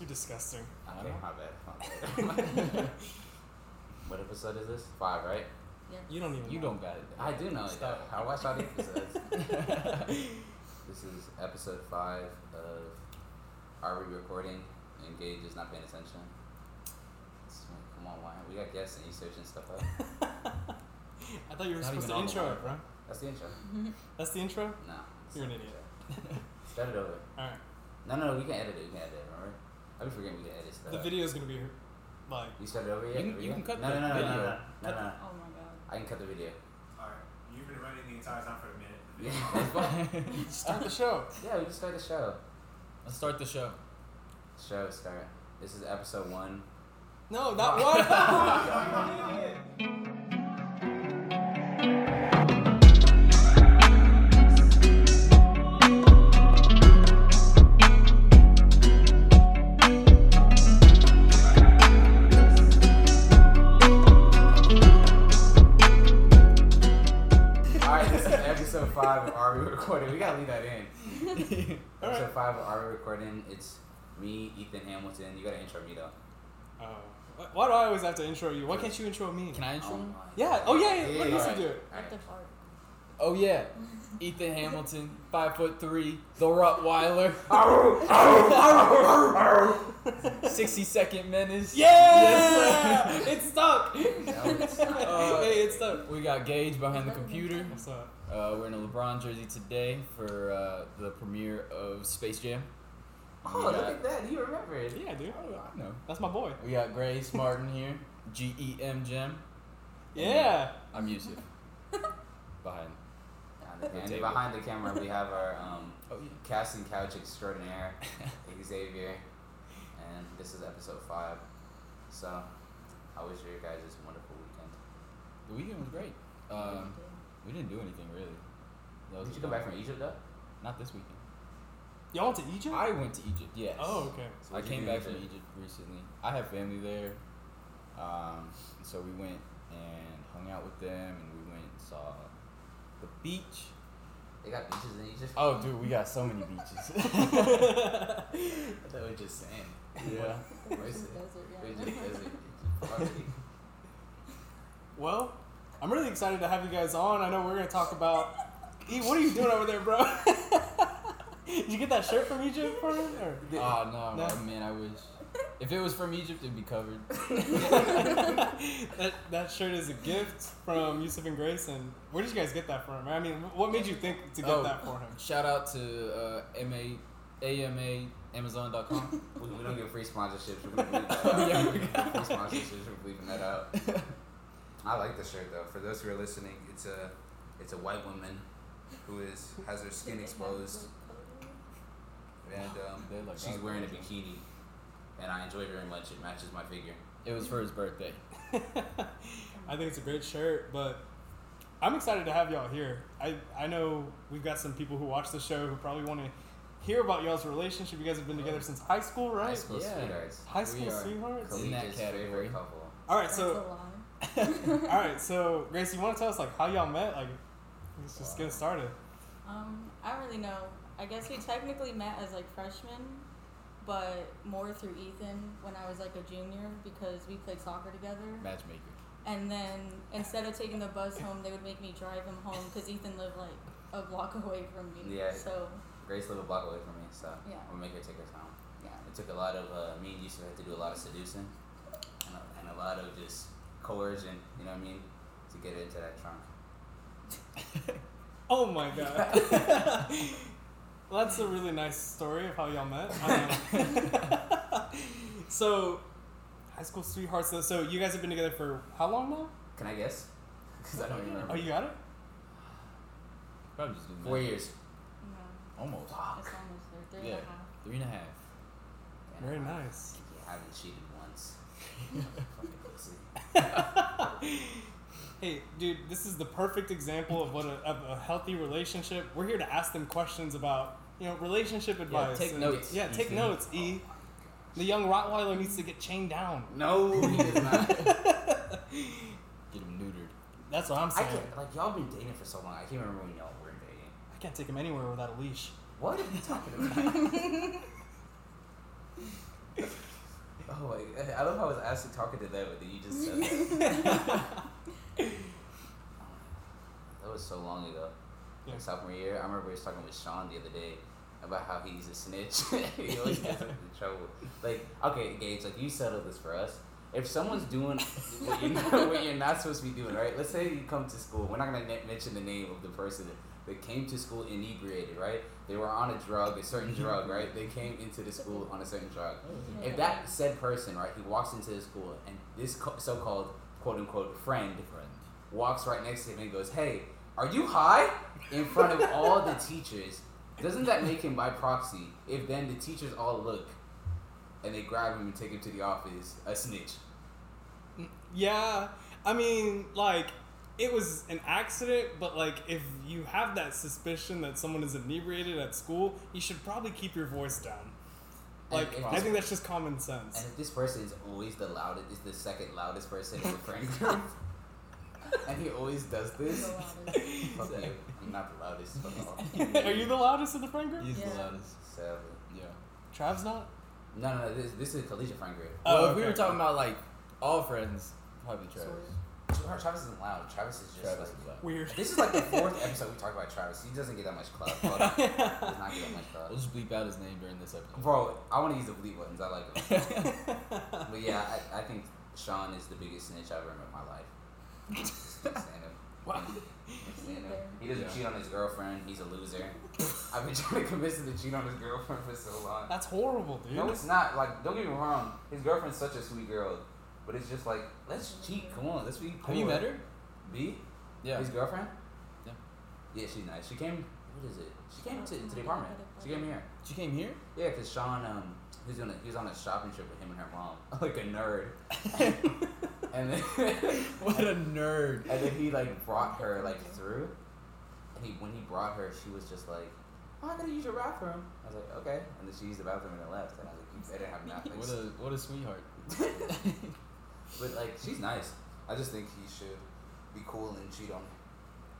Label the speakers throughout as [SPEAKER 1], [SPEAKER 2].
[SPEAKER 1] You're disgusting.
[SPEAKER 2] Okay,
[SPEAKER 3] don't-
[SPEAKER 2] my bad. My bad. what episode is this? Five, right?
[SPEAKER 1] You don't even.
[SPEAKER 3] You
[SPEAKER 1] know.
[SPEAKER 3] don't got it.
[SPEAKER 2] I do know it.
[SPEAKER 3] Stop.
[SPEAKER 2] I watch all the episodes. This is episode five of Are We Recording? And Gage is not paying attention. It's like, Come on, why? We got guests and you searching stuff up.
[SPEAKER 1] I thought you were
[SPEAKER 3] Not
[SPEAKER 1] supposed
[SPEAKER 3] even
[SPEAKER 1] to
[SPEAKER 3] on the
[SPEAKER 1] intro
[SPEAKER 3] line,
[SPEAKER 1] it, bro.
[SPEAKER 2] That's the intro.
[SPEAKER 1] That's the intro.
[SPEAKER 2] No. it's
[SPEAKER 1] You're an
[SPEAKER 2] not the
[SPEAKER 1] idiot.
[SPEAKER 2] intro. Start it over.
[SPEAKER 1] All right.
[SPEAKER 2] No, no, no, we can edit it. We can edit it, remember? I be forgetting we can edit stuff.
[SPEAKER 1] The video's gonna be like.
[SPEAKER 2] You started over yet?
[SPEAKER 3] You can-
[SPEAKER 2] Over
[SPEAKER 3] you
[SPEAKER 2] yet?
[SPEAKER 3] can cut
[SPEAKER 2] no,
[SPEAKER 3] the
[SPEAKER 2] no, no, No,
[SPEAKER 3] video.
[SPEAKER 2] no, no, no,
[SPEAKER 1] Cut
[SPEAKER 2] no, no.
[SPEAKER 4] Oh my god.
[SPEAKER 2] I can cut the video.
[SPEAKER 5] Alright, you've been running the entire time for a minute.
[SPEAKER 2] Yeah,
[SPEAKER 1] Start the show.
[SPEAKER 2] yeah we can start the show.
[SPEAKER 3] Let's start the show.
[SPEAKER 2] Show start. This is episode one.
[SPEAKER 1] No, not one.
[SPEAKER 2] Alright, this is episode five of Are We Recording? We gotta leave that in. episode five of Are We Recording? It's me, Ethan Hamilton. You gotta intro me though.
[SPEAKER 1] oh. Wh- Why do I always have to intro you? Why can't you intro me?
[SPEAKER 3] Can I intro? him?
[SPEAKER 1] Yeah. Oh yeah. yeah, Let Lucy
[SPEAKER 2] alright,
[SPEAKER 1] do it.
[SPEAKER 4] What
[SPEAKER 2] alright.
[SPEAKER 4] the fart?
[SPEAKER 3] Oh yeah, Ethan Hamilton, five foot three, the Rottweiler, sixty second menace.
[SPEAKER 1] Yeah.
[SPEAKER 3] Yes,
[SPEAKER 1] it's stuck.
[SPEAKER 2] No, it's-
[SPEAKER 3] Uh,
[SPEAKER 1] hey, it's stuck.
[SPEAKER 3] We got Gage behind the computer.
[SPEAKER 1] What's up?
[SPEAKER 3] Uh, we're in a LeBron jersey today for uh, the premiere of Space Jam. And we
[SPEAKER 2] oh, look
[SPEAKER 3] got-
[SPEAKER 2] at that. You remember it.
[SPEAKER 1] Yeah, dude.
[SPEAKER 3] Oh, I know.
[SPEAKER 1] That's my boy.
[SPEAKER 3] We got Grace Martin here, G E M Jam.
[SPEAKER 1] Yeah.
[SPEAKER 3] I'm Yusuf. Behind.
[SPEAKER 2] And- And
[SPEAKER 3] table.
[SPEAKER 2] behind the camera, we have our um,
[SPEAKER 3] Oh yeah.
[SPEAKER 2] cast and couch extraordinaire, Xavier. And this is episode five. So, how was your guys' wonderful weekend?
[SPEAKER 3] The weekend was great. Um, we didn't do anything really. That was
[SPEAKER 2] Did you come back from Egypt though?
[SPEAKER 3] Not this weekend.
[SPEAKER 1] Y'all went to Egypt?
[SPEAKER 3] I went to Egypt. Yes.
[SPEAKER 1] oh, okay.
[SPEAKER 2] So
[SPEAKER 3] I
[SPEAKER 2] what did you
[SPEAKER 3] came
[SPEAKER 2] do in
[SPEAKER 3] back from Egypt recently. I have family there, um, so we went and hung out with them, and we went and saw the beach.
[SPEAKER 2] They got beaches in Egypt.
[SPEAKER 3] Oh, dude, we got so many beaches.
[SPEAKER 2] I thought we were just saying.
[SPEAKER 3] yeah.
[SPEAKER 2] Where
[SPEAKER 4] This is
[SPEAKER 2] is it?
[SPEAKER 4] desert, yeah.
[SPEAKER 2] We just visit Egypt.
[SPEAKER 1] Well, I'm really excited to have you guys on. I know we're gonna talk about. E, what are you doing over there, bro? Did you get that shirt from Egypt for him? Or?
[SPEAKER 3] Oh no,
[SPEAKER 1] No.
[SPEAKER 3] man, I wish. If it was from Egypt, it'd be covered.
[SPEAKER 1] That that shirt is a gift from Yusuf and Grace. And where did you guys get that from? I mean, wh- what made you think to get
[SPEAKER 3] Oh.
[SPEAKER 1] that for him?
[SPEAKER 3] Shout out to uh, ma ama amazon.com.
[SPEAKER 2] We, we don't get free sponsorships. We're gonna bleep that out.
[SPEAKER 3] Yeah.
[SPEAKER 2] We don't get free sponsorships. We're bleeping that out. I like the shirt though. For those who are listening, it's a it's a white woman who is has her skin exposed and
[SPEAKER 3] They
[SPEAKER 2] um,
[SPEAKER 3] look
[SPEAKER 2] she's wearing a
[SPEAKER 3] outrageous.
[SPEAKER 2] bikini, and I enjoy it very much. It matches my figure.
[SPEAKER 3] It was for his birthday.
[SPEAKER 1] I think it's a great shirt, but I'm excited to have y'all here. I, I know we've got some people who watch the show who probably want to hear about y'all's relationship. You guys have been together since high school, right?
[SPEAKER 2] High school
[SPEAKER 3] Yeah.
[SPEAKER 2] sweethearts.
[SPEAKER 1] High
[SPEAKER 3] We
[SPEAKER 1] school
[SPEAKER 3] are
[SPEAKER 1] sweethearts.
[SPEAKER 3] cool. In that
[SPEAKER 2] Collegia's
[SPEAKER 3] category.
[SPEAKER 2] favorite couple.
[SPEAKER 1] All right,
[SPEAKER 4] That's
[SPEAKER 1] so
[SPEAKER 4] a lie.
[SPEAKER 1] All right, so Grace, you want to tell us like how y'all met? Like, let's just get started.
[SPEAKER 4] Um, I don't really know. I guess we technically met as like freshmen, but more through Ethan when I was like a junior because we played soccer together.
[SPEAKER 3] Matchmaker.
[SPEAKER 4] And then instead of taking the bus home, they would make me drive him home because Ethan lived like a block away from me.
[SPEAKER 2] Yeah.
[SPEAKER 4] So
[SPEAKER 2] Grace lived a block away from me, so
[SPEAKER 4] Yeah.
[SPEAKER 2] I'm gonna make her take us home.
[SPEAKER 4] yeah.
[SPEAKER 2] It took a lot of uh, me and Yusuf had to do a lot of seducing, and a, and a lot of just coercion. You know what I mean? To get into that trunk.
[SPEAKER 1] Oh my god. well, that's a really nice story of how y'all met. Um, so, high school sweethearts. Though, so you guys have been together for how long now?
[SPEAKER 2] Can I guess? Because I don't even
[SPEAKER 1] Oh,
[SPEAKER 2] remember.
[SPEAKER 1] you got it.
[SPEAKER 3] Probably just did
[SPEAKER 2] Four years.
[SPEAKER 4] No,
[SPEAKER 3] Almost.
[SPEAKER 4] it's
[SPEAKER 2] Fuck.
[SPEAKER 4] almost there. Three
[SPEAKER 3] Yeah.
[SPEAKER 4] and a half.
[SPEAKER 3] Three and a half.
[SPEAKER 2] Damn,
[SPEAKER 1] Very
[SPEAKER 2] I-
[SPEAKER 1] nice.
[SPEAKER 2] I haven't cheated once. Fucking pussy.
[SPEAKER 1] Hey, dude, this is the perfect example of what a, of a healthy relationship. We're here to ask them questions about you know relationship advice.
[SPEAKER 3] take
[SPEAKER 1] and-
[SPEAKER 3] notes, Mm-hmm.
[SPEAKER 1] Yeah, take
[SPEAKER 3] Ethan.
[SPEAKER 1] notes. E. The young Rottweiler needs to get chained down.
[SPEAKER 2] No, he does not.
[SPEAKER 3] Get him neutered.
[SPEAKER 1] That's what I'm
[SPEAKER 2] I
[SPEAKER 1] saying.
[SPEAKER 2] can't, like y'all been dating for so long. I can't remember when y'all were dating.
[SPEAKER 1] I can't take him anywhere without a leash.
[SPEAKER 2] What are you talking about? That's Oh, actually talking to them, and then you just said that. That was so long ago.
[SPEAKER 1] Yeah.
[SPEAKER 2] Like sophomore year, I remember we was talking with Sean the other day about how he's a snitch. he always gets
[SPEAKER 3] Yeah.
[SPEAKER 2] in trouble. Like, okay, Gage, like you settle this for us. If someone's doing what you're, not, what you're not supposed to be doing, right? Let's say you come to school. We're not gonna ne- mention the name of the person that came to school inebriated, right? They were on a drug, a certain drug, right? They came into the school on a certain drug.
[SPEAKER 1] Oh, Hmm.
[SPEAKER 2] If that said person, right, he walks into the school and this co- so-called quote unquote friend
[SPEAKER 3] Friend.
[SPEAKER 2] walks right next to him and goes, "Hey, are you high?" in front of all the teachers. Doesn't that make him by proxy? If then the teachers all look and they grab him and take him to the office, a snitch.
[SPEAKER 1] Yeah, I mean, like, it was an accident, but like, if you have that suspicion that someone is inebriated at school, you should probably keep your voice down. Like,
[SPEAKER 2] And if
[SPEAKER 1] I
[SPEAKER 2] this-
[SPEAKER 1] think that's just common
[SPEAKER 2] And
[SPEAKER 1] sense.
[SPEAKER 2] if this person is always the loudest, is the second loudest person in the friend group, and he always does this. Fuck you. I'm not the loudest. Fuck off.
[SPEAKER 1] Are you the loudest in the friend group?
[SPEAKER 3] He's
[SPEAKER 4] Yeah.
[SPEAKER 3] the loudest.
[SPEAKER 2] Sadly.
[SPEAKER 3] Yeah.
[SPEAKER 1] Trav's not.
[SPEAKER 2] No, no, no. This, this is a collegiate friend group.
[SPEAKER 1] Oh,
[SPEAKER 3] well, if we
[SPEAKER 1] okay.
[SPEAKER 3] were talking about like all friends, probably Travis.
[SPEAKER 2] Travis isn't loud. Travis is just
[SPEAKER 3] Travis
[SPEAKER 2] like.
[SPEAKER 3] is loud.
[SPEAKER 1] Weird.
[SPEAKER 2] This is like the fourth episode we talked about Travis. He doesn't get that much club. Hold on. He does not get that much
[SPEAKER 3] We'll
[SPEAKER 2] club.
[SPEAKER 3] just bleep out his name during this episode.
[SPEAKER 2] Bro, I want to use the bleep buttons. I like them. But yeah, I, I think Sean is the biggest snitch I've ever met in my life. Just can't stand him.
[SPEAKER 1] Wow.
[SPEAKER 2] Can't stand him. He doesn't
[SPEAKER 3] Yeah.
[SPEAKER 2] cheat on his girlfriend. He's a loser. I've been trying to convince him to cheat on his girlfriend for so long.
[SPEAKER 1] That's horrible, dude.
[SPEAKER 2] No, it's not. Like, don't get me wrong. His girlfriend's such a sweet girl. But it's just like, let's cheat. Come on, let's be cool.
[SPEAKER 3] Have you met her?
[SPEAKER 2] B?
[SPEAKER 3] Yeah.
[SPEAKER 2] His girlfriend?
[SPEAKER 3] Yeah.
[SPEAKER 2] Yeah, she's nice. She came, what is it? She came to, to the apartment. She came here.
[SPEAKER 3] She came here.
[SPEAKER 2] Yeah, because Sean, um, he was, gonna, he was on a shopping trip with him and her mom. Like a nerd. and then
[SPEAKER 3] What a nerd.
[SPEAKER 2] and then he like brought her like through. And he when he brought her, she was just like, "I'm not gonna use your bathroom." I was like, "Okay." And then she used the bathroom and then left. And I was like, "You better have nothing."
[SPEAKER 3] What a what a sweetheart.
[SPEAKER 2] but like, she's nice. I just think he should be cool and cheat on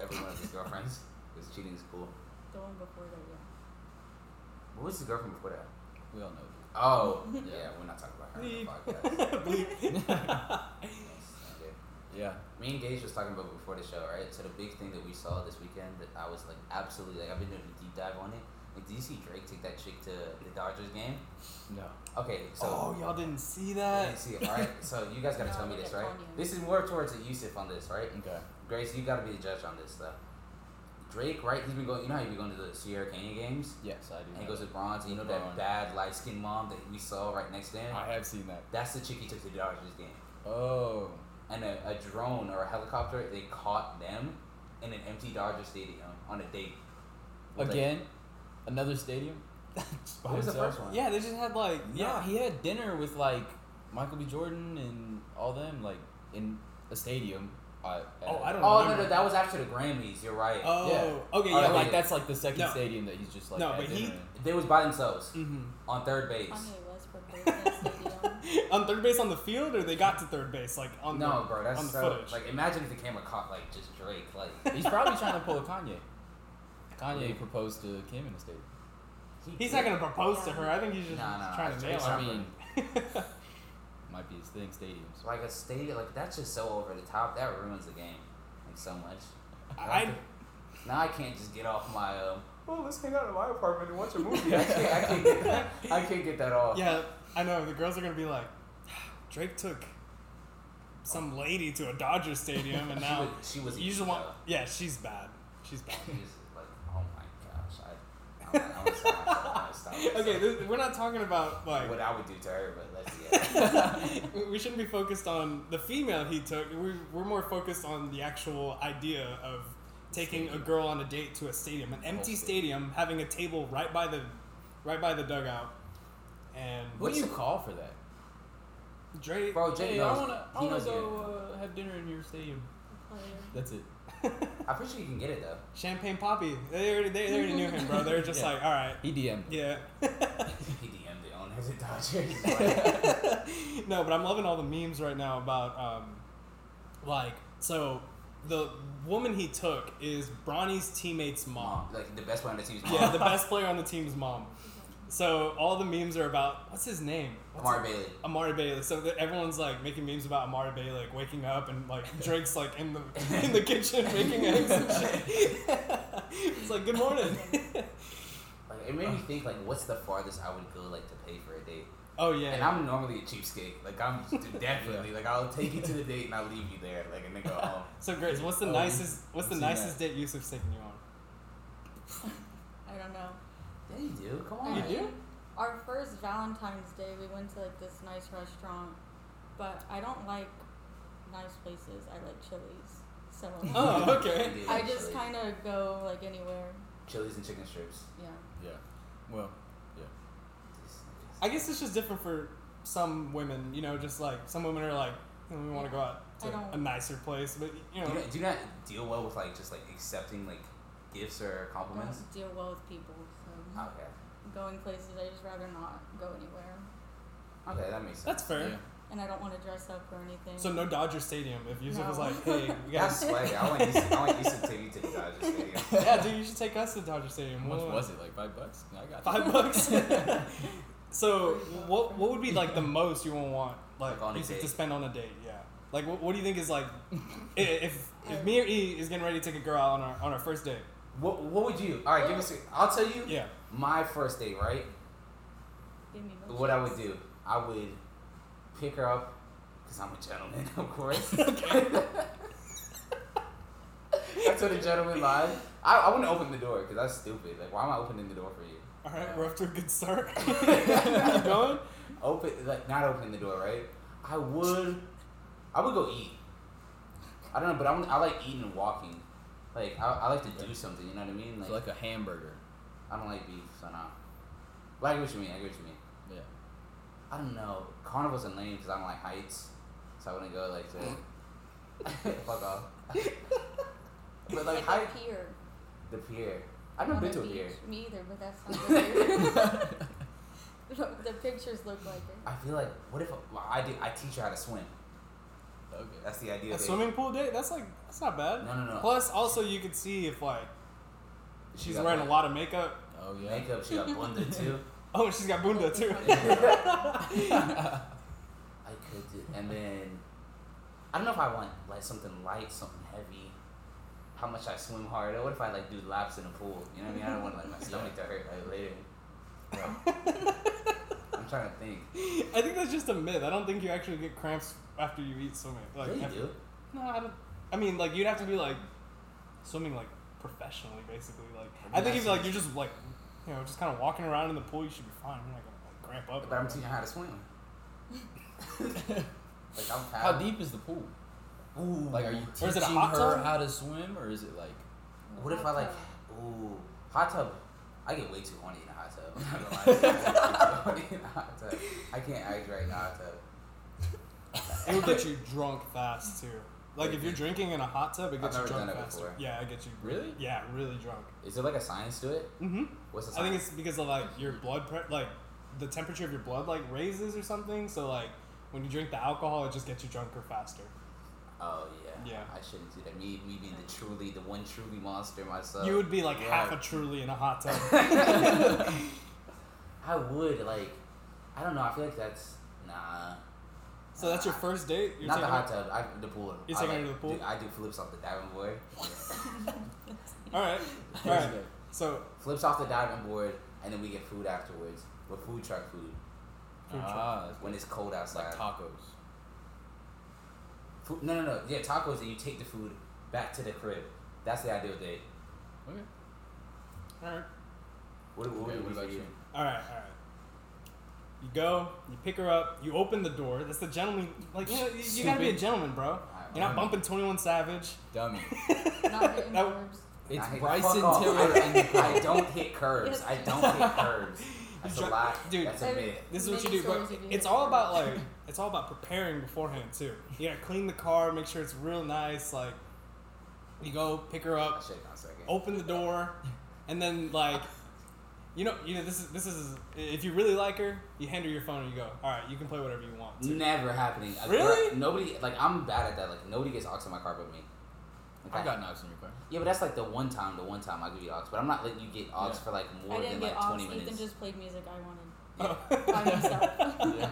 [SPEAKER 2] every one of his girlfriends. Because cheating is cool.
[SPEAKER 4] The one before that, yeah.
[SPEAKER 2] What was his girlfriend before that?
[SPEAKER 3] We all know.
[SPEAKER 2] Oh, yeah. We're not talking about her on
[SPEAKER 1] Bleep.
[SPEAKER 2] the podcast.
[SPEAKER 1] Bleep.
[SPEAKER 2] Okay.
[SPEAKER 3] Yeah.
[SPEAKER 2] Me and Gage was talking about before the show, right? So the big thing that we saw this weekend that I was like absolutely like I've been doing a deep dive on it. Like, did you see Drake take that chick to the Dodgers game?
[SPEAKER 3] No.
[SPEAKER 2] Okay, so
[SPEAKER 1] oh, y'all didn't see
[SPEAKER 2] I
[SPEAKER 1] that.
[SPEAKER 2] didn't see it. All right, so you guys gotta
[SPEAKER 4] No,
[SPEAKER 2] tell me
[SPEAKER 4] we
[SPEAKER 2] this,
[SPEAKER 4] didn't
[SPEAKER 2] right?
[SPEAKER 4] tell you.
[SPEAKER 2] This is more towards a Yusuf on this, right?
[SPEAKER 3] Okay.
[SPEAKER 2] Grace, you gotta be the judge on this though. Drake, right? He's been going. You know how he's been going to the Sierra Canyon games,
[SPEAKER 3] Yes, I do.
[SPEAKER 2] and
[SPEAKER 3] know
[SPEAKER 2] he goes to
[SPEAKER 3] that.
[SPEAKER 2] Bronze. And you know
[SPEAKER 3] LeBron.
[SPEAKER 2] that bad light skinned mom that we saw right next to him.
[SPEAKER 3] I have seen that.
[SPEAKER 2] That's the chick he took to the Dodgers game.
[SPEAKER 3] Oh.
[SPEAKER 2] and a, a drone or a helicopter, they caught them in an empty Dodger Stadium on a date. With, like-
[SPEAKER 3] Again, another stadium. Just by
[SPEAKER 2] what was the
[SPEAKER 3] himself?
[SPEAKER 2] first one?
[SPEAKER 1] Yeah, they just had like
[SPEAKER 3] Yeah,
[SPEAKER 1] yeah.
[SPEAKER 3] he had dinner with like Michael B. Jordan and all them like in a stadium. I,
[SPEAKER 1] Oh, I don't
[SPEAKER 2] Oh no,
[SPEAKER 1] remember.
[SPEAKER 2] no, that was after the Grammys. You're right.
[SPEAKER 1] Oh, okay, yeah.
[SPEAKER 3] Or,
[SPEAKER 2] Alright,
[SPEAKER 1] like,
[SPEAKER 3] like that's like the second
[SPEAKER 1] No.
[SPEAKER 3] stadium that he's just like.
[SPEAKER 1] No,
[SPEAKER 3] at
[SPEAKER 1] but he-
[SPEAKER 3] dinner in.
[SPEAKER 2] They was by themselves
[SPEAKER 1] mhm.
[SPEAKER 2] on third base.
[SPEAKER 4] Kanye West proposed at stadium.
[SPEAKER 1] on third base on the field, or they got to third base like on
[SPEAKER 2] No,
[SPEAKER 1] the,
[SPEAKER 2] bro, that's
[SPEAKER 1] on the
[SPEAKER 2] so
[SPEAKER 1] footage.
[SPEAKER 2] like imagine if the camera caught like just Drake, like
[SPEAKER 3] He's probably trying to pull a Kanye.
[SPEAKER 2] Yeah.
[SPEAKER 3] Kanye proposed to Kim in a stadium.
[SPEAKER 2] he
[SPEAKER 1] He's
[SPEAKER 2] did-
[SPEAKER 1] not gonna propose to her. I think he's just
[SPEAKER 2] Nah, nah,
[SPEAKER 1] trying to
[SPEAKER 2] I
[SPEAKER 1] nail
[SPEAKER 2] think
[SPEAKER 1] her.
[SPEAKER 3] I
[SPEAKER 2] Yeah.
[SPEAKER 3] mean, might be his thing. Stadiums.
[SPEAKER 2] like a stadium like that's just so over the top. That ruins the game like so much.
[SPEAKER 1] I
[SPEAKER 2] Now I can't just get off my um. Oh, let's hang out in my apartment and watch a
[SPEAKER 1] movie.
[SPEAKER 2] I can't, I can't get that. I can't get that off.
[SPEAKER 1] yeah, I know the girls are gonna be like, Drake took some lady to a Dodger stadium,
[SPEAKER 2] Oh.
[SPEAKER 1] and
[SPEAKER 2] She
[SPEAKER 1] now
[SPEAKER 2] was- she was
[SPEAKER 1] you just
[SPEAKER 2] evil,
[SPEAKER 1] want
[SPEAKER 2] though.
[SPEAKER 1] yeah, she's bad. She's bad.
[SPEAKER 2] He's like, oh my gosh, I, I, I, would stop, I would stop, I would
[SPEAKER 1] Okay,
[SPEAKER 2] stop.
[SPEAKER 1] this, we're not talking about like
[SPEAKER 2] what I would do to her, but let's yeah.
[SPEAKER 1] we- we shouldn't be focused on the female he took. We, we're more focused on the actual idea of taking a girl on a date to a stadium, an empty
[SPEAKER 3] Whole
[SPEAKER 1] stadium, having a table right by the, right by the dugout, and
[SPEAKER 3] What
[SPEAKER 2] What's
[SPEAKER 3] do you
[SPEAKER 2] the-
[SPEAKER 3] call for that?
[SPEAKER 1] Drake.
[SPEAKER 2] Bro, Jake
[SPEAKER 3] hey,
[SPEAKER 2] knows.
[SPEAKER 3] I wanna, I
[SPEAKER 2] he
[SPEAKER 3] wanna
[SPEAKER 2] knows you.
[SPEAKER 3] go uh, have dinner in your stadium.
[SPEAKER 4] Player.
[SPEAKER 3] That's it.
[SPEAKER 2] I'm pretty sure you can get it though.
[SPEAKER 1] Champagne Poppy. They already, they, they already knew him, bro. They're just
[SPEAKER 3] Yeah.
[SPEAKER 1] like, all right,
[SPEAKER 3] He DM'd.
[SPEAKER 1] yeah.
[SPEAKER 2] He DM'd the owner of the Dodgers.
[SPEAKER 1] no, but I'm loving all the memes right now about um, like so the woman he took is Bronny's teammate's mom.
[SPEAKER 2] Mom, like the best one on the team's mom.
[SPEAKER 1] Yeah, the best player on the team's mom. So all the memes are about what's his name? What's
[SPEAKER 2] Amari
[SPEAKER 1] his-
[SPEAKER 2] Bailey.
[SPEAKER 1] Amari Bailey. So that everyone's like making memes about Amari Bailey, like waking up and like Drake's like in the in the kitchen making eggs and shit. it's like good morning.
[SPEAKER 2] Like, it made me think like, what's the farthest I would go like to pay for a date?
[SPEAKER 1] oh yeah.
[SPEAKER 2] And I'm normally a cheapskate. Like I'm definitely like I'll take you to the date and I'll leave you there like and then go home.
[SPEAKER 1] so Grace, what's the
[SPEAKER 3] Oh,
[SPEAKER 1] nicest what's the
[SPEAKER 3] seen that.
[SPEAKER 1] nicest date Yusuf's taken you on?
[SPEAKER 4] I don't know.
[SPEAKER 2] Yeah, you do. Come
[SPEAKER 4] I
[SPEAKER 2] on.
[SPEAKER 1] Oh, You
[SPEAKER 4] mean,
[SPEAKER 1] do?
[SPEAKER 4] Our first Valentine's Day, we went to like this nice restaurant, but I don't like nice places. I like Chili's, so
[SPEAKER 1] Oh, okay.
[SPEAKER 2] You do,
[SPEAKER 4] I
[SPEAKER 2] like,
[SPEAKER 4] just
[SPEAKER 2] chili-
[SPEAKER 4] kind of go like anywhere.
[SPEAKER 2] chilies and chicken strips.
[SPEAKER 4] Yeah.
[SPEAKER 3] Yeah. Well,
[SPEAKER 1] I guess it's just different for some women, you know, just like some women are like, "Hmm, we want to go out
[SPEAKER 4] I
[SPEAKER 1] to
[SPEAKER 4] don't-
[SPEAKER 1] a nicer place, but you know,
[SPEAKER 2] Do you, not, do you not deal well with like just like accepting like gifts or compliments?
[SPEAKER 4] Don't deal well with people, so
[SPEAKER 1] Uh-huh.
[SPEAKER 2] Okay.
[SPEAKER 4] going places I just rather not go anywhere,
[SPEAKER 2] Okay, that makes sense.
[SPEAKER 1] that's fair.
[SPEAKER 3] yeah.
[SPEAKER 4] and I don't want to dress up or anything.
[SPEAKER 1] So no Dodger Stadium. If Yusuf was
[SPEAKER 4] No.
[SPEAKER 1] like, hey, we
[SPEAKER 2] Yeah,
[SPEAKER 1] got
[SPEAKER 2] that's swag. I want you to, I want you to take me to the Dodgers Stadium.
[SPEAKER 1] yeah, dude, you should take us to Dodger Stadium.
[SPEAKER 3] How much
[SPEAKER 1] We'll-
[SPEAKER 3] was it? Like five bucks? I got you.
[SPEAKER 1] Five bucks. so, what what would be like the most you would want like,
[SPEAKER 2] Like, on a
[SPEAKER 1] Yusuf to
[SPEAKER 2] date.
[SPEAKER 1] spend on a date? Yeah. Like, what, what do you think is like, i- if if me or E is getting ready to take a girl out on our on our first date?
[SPEAKER 2] What, what would you? All right, give us. I'll tell you.
[SPEAKER 1] Yeah.
[SPEAKER 2] My first date, right?
[SPEAKER 4] Give me
[SPEAKER 2] What I would
[SPEAKER 4] milkshakes.
[SPEAKER 2] do, I would pick her up, cause I'm a gentleman, of course. that's what a gentleman lies. I, I wouldn't open the door, cause that's stupid. Like, why am I opening the door for you?
[SPEAKER 1] All right, we're off to a good start. Keep going.
[SPEAKER 2] Open, like, not opening the door, right? I would, I would go eat. I don't know, but I'm, I like eating and walking. Like, I, I like to do something. You know what I mean?
[SPEAKER 3] So like a hamburger.
[SPEAKER 2] I don't like beef, so no. But I get what you mean. I get what you mean.
[SPEAKER 3] Yeah.
[SPEAKER 2] I don't know. Carnivals and lame because I don't like heights, so I wouldn't go like to. Fuck off. but like
[SPEAKER 4] Like
[SPEAKER 2] height,
[SPEAKER 4] a pier.
[SPEAKER 2] the pier. I've never
[SPEAKER 4] on
[SPEAKER 2] been
[SPEAKER 4] a
[SPEAKER 2] to a
[SPEAKER 4] beach.
[SPEAKER 2] pier.
[SPEAKER 4] Me either, but that's not the The pictures look like it.
[SPEAKER 2] I feel like what if well, I do? I teach her how to swim.
[SPEAKER 3] Okay.
[SPEAKER 2] That's the idea.
[SPEAKER 1] A
[SPEAKER 2] babe.
[SPEAKER 1] swimming pool date? That's like that's not bad.
[SPEAKER 2] No, no, no.
[SPEAKER 1] Plus, also you could see if like
[SPEAKER 2] She
[SPEAKER 1] she's
[SPEAKER 2] got
[SPEAKER 1] wearing a
[SPEAKER 2] blonde-
[SPEAKER 1] lot of makeup.
[SPEAKER 3] Oh yeah.
[SPEAKER 2] Makeup. She got blended too.
[SPEAKER 1] Oh, she's got bunda too.
[SPEAKER 2] I could do, and then I don't know if I want like something light, something heavy. How much I swim hard, or what if I like do laps in the pool? You know what I mean? I don't want like my stomach to hurt like later. Bro. I'm trying to think.
[SPEAKER 1] I think that's just a myth. I don't think you actually get cramps after you eat swimming. Like,
[SPEAKER 2] yeah, you
[SPEAKER 1] after-
[SPEAKER 2] do.
[SPEAKER 1] No, I don't. I mean, like you'd have to be like swimming like professionally, basically. Like I think if like you're just like you know just kind of walking around in the pool, you should be fine. You're not gonna like, cramp up.
[SPEAKER 2] But I'm teaching her how to swim. like I'm
[SPEAKER 3] How deep is the pool?
[SPEAKER 2] Ooh.
[SPEAKER 3] Like, are you
[SPEAKER 1] Or is it a
[SPEAKER 3] teaching
[SPEAKER 1] hot
[SPEAKER 3] her
[SPEAKER 1] tub?
[SPEAKER 3] how to swim, or is it like?
[SPEAKER 2] What if I
[SPEAKER 4] Hot
[SPEAKER 2] like?
[SPEAKER 4] tub.
[SPEAKER 2] Ooh, hot tub. I get way too horny in a hot tub. I'm not gonna lie. I get way too horny in a hot tub. I can't act right in a hot tub.
[SPEAKER 1] It would get you drunk fast too. Like if you're drinking in a hot tub, it
[SPEAKER 2] I've
[SPEAKER 1] gets
[SPEAKER 2] never
[SPEAKER 1] you drunk
[SPEAKER 2] done it
[SPEAKER 1] fast.
[SPEAKER 2] before.
[SPEAKER 1] Yeah, it gets you
[SPEAKER 3] Really?
[SPEAKER 1] Yeah, really drunk.
[SPEAKER 2] Is there like a science to it?
[SPEAKER 1] Mm-hmm.
[SPEAKER 2] What's the
[SPEAKER 1] I
[SPEAKER 2] science?
[SPEAKER 1] think it's because of like your blood pre- like the temperature of your blood like raises or something. So like when you drink the alcohol, it just gets you drunker faster.
[SPEAKER 2] Oh yeah.
[SPEAKER 1] Yeah.
[SPEAKER 2] I shouldn't do that. Me, me being the truly, the one truly monster myself.
[SPEAKER 1] you would be like half a
[SPEAKER 2] right.
[SPEAKER 1] truly in a hot tub.
[SPEAKER 2] I would like. I don't know. I feel like that's nah.
[SPEAKER 1] so that's your first date.
[SPEAKER 2] Not the
[SPEAKER 1] taking
[SPEAKER 2] hot
[SPEAKER 1] her-
[SPEAKER 2] tub. I, the pool.
[SPEAKER 1] You're
[SPEAKER 2] I
[SPEAKER 1] taking her
[SPEAKER 2] like-
[SPEAKER 1] to the pool?
[SPEAKER 2] do- I do flips off the diving board.
[SPEAKER 1] All right, all right. So
[SPEAKER 2] Flips off the diving board, and then we get food afterwards. With food truck food
[SPEAKER 1] Food truck.
[SPEAKER 3] Ah, that's
[SPEAKER 2] when it's cold outside.
[SPEAKER 3] like tacos.
[SPEAKER 2] Food- no, no, no. Yeah, tacos, and you take the food back to the crib. That's the ideal date.
[SPEAKER 3] Okay.
[SPEAKER 1] all right,
[SPEAKER 2] What, what,
[SPEAKER 3] Okay,
[SPEAKER 2] what,
[SPEAKER 3] what about you?
[SPEAKER 1] all right, all right. You go, you pick her up, you open the door. That's the gentleman. Like you, know, you, you gotta be a
[SPEAKER 3] Stupid.
[SPEAKER 1] gentleman, bro. You're not
[SPEAKER 3] Alright.
[SPEAKER 1] bumping Twenty One Savage.
[SPEAKER 3] Dummy.
[SPEAKER 4] Not written
[SPEAKER 1] That-
[SPEAKER 4] verbs.
[SPEAKER 3] It's
[SPEAKER 2] I hate-
[SPEAKER 3] Bryson
[SPEAKER 2] fuck off.
[SPEAKER 3] Tiller and the
[SPEAKER 2] I don't hit curbs. I don't hit curbs. That's a
[SPEAKER 1] dri-
[SPEAKER 2] lie.
[SPEAKER 1] dude.
[SPEAKER 2] That's a
[SPEAKER 4] Every-
[SPEAKER 2] myth.
[SPEAKER 1] This is what you
[SPEAKER 4] Many
[SPEAKER 1] do, but
[SPEAKER 4] stories if you
[SPEAKER 1] it's
[SPEAKER 4] hit
[SPEAKER 1] all
[SPEAKER 4] curbs.
[SPEAKER 1] about like it's all about preparing beforehand too. You gotta clean the car, make sure it's real nice. Like you go pick her
[SPEAKER 2] I
[SPEAKER 1] up,
[SPEAKER 2] should have second.
[SPEAKER 1] open the door, and then like, you know, you know this is this is if you really like her, you hand her your phone and you go, all right, you can play whatever you want.
[SPEAKER 2] Never happening. A
[SPEAKER 1] Oh. Really?
[SPEAKER 2] nobody. Like I'm bad at that. Like nobody gets ox in my car but me. Like,
[SPEAKER 3] I got knives in your car.
[SPEAKER 2] Yeah, but that's like the one time, the one time I give you aux, but I'm not letting you get aux
[SPEAKER 3] Yeah.
[SPEAKER 2] for like more
[SPEAKER 4] I
[SPEAKER 2] than
[SPEAKER 4] didn't get
[SPEAKER 2] like
[SPEAKER 4] off.
[SPEAKER 2] 20
[SPEAKER 4] Ethan
[SPEAKER 2] minutes.
[SPEAKER 4] just played music I wanted
[SPEAKER 2] yeah.
[SPEAKER 4] by myself.
[SPEAKER 3] Yeah.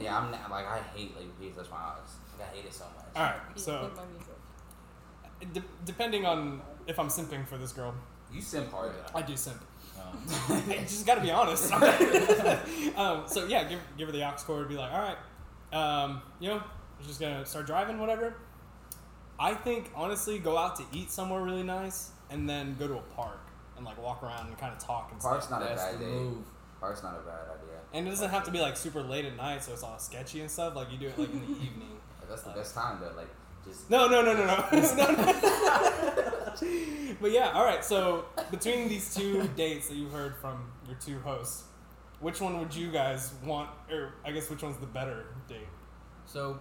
[SPEAKER 2] yeah, I'm not, like I hate like you touch my aux. Like, I hate it so much.
[SPEAKER 1] All right,
[SPEAKER 4] He
[SPEAKER 1] so
[SPEAKER 4] played my music.
[SPEAKER 1] de- depending on if I'm simping for this girl,
[SPEAKER 2] You simp hard.
[SPEAKER 1] I do simp.
[SPEAKER 3] Um,
[SPEAKER 1] I just got to be honest. um, so yeah, give, give her the aux cord. Be like, all right, um, you know, we're just gonna start driving, whatever. I think honestly, go out to eat somewhere really nice, and then go to a park and like walk around and kind of talk and
[SPEAKER 2] Park's
[SPEAKER 1] stuff.
[SPEAKER 2] not a
[SPEAKER 3] that's
[SPEAKER 2] bad
[SPEAKER 3] the
[SPEAKER 2] day.
[SPEAKER 3] move.
[SPEAKER 2] Park's not a bad idea.
[SPEAKER 1] And it doesn't have to be like super late at night, so it's all sketchy and stuff. Like you do it like in the evening.
[SPEAKER 2] Like, that's the best time though. Like just
[SPEAKER 1] No, no, no, no, no. no, no. but yeah, all right. So between these two dates that you heard from your two hosts, which one would you guys want, or I guess which one's the better date?
[SPEAKER 3] So,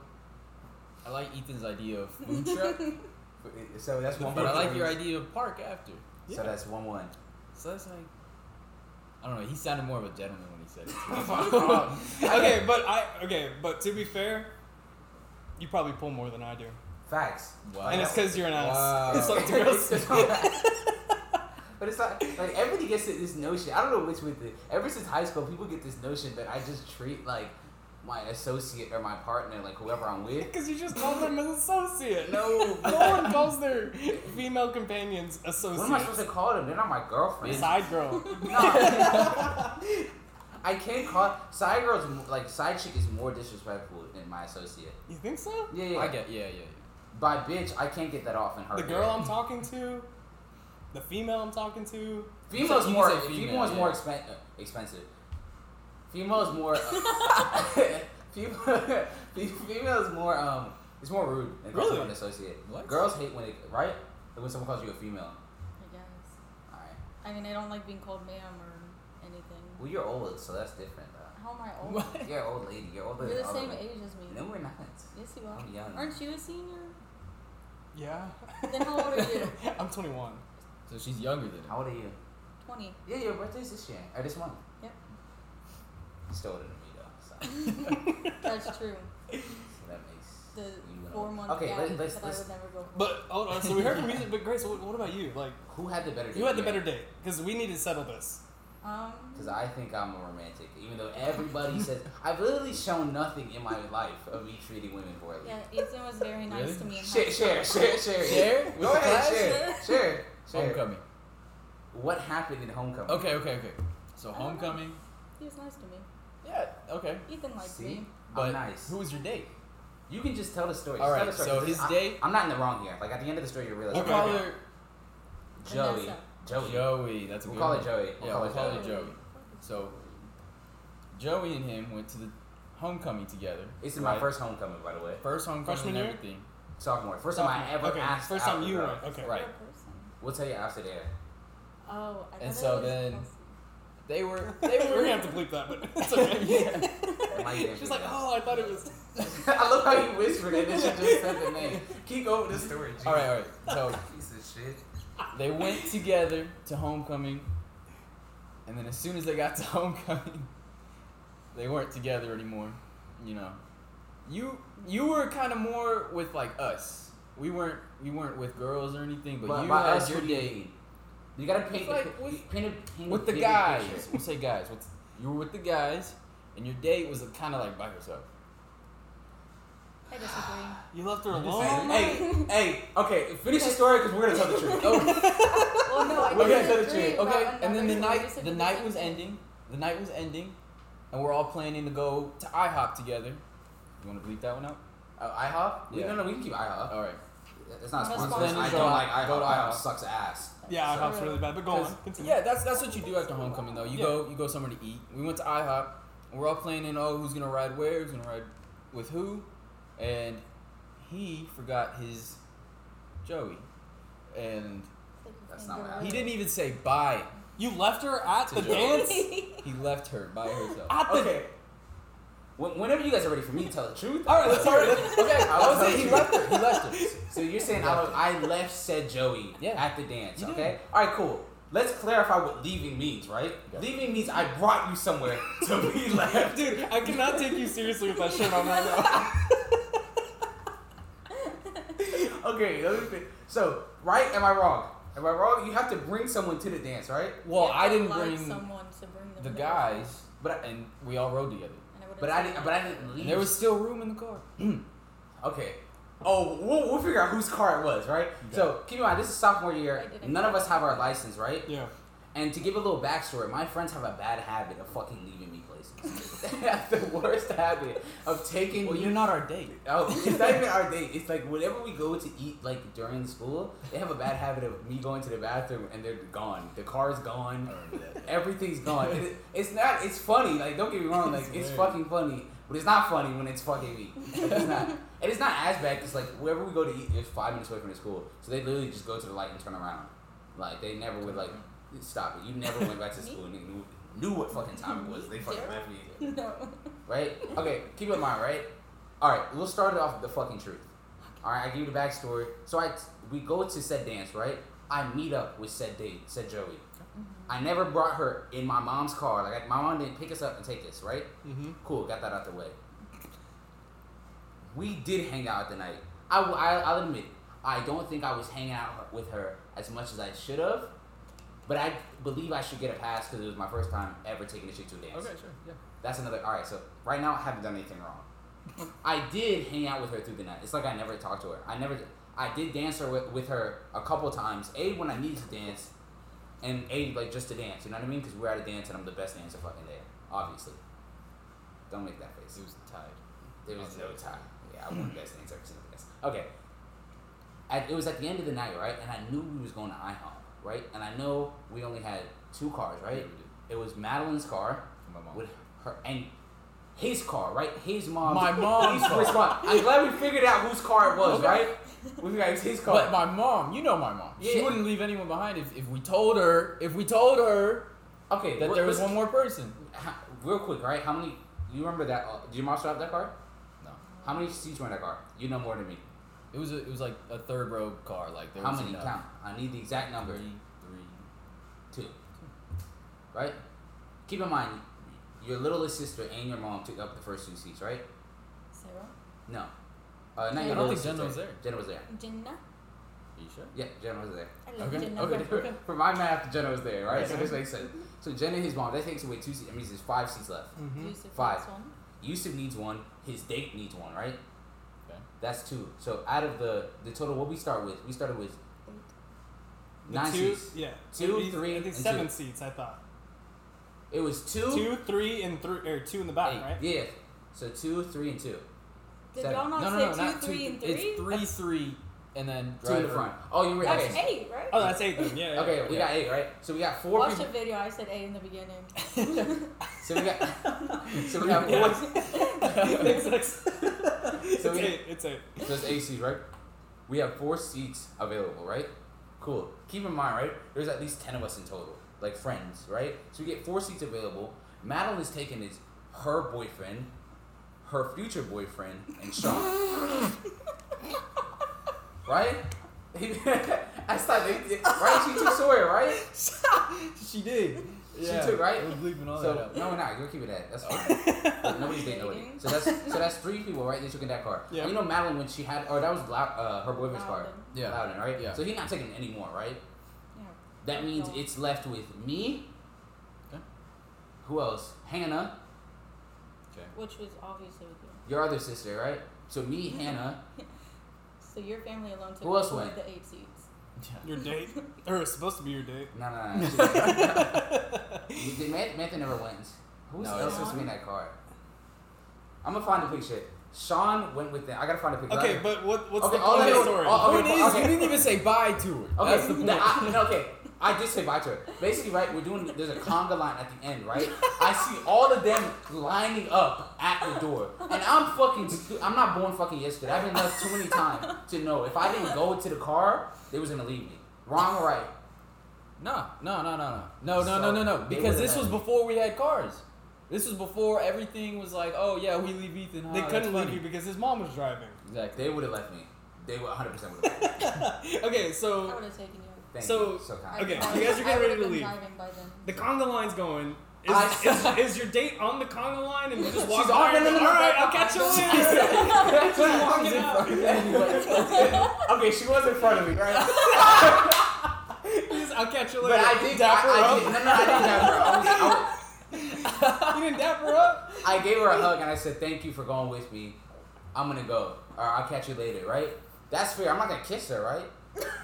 [SPEAKER 3] I like Ethan's idea of food truck,
[SPEAKER 2] so that's one.
[SPEAKER 3] but I like your
[SPEAKER 2] idea.
[SPEAKER 3] idea of park after.
[SPEAKER 2] So that's one one.
[SPEAKER 3] So that's like, I don't know. He sounded more of a gentleman when he said
[SPEAKER 1] Um,
[SPEAKER 3] it.
[SPEAKER 1] okay, but I okay, but to be fair, you probably pull more than I do,
[SPEAKER 2] Facts.
[SPEAKER 3] Wow.
[SPEAKER 1] and it's because you're an ass.
[SPEAKER 3] Wow.
[SPEAKER 1] It's like the girls-
[SPEAKER 2] But it's not like everybody gets this notion. I don't know what's with it. Ever since high school, people get this notion that I just treat like my associate or my partner, like whoever I'm with.
[SPEAKER 1] Because you just call them an associate. No,
[SPEAKER 2] No,
[SPEAKER 1] no one calls their female companions
[SPEAKER 2] what am I
[SPEAKER 1] associates.
[SPEAKER 2] supposed to call them? They're not my girlfriend.
[SPEAKER 1] Side girl.
[SPEAKER 2] No. I can't call side girls m- like side chick is more disrespectful than my associate.
[SPEAKER 1] You think so?
[SPEAKER 2] Yeah, yeah.
[SPEAKER 3] I get, yeah, yeah, yeah.
[SPEAKER 2] By bitch, I can't get that off in her.
[SPEAKER 1] The girl I'm talking to, the female I'm talking to.
[SPEAKER 2] Female's
[SPEAKER 3] You can
[SPEAKER 2] more.
[SPEAKER 3] say
[SPEAKER 2] Female,
[SPEAKER 3] female,
[SPEAKER 2] female's more
[SPEAKER 3] yeah.
[SPEAKER 2] expen- uh, expensive. Female's more. Uh, female, female's more. Um, it's more rude than calling
[SPEAKER 1] Really?
[SPEAKER 2] someone an associate.
[SPEAKER 3] What?
[SPEAKER 2] Girls hate when it right Like when someone calls you a female.
[SPEAKER 4] I guess.
[SPEAKER 2] All right.
[SPEAKER 4] I mean, I don't like being called ma'am or anything.
[SPEAKER 2] Well, you're old, so that's different. Though.
[SPEAKER 4] How am I old?
[SPEAKER 3] What?
[SPEAKER 2] You're an old lady. You're older
[SPEAKER 4] You're
[SPEAKER 2] than
[SPEAKER 4] the
[SPEAKER 2] all
[SPEAKER 4] same
[SPEAKER 2] of us.
[SPEAKER 4] age as me.
[SPEAKER 2] No, we're not.
[SPEAKER 4] Yes, you are.
[SPEAKER 2] I'm young.
[SPEAKER 4] Aren't you a senior?
[SPEAKER 1] Yeah.
[SPEAKER 4] Then how old are you?
[SPEAKER 1] I'm 21.
[SPEAKER 3] So she's younger than him.
[SPEAKER 2] How old are you?
[SPEAKER 4] Twenty.
[SPEAKER 2] Yeah, your birthday's this year or this month.
[SPEAKER 4] Yep.
[SPEAKER 2] You're still older than me though, so,
[SPEAKER 4] That's true.
[SPEAKER 2] so that makes
[SPEAKER 4] The
[SPEAKER 2] you an
[SPEAKER 4] four
[SPEAKER 2] old-
[SPEAKER 4] month
[SPEAKER 2] Okay,
[SPEAKER 4] gap
[SPEAKER 2] let, let's
[SPEAKER 4] that I
[SPEAKER 2] let's.
[SPEAKER 4] would never go. for.
[SPEAKER 1] But hold on. So we heard from you, but Grace, what, what about you? Like,
[SPEAKER 2] Who had the better?
[SPEAKER 1] you had the
[SPEAKER 2] date?
[SPEAKER 1] better date because we need to settle this.
[SPEAKER 2] Because
[SPEAKER 4] Um,
[SPEAKER 2] I think I'm a romantic, even though everybody says I've literally shown nothing in my life of me treating women poorly.
[SPEAKER 4] yeah, Ethan was very nice
[SPEAKER 3] Really?
[SPEAKER 4] to me. In
[SPEAKER 2] Share,
[SPEAKER 4] high
[SPEAKER 2] share, share, share.
[SPEAKER 3] Share? With
[SPEAKER 2] Go
[SPEAKER 3] the
[SPEAKER 2] ahead,
[SPEAKER 3] class?
[SPEAKER 2] share, share, share.
[SPEAKER 3] Homecoming.
[SPEAKER 2] What happened in homecoming?
[SPEAKER 3] Okay, okay, okay. So
[SPEAKER 4] I don't know.
[SPEAKER 3] homecoming.
[SPEAKER 4] He was nice to me.
[SPEAKER 3] Yeah. Okay.
[SPEAKER 4] Ethan liked
[SPEAKER 2] See,
[SPEAKER 4] me.
[SPEAKER 3] But
[SPEAKER 2] I'm nice.
[SPEAKER 3] who was your date?
[SPEAKER 2] You can just tell the story.
[SPEAKER 3] All
[SPEAKER 2] Just tell
[SPEAKER 3] right,
[SPEAKER 2] the story,
[SPEAKER 3] so
[SPEAKER 2] 'cause
[SPEAKER 3] his
[SPEAKER 2] I-
[SPEAKER 3] date-
[SPEAKER 2] I'm not in the wrong here. Like at the end of the story, you realize.
[SPEAKER 3] We'll
[SPEAKER 1] Okay,
[SPEAKER 3] call
[SPEAKER 1] okay.
[SPEAKER 3] her
[SPEAKER 2] Joey.
[SPEAKER 4] Vanessa.
[SPEAKER 2] Joey.
[SPEAKER 3] Joey. That's a
[SPEAKER 2] We'll
[SPEAKER 3] good
[SPEAKER 2] call
[SPEAKER 3] one.
[SPEAKER 2] it Joey. We'll
[SPEAKER 3] yeah,
[SPEAKER 2] call
[SPEAKER 3] we'll
[SPEAKER 2] it
[SPEAKER 3] call
[SPEAKER 2] Joey.
[SPEAKER 3] it Joey. So Joey and him went to the homecoming together.
[SPEAKER 2] It's in my
[SPEAKER 3] right?
[SPEAKER 2] first homecoming, by the way.
[SPEAKER 3] first homecoming
[SPEAKER 1] Freshman
[SPEAKER 3] and
[SPEAKER 1] year?
[SPEAKER 3] everything.
[SPEAKER 2] Sophomore. First time I
[SPEAKER 1] Sophomore.
[SPEAKER 2] ever
[SPEAKER 1] okay.
[SPEAKER 2] asked.
[SPEAKER 1] First time
[SPEAKER 2] out
[SPEAKER 1] you
[SPEAKER 2] the
[SPEAKER 1] went.
[SPEAKER 2] girl.
[SPEAKER 1] Okay.
[SPEAKER 3] Right.
[SPEAKER 4] What a person.
[SPEAKER 2] We'll tell you after there.
[SPEAKER 4] Oh, I
[SPEAKER 3] And
[SPEAKER 4] thought
[SPEAKER 3] so
[SPEAKER 4] it was
[SPEAKER 3] then-
[SPEAKER 4] Kelsey.
[SPEAKER 3] They were
[SPEAKER 1] They
[SPEAKER 3] they
[SPEAKER 1] were
[SPEAKER 3] were
[SPEAKER 1] gonna have to bleep that, but it's okay.
[SPEAKER 2] Why you didn't pick
[SPEAKER 1] She's like,
[SPEAKER 2] it up?
[SPEAKER 1] oh, I thought it was.
[SPEAKER 2] I love how you whispered it and she just said the name. Keep going with the story, G.
[SPEAKER 3] All right, all right. So
[SPEAKER 2] Piece of shit.
[SPEAKER 3] they went together to homecoming, and then as soon as they got to homecoming, they weren't together anymore. You know, you you were kind of more with like us. We weren't we weren't with girls or anything, but,
[SPEAKER 2] But
[SPEAKER 3] you
[SPEAKER 2] by
[SPEAKER 3] had
[SPEAKER 2] us,
[SPEAKER 3] your
[SPEAKER 2] what do you
[SPEAKER 3] date
[SPEAKER 2] mean? You gotta paint,
[SPEAKER 3] It's like
[SPEAKER 2] the,
[SPEAKER 3] with-
[SPEAKER 2] paint, a, paint
[SPEAKER 3] with the
[SPEAKER 2] bigger
[SPEAKER 3] guys.
[SPEAKER 2] picture.
[SPEAKER 3] We'll say guys. With, you were with the guys, and your date was kind of like by yourself.
[SPEAKER 4] I disagree.
[SPEAKER 1] You left her
[SPEAKER 4] saying.
[SPEAKER 1] alone.
[SPEAKER 2] Hey, hey, hey, okay, finish the story because we're gonna tell the truth.
[SPEAKER 3] Oh,
[SPEAKER 4] well, no, I
[SPEAKER 3] okay,
[SPEAKER 4] disagree about
[SPEAKER 3] okay. And then the
[SPEAKER 4] another
[SPEAKER 3] night
[SPEAKER 4] reason
[SPEAKER 3] the
[SPEAKER 4] for
[SPEAKER 3] night was
[SPEAKER 4] sentence.
[SPEAKER 3] ending. The night was ending, and we're all planning to go to IHOP together. You want to bleep that one out?
[SPEAKER 2] Oh, IHOP? We,
[SPEAKER 3] Yeah.
[SPEAKER 2] No, no, we can keep IHOP.
[SPEAKER 3] All right.
[SPEAKER 2] It's not
[SPEAKER 4] That's
[SPEAKER 2] sponsored.
[SPEAKER 4] fine.
[SPEAKER 2] I
[SPEAKER 3] Go to
[SPEAKER 2] don't like
[SPEAKER 3] IHOP.
[SPEAKER 2] IHOP. IHOP sucks ass.
[SPEAKER 1] Yeah, I
[SPEAKER 2] So-
[SPEAKER 1] hope's really bad, but go on.
[SPEAKER 3] 'Cause-
[SPEAKER 1] Continue.
[SPEAKER 3] Yeah, that's that's what you do after homecoming though. You
[SPEAKER 1] Yeah.
[SPEAKER 3] go you go somewhere to eat. We went to IHOP. We're all planning. Oh, who's gonna ride where? Who's gonna ride with who? And he forgot his Joey, and
[SPEAKER 2] That's not what
[SPEAKER 3] he didn't even say bye.
[SPEAKER 1] You left her at
[SPEAKER 3] To
[SPEAKER 1] the
[SPEAKER 3] Joey.
[SPEAKER 1] dance.
[SPEAKER 3] He left her by herself.
[SPEAKER 1] At the.
[SPEAKER 2] Okay. When, whenever you guys are ready for me to tell the truth.
[SPEAKER 3] all right, let's all right. let's- Okay,
[SPEAKER 2] I'll
[SPEAKER 3] I was
[SPEAKER 2] tell
[SPEAKER 3] saying he
[SPEAKER 2] you.
[SPEAKER 3] left her. He left her.
[SPEAKER 2] So you're saying I, was, I left said Joey
[SPEAKER 3] Yeah.
[SPEAKER 2] at the dance,
[SPEAKER 3] You did.
[SPEAKER 2] okay? All right, cool. Let's clarify what leaving means, right?
[SPEAKER 3] Okay.
[SPEAKER 2] Leaving means I brought you somewhere to be left.
[SPEAKER 1] Dude, I cannot take you seriously with that shit on right now.
[SPEAKER 2] grade. Let me fin- So, right? Am I wrong? Am I wrong? You have to bring someone to the dance, right?
[SPEAKER 4] You
[SPEAKER 3] Well,
[SPEAKER 4] have
[SPEAKER 3] I
[SPEAKER 4] to
[SPEAKER 3] didn't
[SPEAKER 4] like
[SPEAKER 3] bring
[SPEAKER 4] someone to bring them
[SPEAKER 3] the
[SPEAKER 4] with.
[SPEAKER 3] guys, but I, and we all rode together.
[SPEAKER 4] And would've
[SPEAKER 2] But I
[SPEAKER 4] said
[SPEAKER 2] didn't. But I
[SPEAKER 4] no.
[SPEAKER 2] didn't leave.
[SPEAKER 3] And there was still room in the car.
[SPEAKER 2] Okay. Oh, we'll, we'll figure out whose car it was, right? So keep in mind, this is sophomore year.
[SPEAKER 4] I didn't
[SPEAKER 2] None of
[SPEAKER 4] know.
[SPEAKER 2] us have our license, right?
[SPEAKER 1] Yeah.
[SPEAKER 2] And to give a little backstory, my friends have a bad habit of fucking leaving me places. they have the worst habit of taking
[SPEAKER 3] Well,
[SPEAKER 2] me.
[SPEAKER 3] you're not our date.
[SPEAKER 2] Oh, it's not even our date. It's like whenever we go to eat, like during school, they have a bad habit of me going to the bathroom and they're gone. The car's gone. Everything's gone. And it- it's not. It's funny. Like don't get me wrong. Like
[SPEAKER 3] It's
[SPEAKER 2] it's,
[SPEAKER 3] weird.
[SPEAKER 2] fucking funny, but it's not funny when it's fucking me. It's not. And it's not as bad. Cause like wherever we go to eat, it's five minutes away from the school, so they literally just go to the light and turn around. Like they never would like stop it. You never went back to
[SPEAKER 4] Me?
[SPEAKER 2] school and they knew knew what fucking time it was. They fucking
[SPEAKER 4] Daryl?
[SPEAKER 2] left me
[SPEAKER 4] No.
[SPEAKER 2] right? Okay, keep in mind, right? All right, we'll start it off with the fucking truth. All right, I give you the backstory. So I, we go to said dance, right? I meet up with said date, said Joey. I never brought her in my mom's car. Like I, my mom didn't pick us up and take us, right?
[SPEAKER 1] Mm-hmm.
[SPEAKER 2] Cool, got that out the way. We did hang out the night. I, will- I, I'll admit, I don't think I was hanging out with her as much as I should have, but I believe I should get a pass because it was my first time ever taking a chick to a dance.
[SPEAKER 1] Okay, sure. Yeah.
[SPEAKER 2] That's another. All right, so right now I haven't done anything wrong. I did hang out with her through the night. It's like I never talked to her. I never. I did dance her with, with her a couple times. A when I needed to dance, and A like just to dance. You know what I mean? Because we're at a dance and I'm the best dancer fucking there. Obviously. Don't make that face.
[SPEAKER 3] It was tied.
[SPEAKER 2] There was no time. Yeah, I won best dance every single dance. Okay. At, it was at the end of the night, right? And I knew we was going to IHOP, right? And I know we only had two cars, right?
[SPEAKER 3] we did.
[SPEAKER 2] It was Madeline's car
[SPEAKER 3] For my mom.
[SPEAKER 2] with her and his car, right? His mom.
[SPEAKER 3] My mom's car.
[SPEAKER 2] I'm glad we figured out whose car it was,
[SPEAKER 3] Okay.
[SPEAKER 2] right? We figured out it was his car.
[SPEAKER 3] But my mom, you know my mom. She
[SPEAKER 2] Yeah.
[SPEAKER 3] wouldn't leave anyone behind if, if we told her if we told her
[SPEAKER 2] okay,
[SPEAKER 3] that
[SPEAKER 2] what-
[SPEAKER 3] there was
[SPEAKER 2] what's-
[SPEAKER 3] one more person.
[SPEAKER 2] ha- real quick, right? How many? You remember that? Uh, did your mom still have that car?
[SPEAKER 3] No.
[SPEAKER 2] How many seats were in that car? You know more than me.
[SPEAKER 3] It was a, it was like a third row car. Like there
[SPEAKER 2] How
[SPEAKER 3] was
[SPEAKER 2] many?
[SPEAKER 3] enough.
[SPEAKER 2] Count. I need the exact number.
[SPEAKER 3] Three, three.
[SPEAKER 2] Two. Right? Keep in mind, your littlest sister and your mom took up the first two seats, right?
[SPEAKER 4] Sarah?
[SPEAKER 2] No. Uh, not
[SPEAKER 3] I
[SPEAKER 2] your
[SPEAKER 3] don't
[SPEAKER 2] littlest
[SPEAKER 3] think
[SPEAKER 2] sister.
[SPEAKER 3] Jenna was there.
[SPEAKER 2] Jenna was there.
[SPEAKER 4] Jenna?
[SPEAKER 3] Are you sure?
[SPEAKER 2] Yeah, Jenna was there.
[SPEAKER 4] I love
[SPEAKER 3] Okay, Mm-hmm.
[SPEAKER 4] Jenna.
[SPEAKER 2] Okay, for, for my math, Jenna was there, right? So
[SPEAKER 1] Okay.
[SPEAKER 2] this makes sense. So Jenna and his mom, that takes away two seats. I mean, there's five seats left.
[SPEAKER 1] Mm-hmm.
[SPEAKER 4] Yusuf
[SPEAKER 2] Five.
[SPEAKER 4] That's one.
[SPEAKER 2] Yusuf needs one. His date needs one, right?
[SPEAKER 3] Okay.
[SPEAKER 2] That's two. So out of the the total, what we start with? We started with nine
[SPEAKER 1] two,
[SPEAKER 2] seats.
[SPEAKER 1] yeah.
[SPEAKER 2] Two,
[SPEAKER 1] I think-
[SPEAKER 2] three,
[SPEAKER 1] I think
[SPEAKER 2] and
[SPEAKER 1] seven
[SPEAKER 2] two.
[SPEAKER 1] seats. I thought
[SPEAKER 2] It was two,
[SPEAKER 1] two, three, and three, or two in the back,
[SPEAKER 2] eight.
[SPEAKER 1] right?
[SPEAKER 2] Yeah. So two, three, and two.
[SPEAKER 4] Did
[SPEAKER 2] Seven.
[SPEAKER 4] y'all not
[SPEAKER 3] no, no,
[SPEAKER 4] say
[SPEAKER 3] no,
[SPEAKER 4] two,
[SPEAKER 3] not
[SPEAKER 4] three, and three?
[SPEAKER 3] It's three, three, and then
[SPEAKER 2] Two in the
[SPEAKER 3] driver.
[SPEAKER 2] front. Oh, you were
[SPEAKER 4] That's
[SPEAKER 2] okay.
[SPEAKER 4] eight, right?
[SPEAKER 1] Oh, that's eight. Then. Yeah. yeah,
[SPEAKER 2] Okay,
[SPEAKER 1] yeah.
[SPEAKER 2] we got eight, right? So we got four
[SPEAKER 4] Watch the
[SPEAKER 2] people.
[SPEAKER 4] video. I said eight in the beginning.
[SPEAKER 2] So we got. so we got four.
[SPEAKER 1] It's six.
[SPEAKER 2] So
[SPEAKER 1] it's
[SPEAKER 2] we-
[SPEAKER 1] eight. It's eight.
[SPEAKER 2] So it's eight seats, right? We have four seats available, right? Cool. Keep in mind, right? There's at least ten of us in total, like friends, right? So we get four seats available. Madeline is taking is her boyfriend, her future boyfriend, and Sean. right? I thought they, right? She took Sawyer, right?
[SPEAKER 3] she did. Yeah.
[SPEAKER 2] took, right?
[SPEAKER 3] We're bleeping all that
[SPEAKER 2] So
[SPEAKER 3] out.
[SPEAKER 2] no, we're not. You're keeping that. That's fine. But Nobody's dating nobody. So that's so that's three people, right? They took in that car.
[SPEAKER 1] Yeah.
[SPEAKER 2] You know Madeline when she had, or that was Lou- uh, her boyfriend's car.
[SPEAKER 4] Loudon.
[SPEAKER 3] Yeah.
[SPEAKER 2] Loudon, right?
[SPEAKER 3] Yeah.
[SPEAKER 2] So he's not taking any more, right?
[SPEAKER 4] Yeah.
[SPEAKER 2] That means
[SPEAKER 4] No.
[SPEAKER 2] it's left with me.
[SPEAKER 3] Okay.
[SPEAKER 2] Who else? Hannah,
[SPEAKER 4] Which was obviously with you.
[SPEAKER 2] your other sister, right? So me, Hannah.
[SPEAKER 4] So your family alone took
[SPEAKER 2] Who else
[SPEAKER 4] all
[SPEAKER 2] went?
[SPEAKER 4] the eight seats.
[SPEAKER 3] Yeah.
[SPEAKER 1] Your date, or it's supposed to be your date.
[SPEAKER 2] No, no, no. she- You did- Man- Mantha never wins. Who's
[SPEAKER 3] No,
[SPEAKER 2] else
[SPEAKER 4] Sean.
[SPEAKER 2] supposed to be in that car? I'm gonna find a picture. Sean went with them. I gotta find a picture.
[SPEAKER 1] Okay,
[SPEAKER 2] I-
[SPEAKER 1] but what what's
[SPEAKER 2] Okay,
[SPEAKER 1] the
[SPEAKER 2] all
[SPEAKER 1] point of
[SPEAKER 2] I
[SPEAKER 1] the
[SPEAKER 2] know-
[SPEAKER 1] story?
[SPEAKER 2] all-
[SPEAKER 3] Point
[SPEAKER 2] Okay,
[SPEAKER 3] is,
[SPEAKER 2] okay.
[SPEAKER 3] oh, you didn't even say bye to her.
[SPEAKER 2] Okay,
[SPEAKER 3] That's the point.
[SPEAKER 2] no, I- no, okay. I did say bye to her. Basically, right, we're doing there's a conga line at the end, right? I see all of them lining up at the door. And I'm fucking stu- I'm not born fucking yesterday. I've been left too many times to know. If I didn't go to the car, they was gonna leave me. Wrong or right?
[SPEAKER 3] No, no, no, no, no, no, no, no,
[SPEAKER 2] So,
[SPEAKER 3] no, no.
[SPEAKER 2] they
[SPEAKER 3] Because
[SPEAKER 2] would've
[SPEAKER 3] this was
[SPEAKER 2] known.
[SPEAKER 3] before we had cars. This was before everything was like, oh yeah, we leave Ethan. huh,
[SPEAKER 1] They
[SPEAKER 3] that's
[SPEAKER 1] couldn't leave
[SPEAKER 3] funny.
[SPEAKER 1] you because his mom was driving.
[SPEAKER 3] Exactly.
[SPEAKER 2] They would have left me. They would 100 percent would have left me.
[SPEAKER 1] Okay,
[SPEAKER 4] I
[SPEAKER 1] so
[SPEAKER 4] would have taken you.
[SPEAKER 2] Thank
[SPEAKER 1] So-
[SPEAKER 2] you. So
[SPEAKER 4] I
[SPEAKER 2] kind.
[SPEAKER 1] Okay,
[SPEAKER 4] would've-
[SPEAKER 1] you guys are
[SPEAKER 4] I
[SPEAKER 1] getting ready
[SPEAKER 4] would've
[SPEAKER 1] to
[SPEAKER 4] been
[SPEAKER 1] leave.
[SPEAKER 4] driving by then.
[SPEAKER 1] the conga line's going. Is,
[SPEAKER 3] I-
[SPEAKER 1] is, is your date on the conga line and you just
[SPEAKER 3] She's
[SPEAKER 1] walk
[SPEAKER 3] all,
[SPEAKER 1] by
[SPEAKER 3] "No,
[SPEAKER 1] and
[SPEAKER 3] no,
[SPEAKER 1] go,
[SPEAKER 3] no, no,
[SPEAKER 1] all right,
[SPEAKER 3] no,
[SPEAKER 1] I'll catch you
[SPEAKER 3] no."
[SPEAKER 1] later.
[SPEAKER 3] She
[SPEAKER 1] She's
[SPEAKER 3] was
[SPEAKER 1] walking
[SPEAKER 3] in
[SPEAKER 1] out.
[SPEAKER 3] front of me. Anyway, okay, she was in front of me, right?
[SPEAKER 1] He's, I'll catch you
[SPEAKER 2] But
[SPEAKER 1] later.
[SPEAKER 2] I did. I,
[SPEAKER 1] dap her
[SPEAKER 2] I
[SPEAKER 1] up.
[SPEAKER 2] did. No, no, I didn't dap her up. I was- I was-
[SPEAKER 1] You didn't dap her up.
[SPEAKER 2] I gave her a hug and I said, "Thank you for going with me. I'm gonna go, or I'll catch you later." Right? That's fair. I'm not gonna kiss her, right?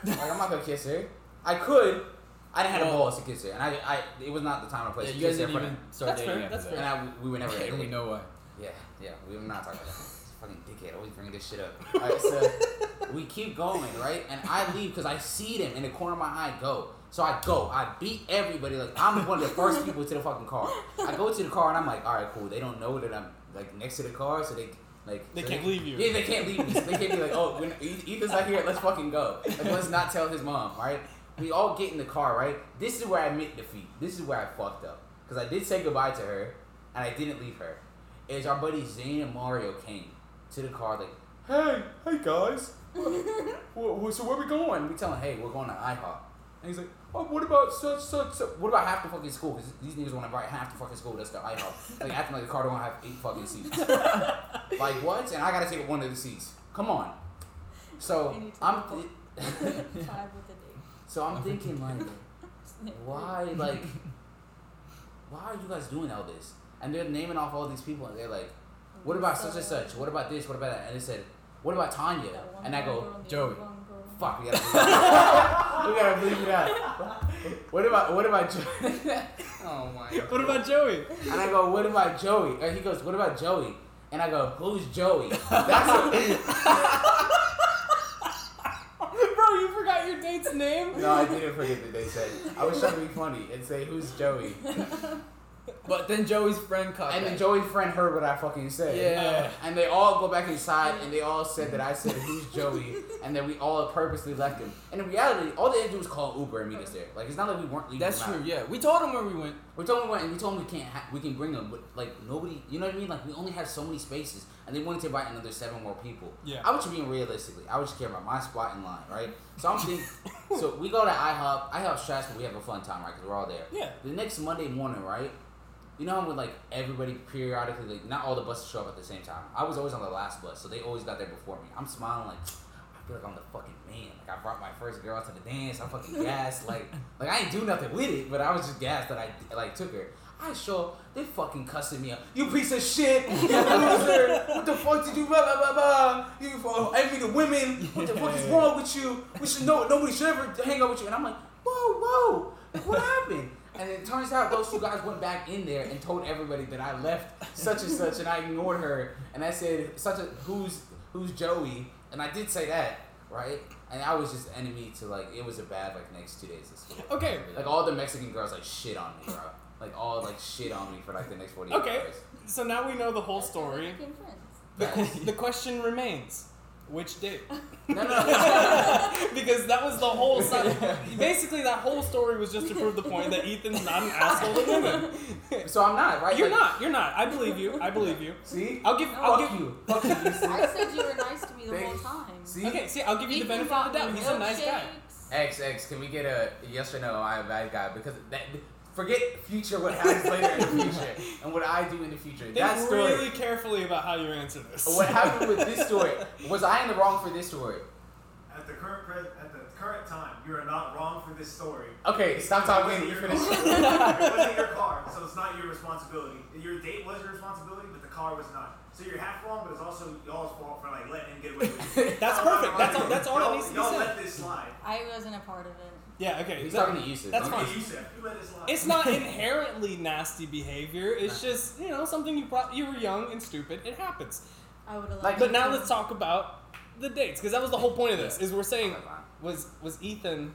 [SPEAKER 2] Like I'm not gonna kiss her. I could. I didn't have the
[SPEAKER 3] Well-
[SPEAKER 2] balls to kiss her, and I, I, it was not the time or
[SPEAKER 3] Yeah,
[SPEAKER 2] place to
[SPEAKER 3] you guys
[SPEAKER 2] kiss her.
[SPEAKER 3] didn't
[SPEAKER 2] in front
[SPEAKER 3] even
[SPEAKER 2] of-
[SPEAKER 3] start
[SPEAKER 1] That's
[SPEAKER 3] dating
[SPEAKER 1] fair,
[SPEAKER 3] after
[SPEAKER 1] that's
[SPEAKER 3] that.
[SPEAKER 2] and I, we were never.
[SPEAKER 3] Yeah, we
[SPEAKER 2] dating.
[SPEAKER 3] know why.
[SPEAKER 2] Yeah, yeah. We were not talking about that. Fucking dickhead, always bringing this shit up. All right, so we keep going, right? And I leave because I see them in the corner of my eye go. So I go. I beat everybody. Like I'm one of the first people to the fucking car. I go to the car and I'm like, all right, cool. They don't know that I'm like next to the car, so they like
[SPEAKER 1] They
[SPEAKER 2] so
[SPEAKER 1] can't leave you.
[SPEAKER 2] Yeah, they can't leave me. So they can't be like, oh, when Eth- Ethan's not here, let's fucking go. Like, let's not tell his mom, right? We all get in the car, right? This is where I admit defeat. This is where I fucked up because I did say goodbye to her and I didn't leave her. Is our buddy Zane and Mario came to the car like, hey, hey guys, Wh- wh- so where we going? We tell him, hey, we're going to IHOP. And he's like, oh, what about such, such, such? What about half the fucking school? Because these niggas want to buy half the fucking school. That's the IHOP. like, acting like the car don't have eight fucking seats. like, what? And I got to take one of the seats. Come on. So,
[SPEAKER 4] And you took
[SPEAKER 2] I'm,
[SPEAKER 4] the
[SPEAKER 2] thi-
[SPEAKER 4] Five with the date.
[SPEAKER 2] so I'm thinking, like, why, like, why are you guys doing all this? And they're naming off all these people, and they're like, what about such and such? What about this? What about that? And they said, what about Tanya?
[SPEAKER 4] That one
[SPEAKER 2] And I go,
[SPEAKER 4] girl and the
[SPEAKER 3] Joey.
[SPEAKER 4] other one girl.
[SPEAKER 2] fuck, we gotta bleep it out. we gotta bleep it out. What about what about Joey? oh my. God.
[SPEAKER 1] What about Joey?
[SPEAKER 2] And I go, what about Joey? And he goes, what about Joey? And I go, who's Joey? That's
[SPEAKER 1] Bro, you forgot your date's name.
[SPEAKER 2] no, I didn't forget that they said. I was trying to be funny and say, who's Joey?
[SPEAKER 3] But then Joey's friend caught
[SPEAKER 2] And
[SPEAKER 3] that.
[SPEAKER 2] then Joey's friend heard what I fucking said.
[SPEAKER 3] Yeah.
[SPEAKER 2] And they all go back inside and they all said that I said, Who's Joey? And then we all purposely left him. And in reality, all they had to do was call Uber and meet us there. Like, it's not like we weren't leaving.
[SPEAKER 3] That's
[SPEAKER 2] him out.
[SPEAKER 3] true. Yeah, we told him where we went.
[SPEAKER 2] We told him we went and we told him we can't, ha- we can bring them, but like nobody, you know what I mean? Like, we only have so many spaces and they wanted to invite another seven more people.
[SPEAKER 1] Yeah.
[SPEAKER 2] I was just being realistically. I was just care about my spot in line, right? So I'm thinking, so we go to IHOP. IHOP's trash, but we have a fun time, right? Because we're all there.
[SPEAKER 1] Yeah.
[SPEAKER 2] The next Monday morning, right? You know how when like everybody periodically like not all the buses show up at the same time. I was always on the last bus, so they always got there before me. I'm smiling like I feel like I'm the fucking man. Like I brought my first girl to the dance. I'm fucking gassed. Like like I ain't do nothing with it, but I was just gassed that I like took her. I show up, they fucking cussing me out. You piece of shit, you loser. What the fuck did you blah blah blah blah? You for envy the women. What the fuck is wrong with you? We should know nobody should ever hang out with you. And I'm like, whoa whoa, like, what happened? And it turns out those two guys went back in there and told everybody that I left such and such, and I ignored her, and I said such a who's who's Joey, and I did say that right, and I was just enemy to like it was a bad like next two days of school.
[SPEAKER 1] Okay.
[SPEAKER 2] Like all the Mexican girls like shit on me, bro. Like all like shit on me for like the next forty eight
[SPEAKER 1] Okay.
[SPEAKER 2] hours.
[SPEAKER 1] So now we know the whole
[SPEAKER 4] That's how we
[SPEAKER 1] story.
[SPEAKER 4] became friends.
[SPEAKER 1] The, the question remains which date?
[SPEAKER 2] No, no, no.
[SPEAKER 1] because that was the whole side. Basically, that whole story was just to prove the point that Ethan's not an asshole to women.
[SPEAKER 2] so I'm not right.
[SPEAKER 1] You're
[SPEAKER 2] Like,
[SPEAKER 1] not. You're not. I believe you. I believe you.
[SPEAKER 2] See,
[SPEAKER 1] I'll give. I'll
[SPEAKER 2] fuck
[SPEAKER 1] give
[SPEAKER 2] you. Fuck you. you.
[SPEAKER 4] I
[SPEAKER 2] See?
[SPEAKER 4] said you were nice to me the whole
[SPEAKER 2] Thanks.
[SPEAKER 4] time.
[SPEAKER 2] See?
[SPEAKER 1] Okay. See, I'll give you the benefit of the doubt. He's a nice guy.
[SPEAKER 2] X X, can we get a yes or no? I'm a bad guy because that. Forget future, what happens later in the future, and what I do in the future.
[SPEAKER 1] Think
[SPEAKER 2] That story.
[SPEAKER 1] really carefully about how you answer this.
[SPEAKER 2] What happened with this story? Was I in the wrong for this story?
[SPEAKER 5] At the current pre- at the current time, you are not wrong for this story.
[SPEAKER 2] Okay, stop talking. You
[SPEAKER 5] It
[SPEAKER 2] finish.
[SPEAKER 5] wasn't your car. It wasn't your car, so it's not your responsibility. Your date was your responsibility, but the car was not. So you're half wrong, but it's also y'all's fault for like letting him get away with it.
[SPEAKER 1] That's perfect. That's all. That's all that
[SPEAKER 5] y'all,
[SPEAKER 1] needs to be
[SPEAKER 5] y'all
[SPEAKER 1] said.
[SPEAKER 5] let this slide.
[SPEAKER 4] I wasn't a part of it.
[SPEAKER 1] Yeah. Okay.
[SPEAKER 2] He's
[SPEAKER 1] that-
[SPEAKER 2] talking to Yusuf.
[SPEAKER 1] That's
[SPEAKER 2] Okay.
[SPEAKER 1] fine.
[SPEAKER 5] You said you let it slide.
[SPEAKER 1] It's not inherently nasty behavior. It's just you know something you pro- you were young and stupid. It happens.
[SPEAKER 4] I would have
[SPEAKER 2] Like,
[SPEAKER 4] liked
[SPEAKER 1] But now
[SPEAKER 4] to.
[SPEAKER 1] let's talk about the dates because that was the whole point of this. Is we're saying
[SPEAKER 2] Never mind.
[SPEAKER 1] was was Ethan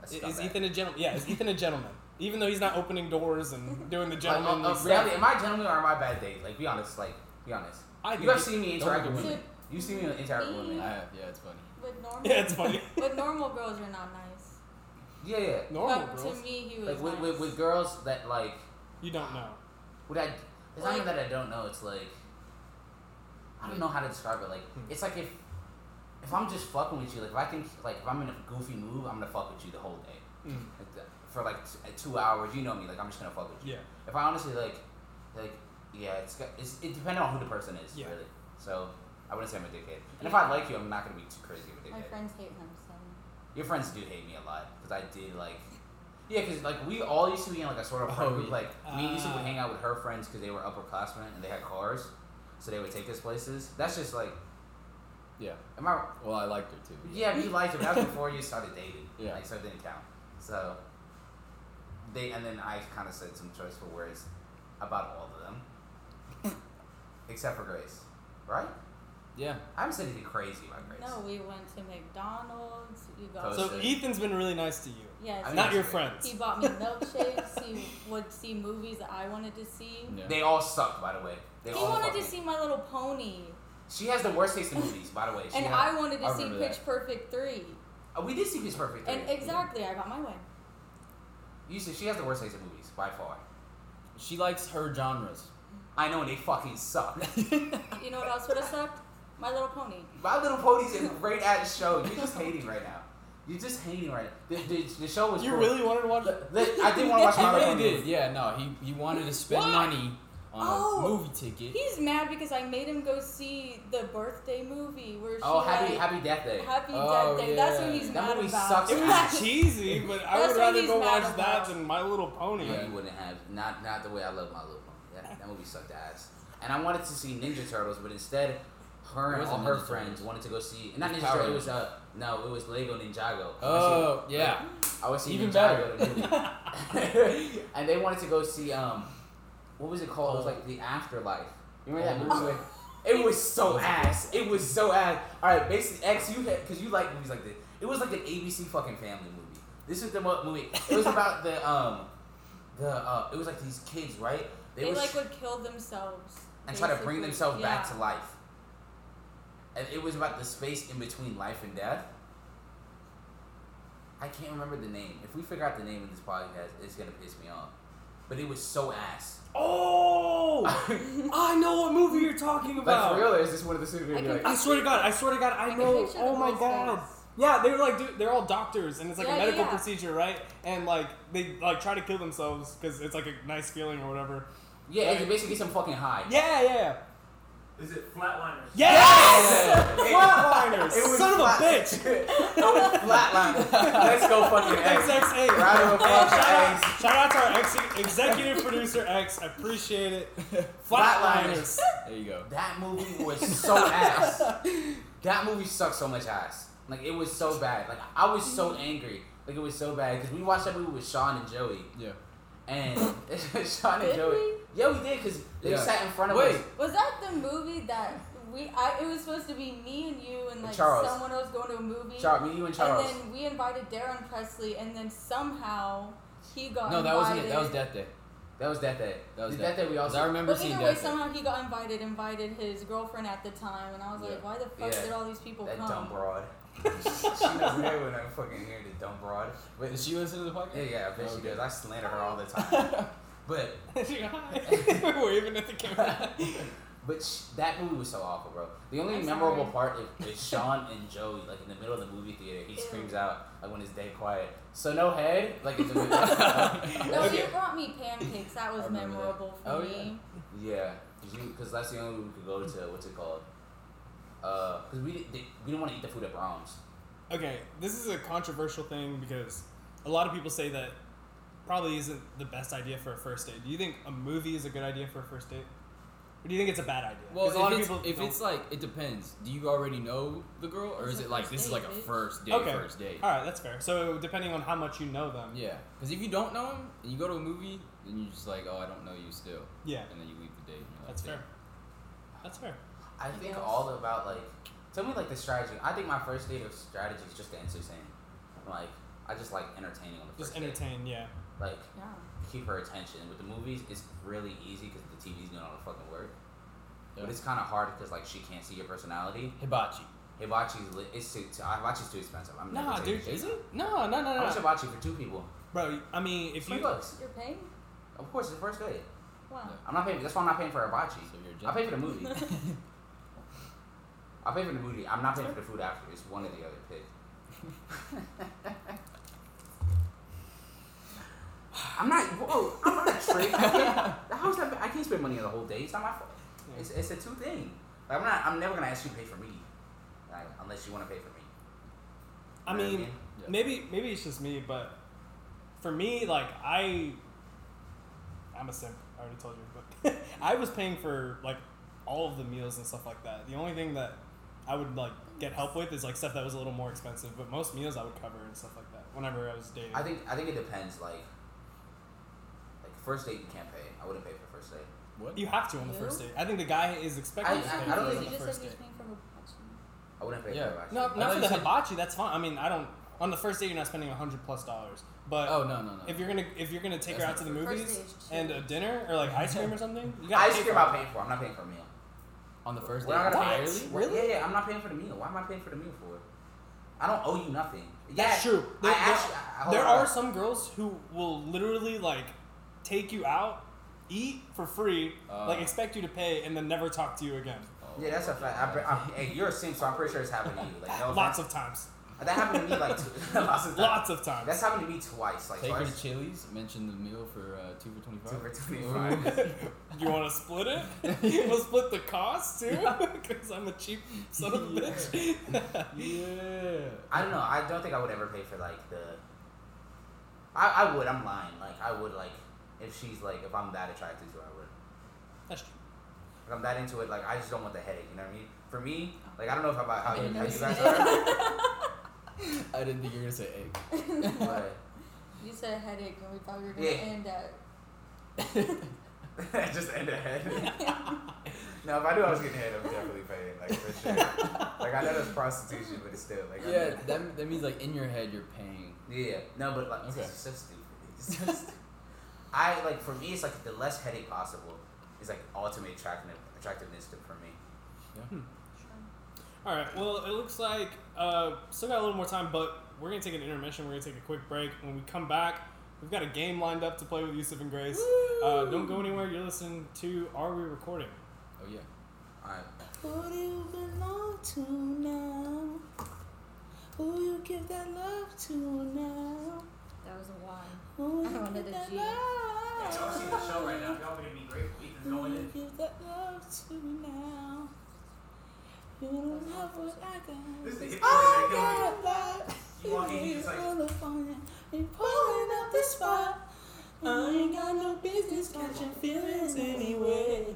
[SPEAKER 2] A
[SPEAKER 1] is
[SPEAKER 2] scumbag.
[SPEAKER 1] Ethan a gentleman? Yeah, is Ethan a gentleman? Even though he's not opening doors and doing the
[SPEAKER 2] Like, uh,
[SPEAKER 1] gentlemanly
[SPEAKER 2] uh,
[SPEAKER 1] stuff.
[SPEAKER 2] reality, am I a gentleman or am I a bad date? Like, be honest. Like, be honest.
[SPEAKER 1] I
[SPEAKER 2] You have
[SPEAKER 1] think-
[SPEAKER 2] seen me interact with
[SPEAKER 3] don't-
[SPEAKER 2] women. You see me interact with
[SPEAKER 3] I
[SPEAKER 2] women.
[SPEAKER 4] Yeah.
[SPEAKER 3] have, yeah, it's funny.
[SPEAKER 4] With normal,
[SPEAKER 1] Yeah, it's funny.
[SPEAKER 4] with normal girls, you're not nice.
[SPEAKER 2] Yeah, yeah.
[SPEAKER 1] Normal
[SPEAKER 4] but
[SPEAKER 1] girls.
[SPEAKER 4] to me, he was
[SPEAKER 2] Like with,
[SPEAKER 4] nice.
[SPEAKER 2] with, with girls that like,
[SPEAKER 1] You don't know.
[SPEAKER 2] would I? It's not even
[SPEAKER 4] Like-
[SPEAKER 2] that I don't know. It's like, I don't know how to describe it. Like,
[SPEAKER 1] Hmm.
[SPEAKER 2] it's like if if I'm just fucking with you, like if I think like if I'm in a goofy move, I'm gonna fuck with you the whole day.
[SPEAKER 1] Mm.
[SPEAKER 2] like the, for like t- uh, two hours. You know me, like I'm just gonna fuck with you.
[SPEAKER 1] Yeah.
[SPEAKER 2] If I honestly like, like, yeah, it's got, it's it depends on who the person is,
[SPEAKER 1] Yeah.
[SPEAKER 2] really. So I wouldn't say I'm a dickhead. And if I like you, I'm not gonna be too crazy of a
[SPEAKER 4] My
[SPEAKER 2] dickhead.
[SPEAKER 4] friends hate him, so
[SPEAKER 2] Your friends do hate me a lot because I did like, yeah, because like we all used to be in like a sort of
[SPEAKER 3] Oh,
[SPEAKER 2] friend group.
[SPEAKER 3] yeah.
[SPEAKER 2] Like me and Issa
[SPEAKER 1] Ah.
[SPEAKER 2] would hang out with her friends because they were upperclassmen and they had cars, so they would take us places. That's just like,
[SPEAKER 3] Yeah.
[SPEAKER 2] am I?
[SPEAKER 3] Well, I liked her too.
[SPEAKER 2] Yeah, we liked it. That was before you started dating.
[SPEAKER 3] Yeah.
[SPEAKER 2] Like, so it didn't count. So, they, and then I kind of said some choiceful words about all of them. Except for Grace. Right?
[SPEAKER 3] Yeah.
[SPEAKER 2] I haven't said anything crazy about Grace.
[SPEAKER 4] no, we went to McDonald's. We got
[SPEAKER 2] Toast.
[SPEAKER 1] So
[SPEAKER 2] Posted.
[SPEAKER 1] Ethan's been really nice to you.
[SPEAKER 4] yes,
[SPEAKER 2] Oh, I mean,
[SPEAKER 1] Not your
[SPEAKER 2] Posted.
[SPEAKER 1] friends.
[SPEAKER 4] he bought me milkshakes. he would see movies that I wanted to see.
[SPEAKER 3] Yeah.
[SPEAKER 2] They all suck, by the way. They
[SPEAKER 4] He
[SPEAKER 2] all
[SPEAKER 4] wanted to
[SPEAKER 2] fucking-
[SPEAKER 4] see My Little Pony,
[SPEAKER 2] She has the worst taste in movies, by the way. She
[SPEAKER 4] and
[SPEAKER 2] had-
[SPEAKER 4] I wanted to
[SPEAKER 3] I
[SPEAKER 4] see
[SPEAKER 3] remember
[SPEAKER 4] Pitch
[SPEAKER 3] that.
[SPEAKER 4] Perfect three.
[SPEAKER 2] Uh, we did see Pitch Perfect.
[SPEAKER 4] And
[SPEAKER 2] three.
[SPEAKER 4] exactly, I got my way.
[SPEAKER 2] You said she has the worst taste in movies by far.
[SPEAKER 3] She likes her genres.
[SPEAKER 2] I know, and they fucking suck.
[SPEAKER 4] You know what else would have sucked? My Little Pony.
[SPEAKER 2] My Little Pony's a great ass show. You're just hating right now. You're just hating right now. The, the, the show was
[SPEAKER 1] You
[SPEAKER 2] cool.
[SPEAKER 1] really wanted to watch
[SPEAKER 2] The- the- I did want to watch
[SPEAKER 3] He
[SPEAKER 2] My Little
[SPEAKER 3] really
[SPEAKER 2] Pony.
[SPEAKER 3] did. Yeah, no, he, he wanted to spend
[SPEAKER 4] Why?
[SPEAKER 3] money on
[SPEAKER 4] Oh.
[SPEAKER 3] a movie ticket.
[SPEAKER 4] He's mad because I made him go see the birthday movie where she
[SPEAKER 2] Oh, happy
[SPEAKER 4] like,
[SPEAKER 2] Happy Death Day.
[SPEAKER 4] Happy
[SPEAKER 3] Oh,
[SPEAKER 4] Death Day. That's what
[SPEAKER 3] yeah.
[SPEAKER 4] he's
[SPEAKER 2] That
[SPEAKER 4] mad
[SPEAKER 2] movie
[SPEAKER 4] about.
[SPEAKER 2] sucks
[SPEAKER 1] It was cheesy, but I
[SPEAKER 4] That's what
[SPEAKER 1] would rather
[SPEAKER 4] he's
[SPEAKER 1] go
[SPEAKER 4] mad
[SPEAKER 1] watch
[SPEAKER 4] about.
[SPEAKER 1] that than My Little Pony.
[SPEAKER 2] Yeah, you wouldn't have not not the way I love My Little Pony. That, that movie sucked ass. And I wanted to see Ninja Turtles, but instead, her
[SPEAKER 3] It
[SPEAKER 2] and all
[SPEAKER 3] wasn't
[SPEAKER 2] her
[SPEAKER 3] Ninja
[SPEAKER 2] friends
[SPEAKER 3] Turtles.
[SPEAKER 2] wanted to go see. Not Ninja
[SPEAKER 3] Power
[SPEAKER 2] Turtles. It was
[SPEAKER 3] Rangers.
[SPEAKER 2] uh no, it was Lego Ninjago.
[SPEAKER 3] Oh, yeah.
[SPEAKER 2] I was seeing
[SPEAKER 3] Even
[SPEAKER 2] Ninjago
[SPEAKER 3] better.
[SPEAKER 2] the movie. and they wanted to go see um, what was it called? It was like the Afterlife. You remember that
[SPEAKER 3] Oh.
[SPEAKER 2] movie? with- It was so ass. It was so ass. All right, basically X, you because you like movies like this. It was like an ABC fucking family movie. This is the mo- movie. It was about the um, the uh, it was like these kids, right?
[SPEAKER 4] They,
[SPEAKER 2] was
[SPEAKER 4] like would kill themselves
[SPEAKER 2] and try to bring
[SPEAKER 4] basically.
[SPEAKER 2] themselves back
[SPEAKER 4] Yeah.
[SPEAKER 2] to life. And it was about the space in between life and death. I can't remember the name. If we figure out the name of this podcast, it's gonna piss me off. But it was so ass.
[SPEAKER 1] Oh, I know what movie you're talking
[SPEAKER 2] like
[SPEAKER 1] about.
[SPEAKER 2] for real, is this one of the super
[SPEAKER 4] I can-
[SPEAKER 1] I swear to God, I swear to God,
[SPEAKER 4] I
[SPEAKER 1] I
[SPEAKER 4] can
[SPEAKER 1] know.
[SPEAKER 4] picture the
[SPEAKER 1] Oh my
[SPEAKER 4] girl's
[SPEAKER 1] God.
[SPEAKER 4] face.
[SPEAKER 1] Yeah, they were like, dude, they're all doctors, and it's like
[SPEAKER 4] Yeah,
[SPEAKER 1] a
[SPEAKER 4] yeah,
[SPEAKER 1] medical
[SPEAKER 4] yeah.
[SPEAKER 1] procedure, right? And like they like try to kill themselves because it's like a nice feeling or whatever.
[SPEAKER 2] Yeah, it's basically some fucking high.
[SPEAKER 1] Yeah, yeah,
[SPEAKER 5] Is it flatliners?
[SPEAKER 1] yes.
[SPEAKER 2] Yeah.
[SPEAKER 1] Flatliners,
[SPEAKER 2] It was
[SPEAKER 1] son of a
[SPEAKER 2] flat-
[SPEAKER 1] bitch.
[SPEAKER 2] Flatline. Let's go fucking X.
[SPEAKER 1] XXA.
[SPEAKER 2] Round of
[SPEAKER 1] Hey,
[SPEAKER 2] applause for
[SPEAKER 1] Oh, shout, out,
[SPEAKER 2] X.
[SPEAKER 1] shout out to our ex- executive producer X. I Appreciate it.
[SPEAKER 2] Flatliners.
[SPEAKER 1] Flatliners.
[SPEAKER 3] There you go.
[SPEAKER 2] That movie was so ass. That movie sucked so much ass. Like it was so bad. Like I was so angry. Like it was so bad because we watched that movie with Sean and Joey,
[SPEAKER 3] Yeah.
[SPEAKER 2] and Sean and
[SPEAKER 4] Did
[SPEAKER 2] Joey. Yeah, we did because they
[SPEAKER 3] Yeah.
[SPEAKER 2] sat in front of
[SPEAKER 3] Wait.
[SPEAKER 2] us.
[SPEAKER 4] Was that the movie that we? I it was supposed to be me and you and like
[SPEAKER 2] Charles.
[SPEAKER 4] someone else going to a movie.
[SPEAKER 2] Char- me, you, and Charles.
[SPEAKER 4] And then we invited Darren Presley, and then somehow he got
[SPEAKER 3] No, that wasn't it.
[SPEAKER 4] invited.
[SPEAKER 3] That was Death Day.
[SPEAKER 2] that was that day.
[SPEAKER 3] That was
[SPEAKER 2] that
[SPEAKER 3] Death
[SPEAKER 2] day we all.
[SPEAKER 3] Because I remember
[SPEAKER 4] But
[SPEAKER 3] seeing
[SPEAKER 4] either way,
[SPEAKER 3] Death Day.
[SPEAKER 4] somehow he got invited. Invited his girlfriend at the time, and I was
[SPEAKER 3] Yeah.
[SPEAKER 4] like, why the fuck
[SPEAKER 2] Yeah.
[SPEAKER 4] did all these people
[SPEAKER 2] that
[SPEAKER 4] come?
[SPEAKER 2] dumb broad. she doesn't hear when I'm fucking here. The dumb broad. But
[SPEAKER 3] Did she listen to the
[SPEAKER 2] yeah,
[SPEAKER 3] podcast?
[SPEAKER 2] yeah, I bet she
[SPEAKER 3] Okay.
[SPEAKER 2] does. I slander her all the time. but
[SPEAKER 1] Waving at the camera.
[SPEAKER 2] But sh- that movie was so awful, bro. The only
[SPEAKER 4] I'm
[SPEAKER 2] memorable
[SPEAKER 4] sorry.
[SPEAKER 2] part is, is Sean and Joey, like in the middle of the movie theater, he
[SPEAKER 4] Ew.
[SPEAKER 2] screams out like when it's dead quiet. So no head, like it's a movie.
[SPEAKER 4] No,
[SPEAKER 2] okay.
[SPEAKER 4] you brought me pancakes. That
[SPEAKER 3] I
[SPEAKER 4] was
[SPEAKER 3] remember that.
[SPEAKER 4] memorable for
[SPEAKER 3] Oh, yeah.
[SPEAKER 4] me.
[SPEAKER 2] Yeah, because that's the only movie we could go to. What's it called? Because we did, they, we didn't want to eat the food at Brahms.
[SPEAKER 1] Okay, this is a controversial thing because a lot of people say that probably isn't the best idea for a first date. Do you think a movie is a good idea for a first date? Or do you think it's a bad idea?
[SPEAKER 3] Well,
[SPEAKER 1] 'Cause a lot
[SPEAKER 3] if,
[SPEAKER 1] of
[SPEAKER 3] it's,
[SPEAKER 1] people
[SPEAKER 3] if
[SPEAKER 1] don't-
[SPEAKER 3] it's like, it depends. Do you already know the girl, or
[SPEAKER 4] It's
[SPEAKER 3] is
[SPEAKER 4] a
[SPEAKER 3] it like
[SPEAKER 4] first
[SPEAKER 3] this is
[SPEAKER 4] date,
[SPEAKER 3] like a
[SPEAKER 4] bitch.
[SPEAKER 3] first date,
[SPEAKER 1] Okay.
[SPEAKER 3] first date?
[SPEAKER 1] all right, that's fair. So depending on how much you know them,
[SPEAKER 3] Yeah, because if you don't know him and you go to a movie, then you're just like, oh, I don't know you still,
[SPEAKER 1] yeah,
[SPEAKER 3] and then you leave the date. And you're like,
[SPEAKER 1] that's
[SPEAKER 3] "Damn."
[SPEAKER 1] fair. That's fair.
[SPEAKER 2] I think all about like tell me like the strategy. I think my first date of strategy is just to entertain. Like I just like entertaining on the first
[SPEAKER 1] Just entertain, yeah.
[SPEAKER 2] date. Like
[SPEAKER 4] Yeah.
[SPEAKER 2] keep her attention. With the movies, it's really easy because the TV's doing all the fucking work.
[SPEAKER 3] Yeah.
[SPEAKER 2] But it's kind of hard because like she can't see your personality.
[SPEAKER 3] Hibachi.
[SPEAKER 2] Hibachi's li- it's too, too hibachi's too expensive. I'm
[SPEAKER 1] Nah,
[SPEAKER 2] never taking
[SPEAKER 1] dude.
[SPEAKER 2] shit.
[SPEAKER 3] Is it?
[SPEAKER 1] No, no, no,
[SPEAKER 2] How
[SPEAKER 1] no,
[SPEAKER 2] much hibachi for two people?
[SPEAKER 1] bro. I mean, if
[SPEAKER 2] Three
[SPEAKER 1] you
[SPEAKER 2] bucks.
[SPEAKER 4] You're paying?
[SPEAKER 2] Of course, it's the first date.
[SPEAKER 4] Wow.
[SPEAKER 2] I'm not paying. That's why I'm not paying for hibachi.
[SPEAKER 3] So you're a
[SPEAKER 2] I
[SPEAKER 3] gentleman.
[SPEAKER 2] pay for the movie. I pay for the movie. I'm not paying for the food after. It's one or the other. Pick. I'm not. Whoa, I'm not trick. I can't- How's that? I can't spend money on the whole day. It's not my fault. It's, it's a two thing. Like, I'm not. I'm never gonna ask you to pay for me, like unless you want to pay for me.
[SPEAKER 1] I
[SPEAKER 2] You know what
[SPEAKER 1] mean,
[SPEAKER 3] Yeah.
[SPEAKER 1] maybe maybe it's just me, but for me, like I, I'm a simp. I already told you, but I was paying for like all of the meals and stuff like that. The only thing that I would like get help with is like stuff that was a little more expensive, but most meals I would cover and stuff like that. Whenever I was dating,
[SPEAKER 2] I think I think it depends. Like, like first date you can't pay. I wouldn't pay for first date.
[SPEAKER 3] What?
[SPEAKER 1] you have to on the
[SPEAKER 4] You?
[SPEAKER 1] first date. I think the guy is expected
[SPEAKER 2] I-
[SPEAKER 1] to
[SPEAKER 2] I-
[SPEAKER 1] pay
[SPEAKER 2] I don't
[SPEAKER 1] for it
[SPEAKER 2] think-
[SPEAKER 1] on
[SPEAKER 4] you
[SPEAKER 1] the
[SPEAKER 4] just
[SPEAKER 1] first
[SPEAKER 4] said
[SPEAKER 1] date.
[SPEAKER 4] you're paying for a
[SPEAKER 2] I wouldn't pay
[SPEAKER 3] Yeah.
[SPEAKER 2] for hibachi.
[SPEAKER 1] No,
[SPEAKER 3] I
[SPEAKER 1] not
[SPEAKER 3] thought
[SPEAKER 1] for
[SPEAKER 3] you
[SPEAKER 1] the
[SPEAKER 3] said-
[SPEAKER 1] hibachi. That's fine. I mean, I don't. On the first date, you're not spending a hundred plus dollars, but.
[SPEAKER 3] Oh no no no.
[SPEAKER 1] If you're gonna if you're gonna take her out
[SPEAKER 2] That's
[SPEAKER 1] to the
[SPEAKER 2] not
[SPEAKER 4] fair. First
[SPEAKER 1] movies
[SPEAKER 4] date is
[SPEAKER 1] and a dinner or like ice cream or something, you gotta
[SPEAKER 2] Ice
[SPEAKER 1] pay
[SPEAKER 2] cream
[SPEAKER 1] for it.
[SPEAKER 2] I'm paying for. I'm not paying for a meal.
[SPEAKER 3] on the first
[SPEAKER 2] We're
[SPEAKER 3] day.
[SPEAKER 2] not gonna pay.
[SPEAKER 3] entirely?
[SPEAKER 2] Well, Yeah, yeah. I'm not paying for the meal. Why am I paying for the meal for it? I don't owe you nothing.
[SPEAKER 1] That's
[SPEAKER 2] yeah,
[SPEAKER 1] true. There-
[SPEAKER 2] I
[SPEAKER 1] there-
[SPEAKER 2] actually, I- hold
[SPEAKER 1] There
[SPEAKER 2] on,
[SPEAKER 1] are
[SPEAKER 2] hold
[SPEAKER 1] some girls who will literally like take you out, eat for free, like
[SPEAKER 3] Uh.
[SPEAKER 1] expect you to pay, and then never talk to you again.
[SPEAKER 3] Oh,
[SPEAKER 2] on. Yeah, that's a fact. I, I, I'm- hey, you're a simp, so I'm pretty sure it's happened to you. Like, no
[SPEAKER 1] Lots
[SPEAKER 2] offense.
[SPEAKER 1] of times.
[SPEAKER 2] that happened to me like two, lots of times.
[SPEAKER 1] Lots of times.
[SPEAKER 2] That's happened to me twice. Like
[SPEAKER 3] Take her to
[SPEAKER 2] twice.
[SPEAKER 3] Chili's. Mention the meal for uh, two for twenty five.
[SPEAKER 2] Two for 25.
[SPEAKER 1] you want to split it? we'll split the cost too, because I'm a cheap son of a bitch.
[SPEAKER 3] yeah.
[SPEAKER 2] I don't know. I don't think I would ever pay for like the. I, I would. I'm lying. Like I would like if she's like if I'm that attracted to her, I would.
[SPEAKER 1] That's true.
[SPEAKER 2] If I'm that into it, like I just don't want the headache. You know what I mean? For me, like I don't know if about how you,
[SPEAKER 4] I
[SPEAKER 2] how you
[SPEAKER 4] didn't
[SPEAKER 2] guys are,
[SPEAKER 4] notice.
[SPEAKER 3] I didn't think you were gonna say egg.
[SPEAKER 2] but
[SPEAKER 4] You said headache, and we thought we were gonna
[SPEAKER 2] Yeah.
[SPEAKER 4] end at.
[SPEAKER 2] just end ahead. no, if I knew I was getting head, I'm definitely paying. Like for sure. like I know that's prostitution, but it's still like I'm
[SPEAKER 3] yeah,
[SPEAKER 2] not-
[SPEAKER 3] that, that means like in your head you're paying. Oh,
[SPEAKER 2] Yeah, no, but like
[SPEAKER 3] Okay.
[SPEAKER 2] it's so stupid. It's so stupid. I like for me, it's like the less headache possible is like ultimate attractiveness, attractiveness to, for me.
[SPEAKER 1] All right. Well, it looks like uh, still got a little more time, but we're gonna take an intermission. We're gonna take a quick break. When we come back, we've got a game lined up to play with Yusuf and Grace. Uh, don't go anywhere. You're listening to Are We Recording?
[SPEAKER 3] Oh yeah.
[SPEAKER 2] All right.
[SPEAKER 4] Who do you belong to now? Who you give that love to now? That was a Y. Who
[SPEAKER 6] you give that
[SPEAKER 5] If y'all see the show right now, y'all gonna be grateful. Ethan's going in.
[SPEAKER 4] give that love to now? You don't have what I got.
[SPEAKER 5] This nigga
[SPEAKER 4] I got a
[SPEAKER 5] feels
[SPEAKER 4] lot.
[SPEAKER 5] You walk in, you just like-
[SPEAKER 4] Full of fun. We pulling up the spot. I ain't got no business catching feelings anyway.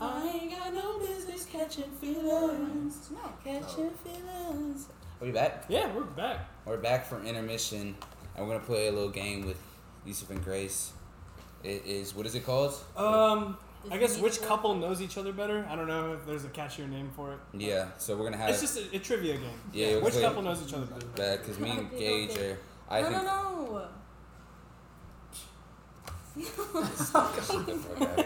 [SPEAKER 4] I ain't got no business catching feelings. No. Catching feelings.
[SPEAKER 2] We back?
[SPEAKER 1] Yeah, we're back.
[SPEAKER 2] We're back from intermission, and we're gonna play a little game with Yusuf and Grace. It is what is it called?
[SPEAKER 1] Um, I
[SPEAKER 4] Does
[SPEAKER 1] guess
[SPEAKER 4] it
[SPEAKER 1] which
[SPEAKER 4] need to
[SPEAKER 1] couple knows each other better? I don't know if there's a catchier name for it.
[SPEAKER 2] Yeah. So we're gonna have
[SPEAKER 1] It's just a, a trivia game.
[SPEAKER 2] yeah.
[SPEAKER 1] Which couple knows each other better?
[SPEAKER 2] Because me and Gage are. I
[SPEAKER 4] no,
[SPEAKER 2] think.
[SPEAKER 4] no, no.
[SPEAKER 2] Shut the fuck out
[SPEAKER 4] Oh,
[SPEAKER 2] of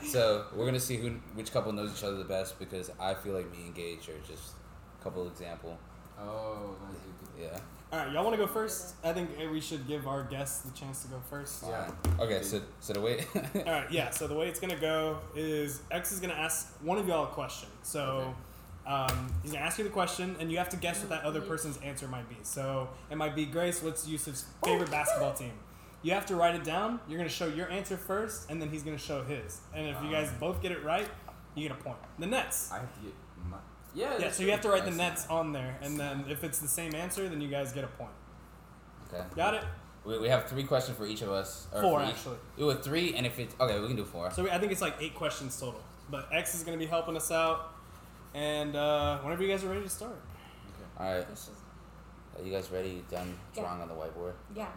[SPEAKER 2] here. so we're gonna see who which couple knows each other the best because I feel like me and Gage are just a couple example.
[SPEAKER 3] Oh, that's a good.
[SPEAKER 2] Yeah.
[SPEAKER 1] All right, y'all want to go first? I think eh, we should give our guests the chance to go first.
[SPEAKER 3] Yeah.
[SPEAKER 2] Fine. Okay. So so the way.
[SPEAKER 1] All right, yeah. So the way it's gonna go is X is gonna ask one of y'all a question. So um, he's gonna ask you the question, and you have to guess what that other person's answer might be. So it might be Grace. What's Yusuf's favorite basketball team? You have to write it down. You're gonna show your answer first, and then he's gonna show his. And if you guys both get it right, you get a point. The Nets.
[SPEAKER 3] I have to get my. Yeah.
[SPEAKER 1] Yeah.
[SPEAKER 3] that's
[SPEAKER 1] So you have to write the
[SPEAKER 3] true.
[SPEAKER 1] Nets on there, and then if it's the same answer, then you guys get a point.
[SPEAKER 2] okay.
[SPEAKER 1] Got it?
[SPEAKER 2] We, we have three questions for each of us. Or
[SPEAKER 1] Four
[SPEAKER 2] for each-
[SPEAKER 1] actually.
[SPEAKER 2] It was three, and if it's okay, we can do four.
[SPEAKER 1] So we, I think it's like eight questions total. But X is going to be helping us out. And uh, whenever you guys are ready to start.
[SPEAKER 2] All right. Are you guys ready? Done
[SPEAKER 4] Yeah.
[SPEAKER 2] drawing on the whiteboard.
[SPEAKER 4] yeah.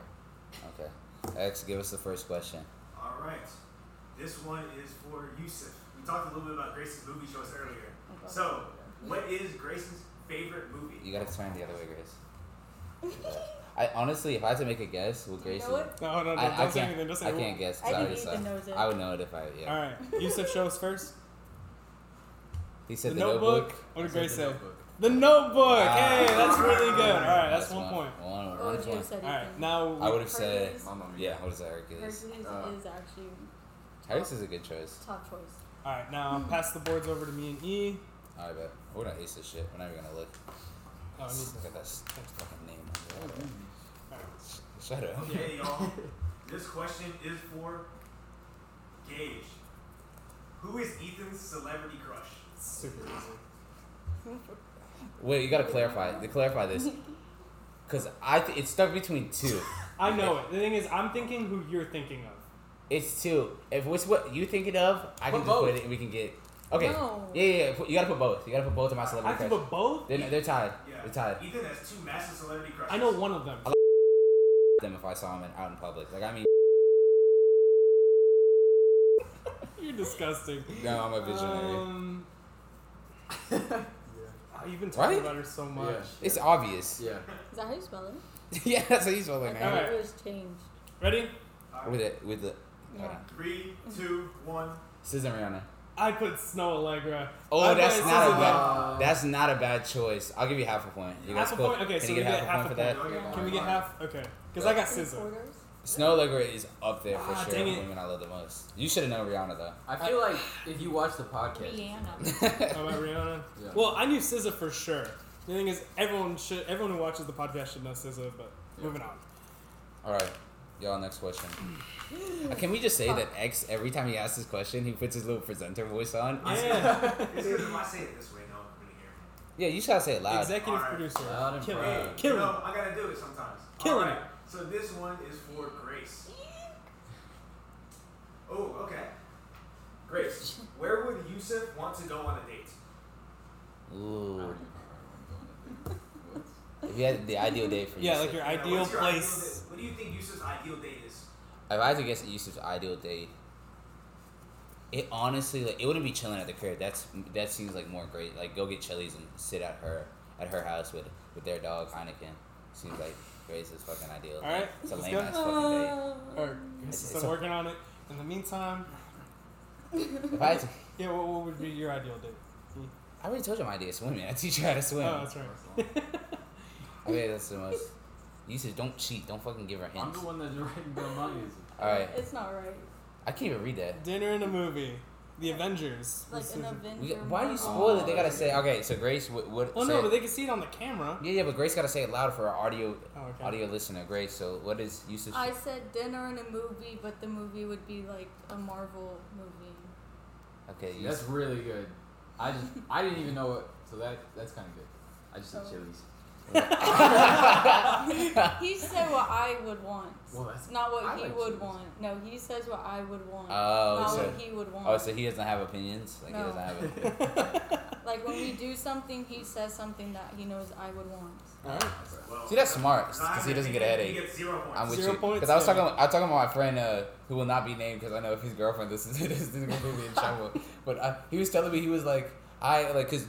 [SPEAKER 2] Okay. X, give us the first question.
[SPEAKER 5] All right. This one is for Yusuf. We talked a little bit about Grace's movie choice earlier. So, what is Grace's favorite movie?
[SPEAKER 2] You gotta turn the other way, Grace. I honestly, if I had to make a guess, with
[SPEAKER 4] You
[SPEAKER 2] Grace.
[SPEAKER 4] know what?
[SPEAKER 1] No, no, no.
[SPEAKER 2] I,
[SPEAKER 1] don't
[SPEAKER 2] I
[SPEAKER 1] say
[SPEAKER 2] can't.
[SPEAKER 1] anything. Don't say
[SPEAKER 2] I
[SPEAKER 1] anything.
[SPEAKER 2] can't guess. 'cause
[SPEAKER 4] I
[SPEAKER 2] I,
[SPEAKER 4] think
[SPEAKER 2] already
[SPEAKER 4] Ethan
[SPEAKER 2] saw-
[SPEAKER 4] knows it.
[SPEAKER 2] I would know it if I. Yeah.
[SPEAKER 1] All right. Yusuf, show us first.
[SPEAKER 2] He said
[SPEAKER 1] The
[SPEAKER 2] the, Ah.
[SPEAKER 1] notebook. What
[SPEAKER 3] I
[SPEAKER 1] did
[SPEAKER 3] said
[SPEAKER 1] Grace
[SPEAKER 3] the
[SPEAKER 1] say?
[SPEAKER 3] notebook.
[SPEAKER 1] The notebook.
[SPEAKER 2] Wow.
[SPEAKER 1] Hey, that's really good. All right, that's, one,
[SPEAKER 2] one
[SPEAKER 1] point.
[SPEAKER 2] One, one,
[SPEAKER 4] What would you
[SPEAKER 2] point.
[SPEAKER 4] have said?
[SPEAKER 1] All right,
[SPEAKER 4] Ethan?
[SPEAKER 1] now
[SPEAKER 2] I
[SPEAKER 1] we,
[SPEAKER 2] would have said.
[SPEAKER 4] Hercules?
[SPEAKER 3] Mamma mia.
[SPEAKER 2] Yeah, what is that? Hercules.
[SPEAKER 4] Hercules
[SPEAKER 3] Uh,
[SPEAKER 4] is actually
[SPEAKER 2] Hercules is a good choice.
[SPEAKER 4] top choice.
[SPEAKER 1] all right. Now pass the boards over to me and E.
[SPEAKER 2] I bet. We're gonna ace this shit. We're not even gonna look.
[SPEAKER 1] Oh, I need
[SPEAKER 2] Look
[SPEAKER 1] to-
[SPEAKER 2] at that s- fucking name. on there.
[SPEAKER 1] all right.
[SPEAKER 2] Shut up.
[SPEAKER 5] Okay, y'all. This question is for Gage. Who is Ethan's celebrity crush?
[SPEAKER 1] Super easy.
[SPEAKER 2] Wait, you gotta clarify. To clarify this, because I th- it's stuck between two.
[SPEAKER 1] I know it. The thing is, I'm thinking who you're thinking of.
[SPEAKER 2] It's two. If it's what you thinking of, I can
[SPEAKER 3] Put
[SPEAKER 2] just
[SPEAKER 3] both.
[SPEAKER 2] put it and we can get. Okay.
[SPEAKER 4] No.
[SPEAKER 2] Yeah, yeah, yeah. Put- You gotta put both. You gotta put both of my
[SPEAKER 1] I
[SPEAKER 2] celebrity
[SPEAKER 1] have to
[SPEAKER 2] crushes.
[SPEAKER 1] put both.
[SPEAKER 2] They're, they're tied.
[SPEAKER 5] Yeah.
[SPEAKER 2] They're tied.
[SPEAKER 5] Ethan has two massive celebrity crushes.
[SPEAKER 1] I know one of them.
[SPEAKER 2] Them if I saw them out in public. Like I mean,
[SPEAKER 1] You're disgusting.
[SPEAKER 2] no, I'm a visionary.
[SPEAKER 1] Um, oh, you've been
[SPEAKER 2] Right?
[SPEAKER 1] talking about her so much.
[SPEAKER 3] Yeah.
[SPEAKER 2] it's obvious.
[SPEAKER 3] Yeah.
[SPEAKER 4] Is that how you spell it?
[SPEAKER 2] yeah, that's what he's
[SPEAKER 4] I
[SPEAKER 2] rolling,
[SPEAKER 4] thought
[SPEAKER 2] man.
[SPEAKER 1] Alright.
[SPEAKER 4] it was changed.
[SPEAKER 1] Ready?
[SPEAKER 5] All right.
[SPEAKER 2] With it, with the.
[SPEAKER 4] Yeah.
[SPEAKER 2] Hold on.
[SPEAKER 5] Three, two, one.
[SPEAKER 2] This isn't Rihanna.
[SPEAKER 1] I put Snow Allegra.
[SPEAKER 2] Oh,
[SPEAKER 1] I
[SPEAKER 2] that's
[SPEAKER 1] put
[SPEAKER 2] not a
[SPEAKER 1] SZA.
[SPEAKER 2] bad.
[SPEAKER 3] Uh,
[SPEAKER 2] That's not a bad choice. I'll give you half a point. You
[SPEAKER 1] Um, Half
[SPEAKER 2] guys
[SPEAKER 1] a
[SPEAKER 2] cool?
[SPEAKER 1] point? Okay,
[SPEAKER 2] Can
[SPEAKER 1] so
[SPEAKER 2] you
[SPEAKER 1] we
[SPEAKER 2] get half
[SPEAKER 1] get
[SPEAKER 2] a point
[SPEAKER 1] half
[SPEAKER 2] for
[SPEAKER 1] a
[SPEAKER 2] that?
[SPEAKER 5] point.
[SPEAKER 4] Yeah.
[SPEAKER 1] Can we get half? Okay, because I got Scissor.
[SPEAKER 4] Quarters?
[SPEAKER 2] Snow Allegra is up there for
[SPEAKER 1] Ah,
[SPEAKER 2] sure.
[SPEAKER 1] dang
[SPEAKER 2] of
[SPEAKER 1] it.
[SPEAKER 2] Women I love the most. You should have known Rihanna though.
[SPEAKER 3] I feel like if you watch the podcast,
[SPEAKER 4] Rihanna.
[SPEAKER 1] How about Rihanna?
[SPEAKER 3] Yeah.
[SPEAKER 1] Well, I knew SZA for sure. The thing is, everyone should, everyone who watches the podcast should know SZA. But
[SPEAKER 3] Yeah.
[SPEAKER 1] moving on.
[SPEAKER 2] All right, y'all. Next question. Uh, Can we just say that X every time he asks this question, he puts his little presenter voice on?
[SPEAKER 1] Yeah,
[SPEAKER 5] It's because if I say it this way, no one can really hear me.
[SPEAKER 2] Yeah, you should say it loud.
[SPEAKER 1] executive
[SPEAKER 5] Alright.
[SPEAKER 1] producer.
[SPEAKER 3] Loud and
[SPEAKER 1] Kill
[SPEAKER 3] proud.
[SPEAKER 1] it. Kill
[SPEAKER 5] you
[SPEAKER 1] it.
[SPEAKER 5] know, I gotta do it sometimes.
[SPEAKER 1] Killing
[SPEAKER 5] Alright, So this one is for Grace. Oh, okay. Grace, where would Yusuf want to go on a date?
[SPEAKER 2] Ooh. If you had the ideal day for you,
[SPEAKER 1] Yeah, like your
[SPEAKER 5] Yeah,
[SPEAKER 1] ideal
[SPEAKER 5] what's your
[SPEAKER 1] place.
[SPEAKER 5] Ideal date? what do you think Yusuf's ideal date is?
[SPEAKER 2] if I had to guess at Yusuf's ideal date, it honestly like it wouldn't be chilling at the crib. That's that seems like more great. Like go get chilies and sit at her at her house with with their dog Heineken. Seems like Grace's fucking ideal.
[SPEAKER 1] All right,
[SPEAKER 2] it's a
[SPEAKER 1] let's
[SPEAKER 2] lame
[SPEAKER 1] go.
[SPEAKER 2] ass fucking date.
[SPEAKER 1] Or
[SPEAKER 2] It's-
[SPEAKER 1] so
[SPEAKER 2] it's a-
[SPEAKER 1] working on it. In the meantime,
[SPEAKER 2] If I had to,
[SPEAKER 1] yeah, what, what would be your ideal date?
[SPEAKER 2] I already told you my idea is swimming. I teach you how to swim.
[SPEAKER 1] Oh, that's right.
[SPEAKER 2] I mean, that's the most. Yusuf, don't cheat. Don't fucking give her
[SPEAKER 3] I'm
[SPEAKER 2] hints.
[SPEAKER 3] the one that's writing down my answer.
[SPEAKER 2] All right,
[SPEAKER 4] It's not right.
[SPEAKER 2] I can't even read that.
[SPEAKER 1] Dinner and a movie. The Avengers.
[SPEAKER 4] Like
[SPEAKER 1] This
[SPEAKER 4] an
[SPEAKER 1] is-
[SPEAKER 4] Avenger.
[SPEAKER 2] We, why do
[SPEAKER 4] Marvel.
[SPEAKER 2] you spoil it? They gotta say okay. So Grace would. would
[SPEAKER 1] Well,
[SPEAKER 2] say
[SPEAKER 1] Oh, no,
[SPEAKER 2] it.
[SPEAKER 1] but they can see it on the camera.
[SPEAKER 2] Yeah, yeah, but Grace gotta say it loud for our audio
[SPEAKER 1] Oh, okay.
[SPEAKER 2] audio listener, Grace. So what is Yusuf's?
[SPEAKER 4] Oh. I said dinner and a movie, but the movie would be like a Marvel movie.
[SPEAKER 2] Okay,
[SPEAKER 3] See, That's
[SPEAKER 2] Yusuf.
[SPEAKER 3] really good. I just I didn't even know it, so that that's kind of good. I just said
[SPEAKER 4] Oh.
[SPEAKER 3] chilies.
[SPEAKER 2] Oh,
[SPEAKER 4] He said what I would want.
[SPEAKER 3] Well, that's-
[SPEAKER 4] not what
[SPEAKER 3] I
[SPEAKER 4] he
[SPEAKER 3] like
[SPEAKER 4] would
[SPEAKER 3] cheese.
[SPEAKER 4] want. No, he says what I would want.
[SPEAKER 2] Oh,
[SPEAKER 4] not
[SPEAKER 2] so
[SPEAKER 4] what he would want.
[SPEAKER 2] oh, so he doesn't have opinions. Like he
[SPEAKER 4] No.
[SPEAKER 2] doesn't have. Opinions.
[SPEAKER 4] like when we do something, he says something that he knows I would want.
[SPEAKER 1] All right.
[SPEAKER 5] Well,
[SPEAKER 2] See, that's smart because
[SPEAKER 5] Zion
[SPEAKER 2] he doesn't get a
[SPEAKER 5] He
[SPEAKER 2] headache.
[SPEAKER 5] gets zero points.
[SPEAKER 2] I'm with
[SPEAKER 1] Zero
[SPEAKER 2] you
[SPEAKER 1] points,
[SPEAKER 2] because I was
[SPEAKER 1] yeah.
[SPEAKER 2] talking. I was talking about my friend uh, who will not be named because I know if his girlfriend listens to this, this is gonna be in trouble. but I, he was telling me he was like, I like because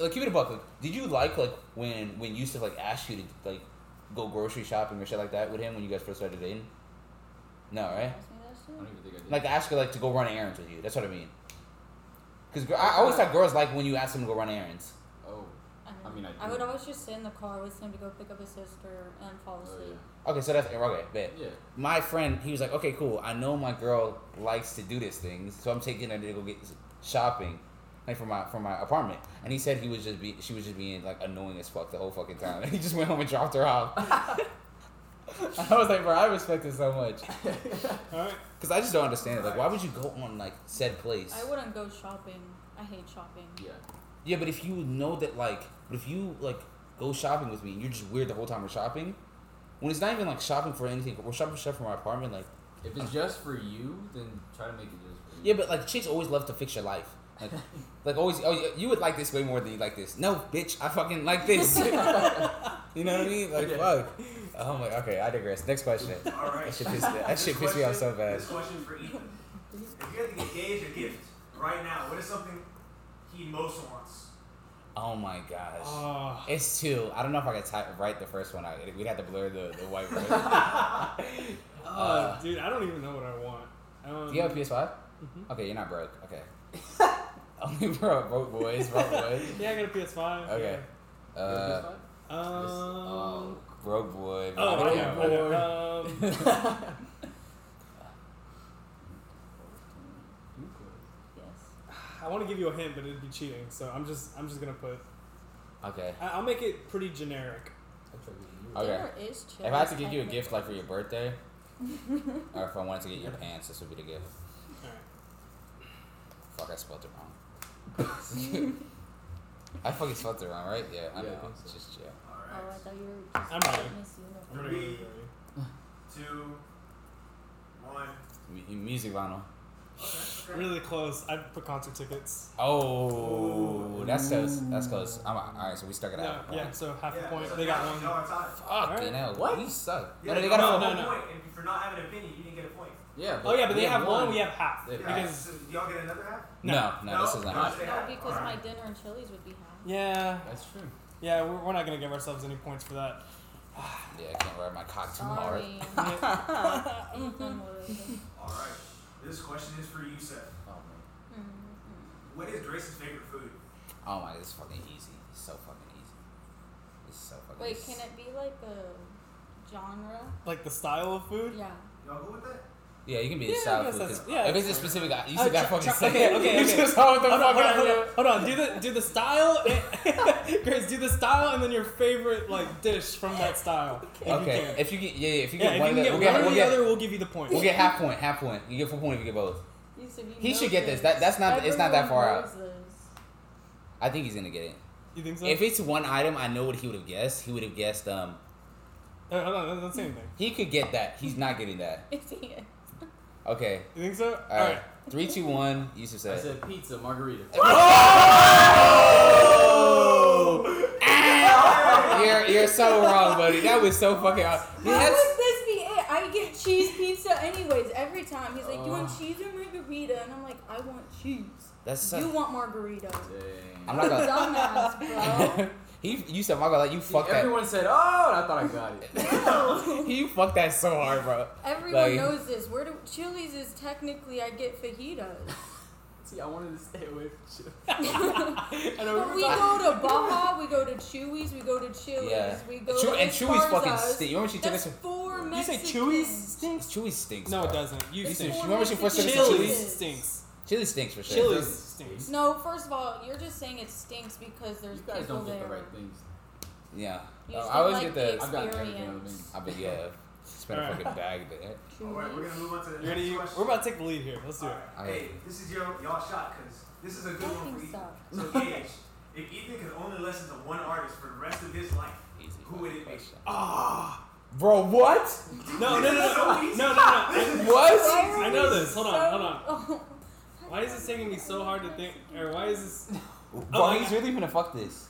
[SPEAKER 2] like keep it a buck. Like, did you like like when when Yusuf like asked you to like go grocery shopping or shit like that with him when you guys first started dating? No, right?
[SPEAKER 4] Ask me that
[SPEAKER 3] I
[SPEAKER 4] shit?
[SPEAKER 3] don't even think I did.
[SPEAKER 2] Like ask her like to go run errands with you. That's what I mean. Because I always thought girls like when you ask them to go run errands.
[SPEAKER 3] oh,
[SPEAKER 4] don't
[SPEAKER 3] I mean, I
[SPEAKER 4] know.
[SPEAKER 3] do.
[SPEAKER 4] Um, would always just sit in the car with him to go pick up his sister and fall
[SPEAKER 3] oh
[SPEAKER 4] asleep.
[SPEAKER 2] Okay, so that's okay. Bet.
[SPEAKER 3] yeah, yeah.
[SPEAKER 2] my friend, he was like, okay, cool. I know my girl likes to do these things, so I'm taking her to go get shopping, like for my for my apartment. And he said he was just be she was just being like annoying as fuck the whole fucking time. And he just went home and dropped her off. I was like, bro, I respect it so much
[SPEAKER 1] All right.
[SPEAKER 2] because I just don't understand it. Like, why would you go on like said place?
[SPEAKER 4] I wouldn't go shopping. I hate shopping.
[SPEAKER 3] yeah.
[SPEAKER 2] Yeah, but if you know that, like, but if you like go shopping with me and you're just weird the whole time we're shopping, when it's not even like shopping for anything, we're shopping for stuff for my apartment, like.
[SPEAKER 3] If it's just for you, then try to make it just for you.
[SPEAKER 2] Yeah, but like chicks always love to fix your life. Like, like always, oh, you would like this way more than you like this. No, bitch, I fucking like this. you know what I mean? Like,
[SPEAKER 3] Yeah.
[SPEAKER 2] fuck. Oh my. Okay, I digress. Next question.
[SPEAKER 5] All right.
[SPEAKER 2] That shit pissed, that
[SPEAKER 5] This
[SPEAKER 2] shit pissed me off so
[SPEAKER 5] question-
[SPEAKER 2] bad.
[SPEAKER 5] This question for Ethan. If you had to get Gage a gift right now, what is something he most wants?
[SPEAKER 2] Oh my gosh.
[SPEAKER 1] Oh,
[SPEAKER 2] it's two. I don't know if I could type, write the first one out. We'd have to blur the, the whiteboard. Uh,
[SPEAKER 1] oh, dude, I don't even know what I want. Um,
[SPEAKER 2] Do you have a PS5?
[SPEAKER 1] mhm.
[SPEAKER 2] Okay, you're not broke. Okay. Only broke, broke boys, broke boys.
[SPEAKER 1] Yeah, I got a PS5.
[SPEAKER 2] Okay. Uh, oh,
[SPEAKER 3] Uh,
[SPEAKER 1] Yeah. Um.
[SPEAKER 2] broke boy.
[SPEAKER 1] Oh, I
[SPEAKER 2] broke
[SPEAKER 1] know.
[SPEAKER 2] boy.
[SPEAKER 1] I know. Um,
[SPEAKER 4] Yes.
[SPEAKER 1] I want to give you a hint, but it'd be cheating, so I'm just I'm just gonna put.
[SPEAKER 2] Okay.
[SPEAKER 1] I, I'll make it pretty generic.
[SPEAKER 2] Okay.
[SPEAKER 4] Dinner is chill.
[SPEAKER 2] If I had to give you a gift like for your birthday, or if I wanted to get your pants, this would be the gift.
[SPEAKER 1] Alright.
[SPEAKER 2] Fuck, I spelled it wrong. I fucking spelled it wrong, right? Yeah, I
[SPEAKER 3] Yeah,
[SPEAKER 2] know.
[SPEAKER 3] I think
[SPEAKER 2] It's
[SPEAKER 3] so.
[SPEAKER 2] just yeah.
[SPEAKER 5] All
[SPEAKER 4] Oh, I
[SPEAKER 5] right.
[SPEAKER 4] thought you were just
[SPEAKER 1] I'm ready.
[SPEAKER 4] Miss Universe.
[SPEAKER 1] I'm ready,
[SPEAKER 5] We-
[SPEAKER 1] ready, ready.
[SPEAKER 5] Two, one.
[SPEAKER 2] M- music vinyl.
[SPEAKER 5] Okay.
[SPEAKER 1] Really close. I put concert tickets.
[SPEAKER 2] Oh, that's close. That's close. I'm out. All right, so we stuck it
[SPEAKER 1] No,
[SPEAKER 2] out.
[SPEAKER 1] yeah, so half
[SPEAKER 5] Yeah,
[SPEAKER 1] a point.
[SPEAKER 5] so
[SPEAKER 1] They
[SPEAKER 5] now
[SPEAKER 1] got one.
[SPEAKER 5] Y'all are tied.
[SPEAKER 2] Fucking
[SPEAKER 1] Alright.
[SPEAKER 2] hell. What? You suck. no,
[SPEAKER 5] Yeah,
[SPEAKER 2] they
[SPEAKER 5] you
[SPEAKER 2] got
[SPEAKER 5] got
[SPEAKER 2] a
[SPEAKER 1] no,
[SPEAKER 2] full
[SPEAKER 1] no,
[SPEAKER 2] point.
[SPEAKER 1] no.
[SPEAKER 5] point. And for not having an opinion, you didn't get a point.
[SPEAKER 2] Yeah.
[SPEAKER 1] Oh yeah, but they
[SPEAKER 2] we
[SPEAKER 1] have one. We have half
[SPEAKER 2] Yeah.
[SPEAKER 5] Yeah,
[SPEAKER 1] because
[SPEAKER 5] so y'all get another half?
[SPEAKER 2] No, no, this
[SPEAKER 5] No?
[SPEAKER 2] isn't
[SPEAKER 5] No,
[SPEAKER 2] half.
[SPEAKER 5] it's-
[SPEAKER 4] No, because
[SPEAKER 5] Alright.
[SPEAKER 4] my dinner and chilies would be half.
[SPEAKER 1] yeah,
[SPEAKER 3] That's true.
[SPEAKER 1] yeah, we're, we're not gonna give ourselves any points for that.
[SPEAKER 2] Yeah, I can't ride my cock too hard.
[SPEAKER 4] Sorry. Ethan
[SPEAKER 1] Mhm.
[SPEAKER 4] was-
[SPEAKER 5] All right. This question is for you, Seth.
[SPEAKER 2] Oh, man.
[SPEAKER 4] Mm,
[SPEAKER 5] What is Grace's favorite food?
[SPEAKER 2] oh my, this is fucking easy. It's so fucking easy. It's so
[SPEAKER 4] mm.
[SPEAKER 2] fucking
[SPEAKER 4] Wait,
[SPEAKER 2] easy.
[SPEAKER 4] can it be like a genre?
[SPEAKER 1] Like the style of food.
[SPEAKER 4] Yeah.
[SPEAKER 5] Y'all go with that?
[SPEAKER 2] Yeah, you can be
[SPEAKER 1] Yeah,
[SPEAKER 2] a
[SPEAKER 1] I
[SPEAKER 2] solid
[SPEAKER 1] guess
[SPEAKER 2] food.
[SPEAKER 1] that's-
[SPEAKER 2] 'cause
[SPEAKER 1] yeah,
[SPEAKER 2] if it's a
[SPEAKER 1] that's
[SPEAKER 2] specific, you
[SPEAKER 1] Oh,
[SPEAKER 2] still got
[SPEAKER 1] try-
[SPEAKER 2] fucking
[SPEAKER 1] try-
[SPEAKER 2] say it.
[SPEAKER 1] okay, okay,
[SPEAKER 2] You
[SPEAKER 1] okay.
[SPEAKER 2] just hold the
[SPEAKER 1] Hold on,
[SPEAKER 2] fuck
[SPEAKER 1] hold on,
[SPEAKER 2] out
[SPEAKER 1] hold on,
[SPEAKER 2] here.
[SPEAKER 1] hold on. Do the do the style, and- Grace. Do the style, and then your favorite like dish from that style. if you
[SPEAKER 2] Okay,
[SPEAKER 1] can.
[SPEAKER 2] if you get yeah, yeah, if you
[SPEAKER 1] yeah,
[SPEAKER 2] get one,
[SPEAKER 1] if
[SPEAKER 2] of
[SPEAKER 1] you
[SPEAKER 2] the,
[SPEAKER 1] can
[SPEAKER 2] we'll
[SPEAKER 1] get
[SPEAKER 2] get,
[SPEAKER 1] one or
[SPEAKER 2] we'll
[SPEAKER 1] the
[SPEAKER 2] get,
[SPEAKER 1] other, we'll give you the point.
[SPEAKER 2] we'll get half point, half point. You get full point if you get both.
[SPEAKER 4] You said you
[SPEAKER 2] He
[SPEAKER 4] know
[SPEAKER 2] should get this. That that's not it's not that far
[SPEAKER 4] Everyone
[SPEAKER 2] out.
[SPEAKER 4] knows this.
[SPEAKER 2] I think he's gonna get it.
[SPEAKER 1] You think so?
[SPEAKER 2] If it's one item, I know what he would have guessed. He would have guessed um
[SPEAKER 1] Uh, hold on, don't- don't say anything.
[SPEAKER 2] he could get that. He's not getting that.
[SPEAKER 4] It's here.
[SPEAKER 2] Okay,
[SPEAKER 1] You think so?
[SPEAKER 2] all right. Three, two, one. Yusuf
[SPEAKER 3] I
[SPEAKER 2] said.
[SPEAKER 3] said pizza, margarita.
[SPEAKER 2] You're you're so wrong, buddy. That was so fucking. Off.
[SPEAKER 4] How
[SPEAKER 2] That's,
[SPEAKER 4] would this be it? I get cheese pizza anyways every time. He's like, you want
[SPEAKER 2] Uh.
[SPEAKER 3] Oh.
[SPEAKER 4] cheese or margarita? And I'm like, I want cheese.
[SPEAKER 2] that's
[SPEAKER 4] You
[SPEAKER 2] so,
[SPEAKER 4] want margarita?
[SPEAKER 3] Dang.
[SPEAKER 2] I'm not gonna.
[SPEAKER 4] Dumbass, bro.
[SPEAKER 2] he you said Marco like you
[SPEAKER 3] See,
[SPEAKER 2] fucked that.
[SPEAKER 3] everyone said, "Oh," and I thought I got it.
[SPEAKER 2] He fucked that so hard, bro.
[SPEAKER 4] Everyone
[SPEAKER 2] Like-
[SPEAKER 4] knows this. Where do Chili's is technically I get fajitas,
[SPEAKER 3] See, I wanted to stay away from you.
[SPEAKER 1] I know we
[SPEAKER 4] but
[SPEAKER 1] were
[SPEAKER 4] we
[SPEAKER 1] talking-
[SPEAKER 4] go to Baja, we go to Chewy's, we go to Chili's,
[SPEAKER 2] Yeah.
[SPEAKER 4] we go
[SPEAKER 2] Chew-
[SPEAKER 4] to
[SPEAKER 2] and Chewy's fucking
[SPEAKER 4] Esparza's.
[SPEAKER 2] stink. You remember she took us?
[SPEAKER 4] That's four
[SPEAKER 1] You say
[SPEAKER 4] Mexicans.
[SPEAKER 1] Chewy's stinks?
[SPEAKER 2] Chewy stinks.
[SPEAKER 1] No, it
[SPEAKER 2] bro.
[SPEAKER 1] doesn't. You
[SPEAKER 4] It's
[SPEAKER 1] stink.
[SPEAKER 4] four
[SPEAKER 2] Remember she first took us to
[SPEAKER 4] Mexican
[SPEAKER 1] Chili
[SPEAKER 2] Chili's?
[SPEAKER 4] places.
[SPEAKER 1] stinks.
[SPEAKER 2] Chili stinks for sure.
[SPEAKER 1] Chili
[SPEAKER 3] doesn't
[SPEAKER 1] stinks.
[SPEAKER 4] No, first of all, you're just saying it stinks because there's
[SPEAKER 3] You guys
[SPEAKER 4] people
[SPEAKER 3] don't get
[SPEAKER 4] there.
[SPEAKER 3] the right things.
[SPEAKER 2] Yeah.
[SPEAKER 4] You
[SPEAKER 2] Uh,
[SPEAKER 4] just
[SPEAKER 2] I always
[SPEAKER 4] like
[SPEAKER 2] get
[SPEAKER 4] the
[SPEAKER 2] the.
[SPEAKER 3] I've gotten everything I've been.
[SPEAKER 4] experience.
[SPEAKER 2] I bet yeah. Spent a fucking bag there.
[SPEAKER 5] All right, we're going to move on to the
[SPEAKER 1] You ready?
[SPEAKER 5] next question.
[SPEAKER 1] We're about to take the lead here. Let's do
[SPEAKER 5] All
[SPEAKER 1] it.
[SPEAKER 5] right.
[SPEAKER 2] Alright.
[SPEAKER 5] Hey, this is your y'all shot because this is a good one
[SPEAKER 4] Fucking
[SPEAKER 5] for Ethan.
[SPEAKER 4] suck.
[SPEAKER 5] So Gage, if Ethan could only listen to one artist for the rest of his life,
[SPEAKER 2] Easy.
[SPEAKER 5] Who would it be?
[SPEAKER 2] question.
[SPEAKER 1] Ah!
[SPEAKER 2] Bro, what?
[SPEAKER 1] No, no, no,
[SPEAKER 5] This is so
[SPEAKER 1] no, no,
[SPEAKER 5] easy.
[SPEAKER 1] no, no. I-
[SPEAKER 2] What?
[SPEAKER 4] Why are
[SPEAKER 1] I know
[SPEAKER 4] we
[SPEAKER 1] this. Hold on,
[SPEAKER 4] so-
[SPEAKER 1] hold on.
[SPEAKER 4] Oh.
[SPEAKER 1] Why is this taking me so hard to think? Or why is this?
[SPEAKER 2] Bro, he's really gonna fuck this.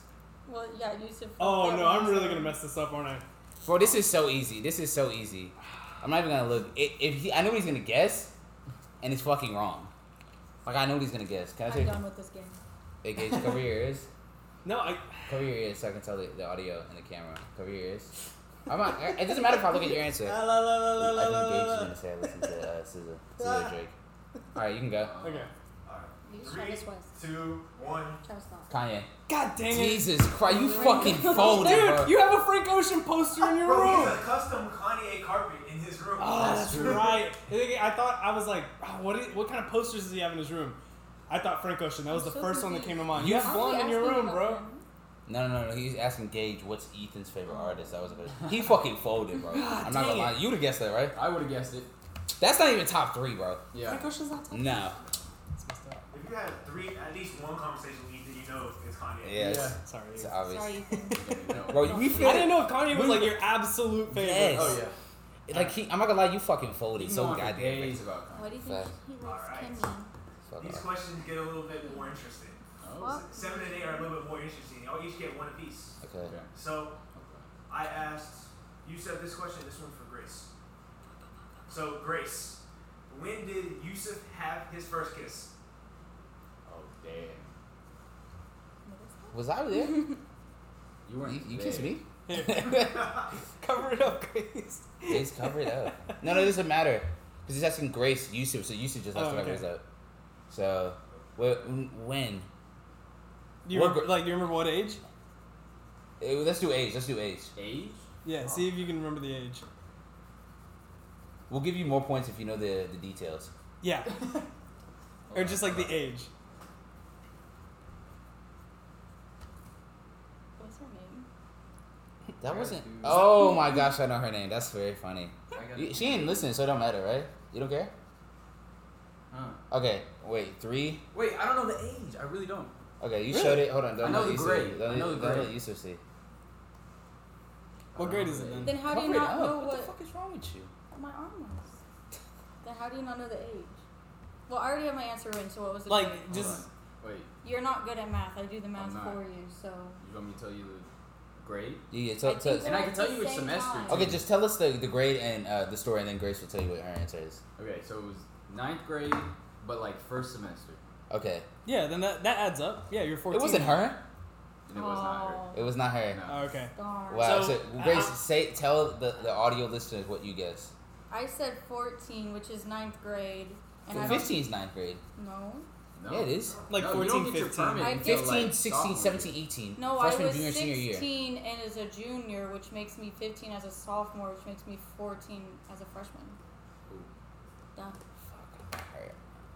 [SPEAKER 4] Well, yeah, Yusuf.
[SPEAKER 1] Oh no, I'm really gonna mess this up, aren't I?
[SPEAKER 2] Bro, this is so easy. This is so easy. I'm not even gonna look. If, if he, I know what he's gonna guess, and it's fucking wrong. Like I know what he's gonna guess. Can I
[SPEAKER 4] I'm
[SPEAKER 2] take?
[SPEAKER 4] done with this game.
[SPEAKER 2] Hey, Gage, cover your ears.
[SPEAKER 1] No, I.
[SPEAKER 2] Cover your ears so I can tell the, the audio and the camera. Cover your ears. I'm not, it doesn't matter if I look at your answer.
[SPEAKER 1] La, la, la, la, la, la,
[SPEAKER 2] I think Gage
[SPEAKER 1] la,
[SPEAKER 2] is
[SPEAKER 1] la.
[SPEAKER 2] gonna say I listen to uh, SZA, SZA Drake. All right, you can go.
[SPEAKER 1] Okay.
[SPEAKER 5] All right.
[SPEAKER 4] You just
[SPEAKER 5] Three,
[SPEAKER 4] Travis West.
[SPEAKER 5] two, one.
[SPEAKER 4] Travis Scott.
[SPEAKER 2] Kanye.
[SPEAKER 1] God dang it,
[SPEAKER 2] Jesus Christ, you fucking folded, bro.
[SPEAKER 1] dude! You have a Frank Ocean poster in your
[SPEAKER 5] Bro, he
[SPEAKER 1] room.
[SPEAKER 5] has a custom Kanye carpet in his room.
[SPEAKER 1] Oh,
[SPEAKER 3] That's
[SPEAKER 1] that's,
[SPEAKER 3] true.
[SPEAKER 1] right. I, think I thought I was like, oh, what? Is, what kind of posters does he have in his room? I thought Frank Ocean. That was
[SPEAKER 4] I'm
[SPEAKER 1] the
[SPEAKER 4] so
[SPEAKER 1] first one that came
[SPEAKER 4] confused.
[SPEAKER 1] to mind. You have
[SPEAKER 4] Honestly,
[SPEAKER 1] blonde in
[SPEAKER 4] ask
[SPEAKER 1] your
[SPEAKER 4] me
[SPEAKER 1] room,
[SPEAKER 4] about
[SPEAKER 1] bro.
[SPEAKER 4] them.
[SPEAKER 2] no, no, no, no. He's asking Gage what's Ethan's favorite artist. That was a good. He fucking folded, bro. I'm not
[SPEAKER 1] dang
[SPEAKER 2] gonna lie. You would have guessed that, right?
[SPEAKER 3] I would have guessed it.
[SPEAKER 2] That's not even top three, bro.
[SPEAKER 3] Yeah.
[SPEAKER 1] Frank Ocean's not. talking.
[SPEAKER 2] No.
[SPEAKER 1] It's messed up.
[SPEAKER 5] If you had three, at least one conversation with Ethan, you know it's Kanye.
[SPEAKER 2] Yes.
[SPEAKER 3] Yeah.
[SPEAKER 1] Sorry.
[SPEAKER 2] It's obvious.
[SPEAKER 4] Sorry, Ethan.
[SPEAKER 3] No.
[SPEAKER 2] Bro, we feel
[SPEAKER 1] I didn't know if Kanye was like your absolute favorite.
[SPEAKER 2] Yes.
[SPEAKER 3] Oh yeah.
[SPEAKER 2] like he, I'm not gonna lie. You fucking folded
[SPEAKER 3] He's
[SPEAKER 2] so
[SPEAKER 3] on for
[SPEAKER 2] goddamn.
[SPEAKER 3] days about
[SPEAKER 4] Why do you think
[SPEAKER 2] Fair.
[SPEAKER 4] he likes
[SPEAKER 5] Alright.
[SPEAKER 4] Kimmy?
[SPEAKER 2] Fuck
[SPEAKER 5] These
[SPEAKER 2] off.
[SPEAKER 5] questions get a little bit more interesting.
[SPEAKER 3] Oh,
[SPEAKER 4] Fuck.
[SPEAKER 5] Seven and eight are a little bit more interesting. Y'all each get one apiece.
[SPEAKER 2] Okay.
[SPEAKER 3] okay.
[SPEAKER 5] So I asked, you said this question, this one for Grace. So, Grace, when did Yusuf have his first kiss?
[SPEAKER 3] Oh damn.
[SPEAKER 2] Was I there? You,
[SPEAKER 3] You weren't.
[SPEAKER 2] you
[SPEAKER 3] there.
[SPEAKER 2] kissed me.
[SPEAKER 1] Here, cover it up, Grace.
[SPEAKER 2] It's covered up. No, no, it doesn't matter. Because he's asking Grace Yusuf, so Yusuf just has
[SPEAKER 1] Oh,
[SPEAKER 2] to cover
[SPEAKER 1] okay.
[SPEAKER 2] his up. So, wh- when?
[SPEAKER 1] Do you
[SPEAKER 2] What
[SPEAKER 1] remember,
[SPEAKER 2] gra-
[SPEAKER 1] like? Do you remember what age?
[SPEAKER 2] Eh, let's do age. Let's do age.
[SPEAKER 3] Age?
[SPEAKER 1] Yeah. See if you can remember the age.
[SPEAKER 2] We'll give you more points if you know the, the details.
[SPEAKER 1] Yeah. or just like the age.
[SPEAKER 4] What's her name?
[SPEAKER 2] That
[SPEAKER 3] I
[SPEAKER 2] wasn't.
[SPEAKER 3] do-
[SPEAKER 2] Oh my gosh, I know her name. That's very funny.
[SPEAKER 3] I gotta.
[SPEAKER 2] You, she ain't listening, so it don't matter, right? You don't care?
[SPEAKER 3] Huh.
[SPEAKER 2] Okay, wait, three.
[SPEAKER 3] Wait, I don't know the age. I really don't.
[SPEAKER 2] Okay, you
[SPEAKER 1] Really?
[SPEAKER 2] showed it. Hold on, don't
[SPEAKER 3] I know
[SPEAKER 2] let
[SPEAKER 3] the
[SPEAKER 2] Yusuf-
[SPEAKER 3] grade.
[SPEAKER 2] Don't,
[SPEAKER 3] I know
[SPEAKER 2] let-
[SPEAKER 3] the
[SPEAKER 2] don't
[SPEAKER 3] grade.
[SPEAKER 2] let Yusuf see.
[SPEAKER 1] What grade is it then?
[SPEAKER 4] Then how do you
[SPEAKER 2] Mm. Cover it
[SPEAKER 4] not
[SPEAKER 2] up.
[SPEAKER 4] know
[SPEAKER 2] what,
[SPEAKER 4] what
[SPEAKER 2] the fuck is wrong with you?
[SPEAKER 4] my arm was? Then how do you not know the age? Well, I already have my answer right. So what was the
[SPEAKER 1] Like
[SPEAKER 4] point?
[SPEAKER 1] just
[SPEAKER 3] Wait,
[SPEAKER 4] You're not good at math. I do the math
[SPEAKER 3] not.
[SPEAKER 4] for you. So
[SPEAKER 3] you want me to tell you the grade?
[SPEAKER 2] Yeah, yeah,
[SPEAKER 4] I
[SPEAKER 2] tell,
[SPEAKER 4] think
[SPEAKER 2] tell,
[SPEAKER 4] we're
[SPEAKER 3] And I
[SPEAKER 4] at
[SPEAKER 3] can tell
[SPEAKER 4] the
[SPEAKER 3] you which
[SPEAKER 4] same
[SPEAKER 3] semester,
[SPEAKER 4] time.
[SPEAKER 3] too.
[SPEAKER 2] Okay, just tell us the, the grade and uh, the story, and then Grace will tell you what her answer is.
[SPEAKER 3] Okay, so it was ninth grade, but like first semester.
[SPEAKER 2] Okay.
[SPEAKER 1] yeah. Then that, that adds up. Yeah, you're fourteen.
[SPEAKER 2] It wasn't her.
[SPEAKER 3] And it was not her.
[SPEAKER 2] It was not her.
[SPEAKER 3] No.
[SPEAKER 1] Oh, okay.
[SPEAKER 4] Darn.
[SPEAKER 2] Wow. So,
[SPEAKER 1] So,
[SPEAKER 2] Grace,
[SPEAKER 1] uh,
[SPEAKER 2] say tell the, the audio listeners what you guessed.
[SPEAKER 4] I said 14, which is ninth grade, and I don't
[SPEAKER 2] 15 is ninth grade.
[SPEAKER 4] no.
[SPEAKER 3] No.
[SPEAKER 2] Yeah, it is.
[SPEAKER 1] Like
[SPEAKER 3] No, you don't
[SPEAKER 1] 14,
[SPEAKER 3] get your
[SPEAKER 1] 15.
[SPEAKER 3] permit
[SPEAKER 4] I
[SPEAKER 3] until,
[SPEAKER 2] 15,
[SPEAKER 3] like,
[SPEAKER 2] 16,
[SPEAKER 3] sophomore
[SPEAKER 2] 17, 18.
[SPEAKER 4] No,
[SPEAKER 2] Freshman,
[SPEAKER 4] I was
[SPEAKER 2] junior, senior year.
[SPEAKER 4] 16 and as a junior, which makes me 15 as a sophomore, which makes me 14 as a freshman.
[SPEAKER 3] Ooh.
[SPEAKER 4] Duh.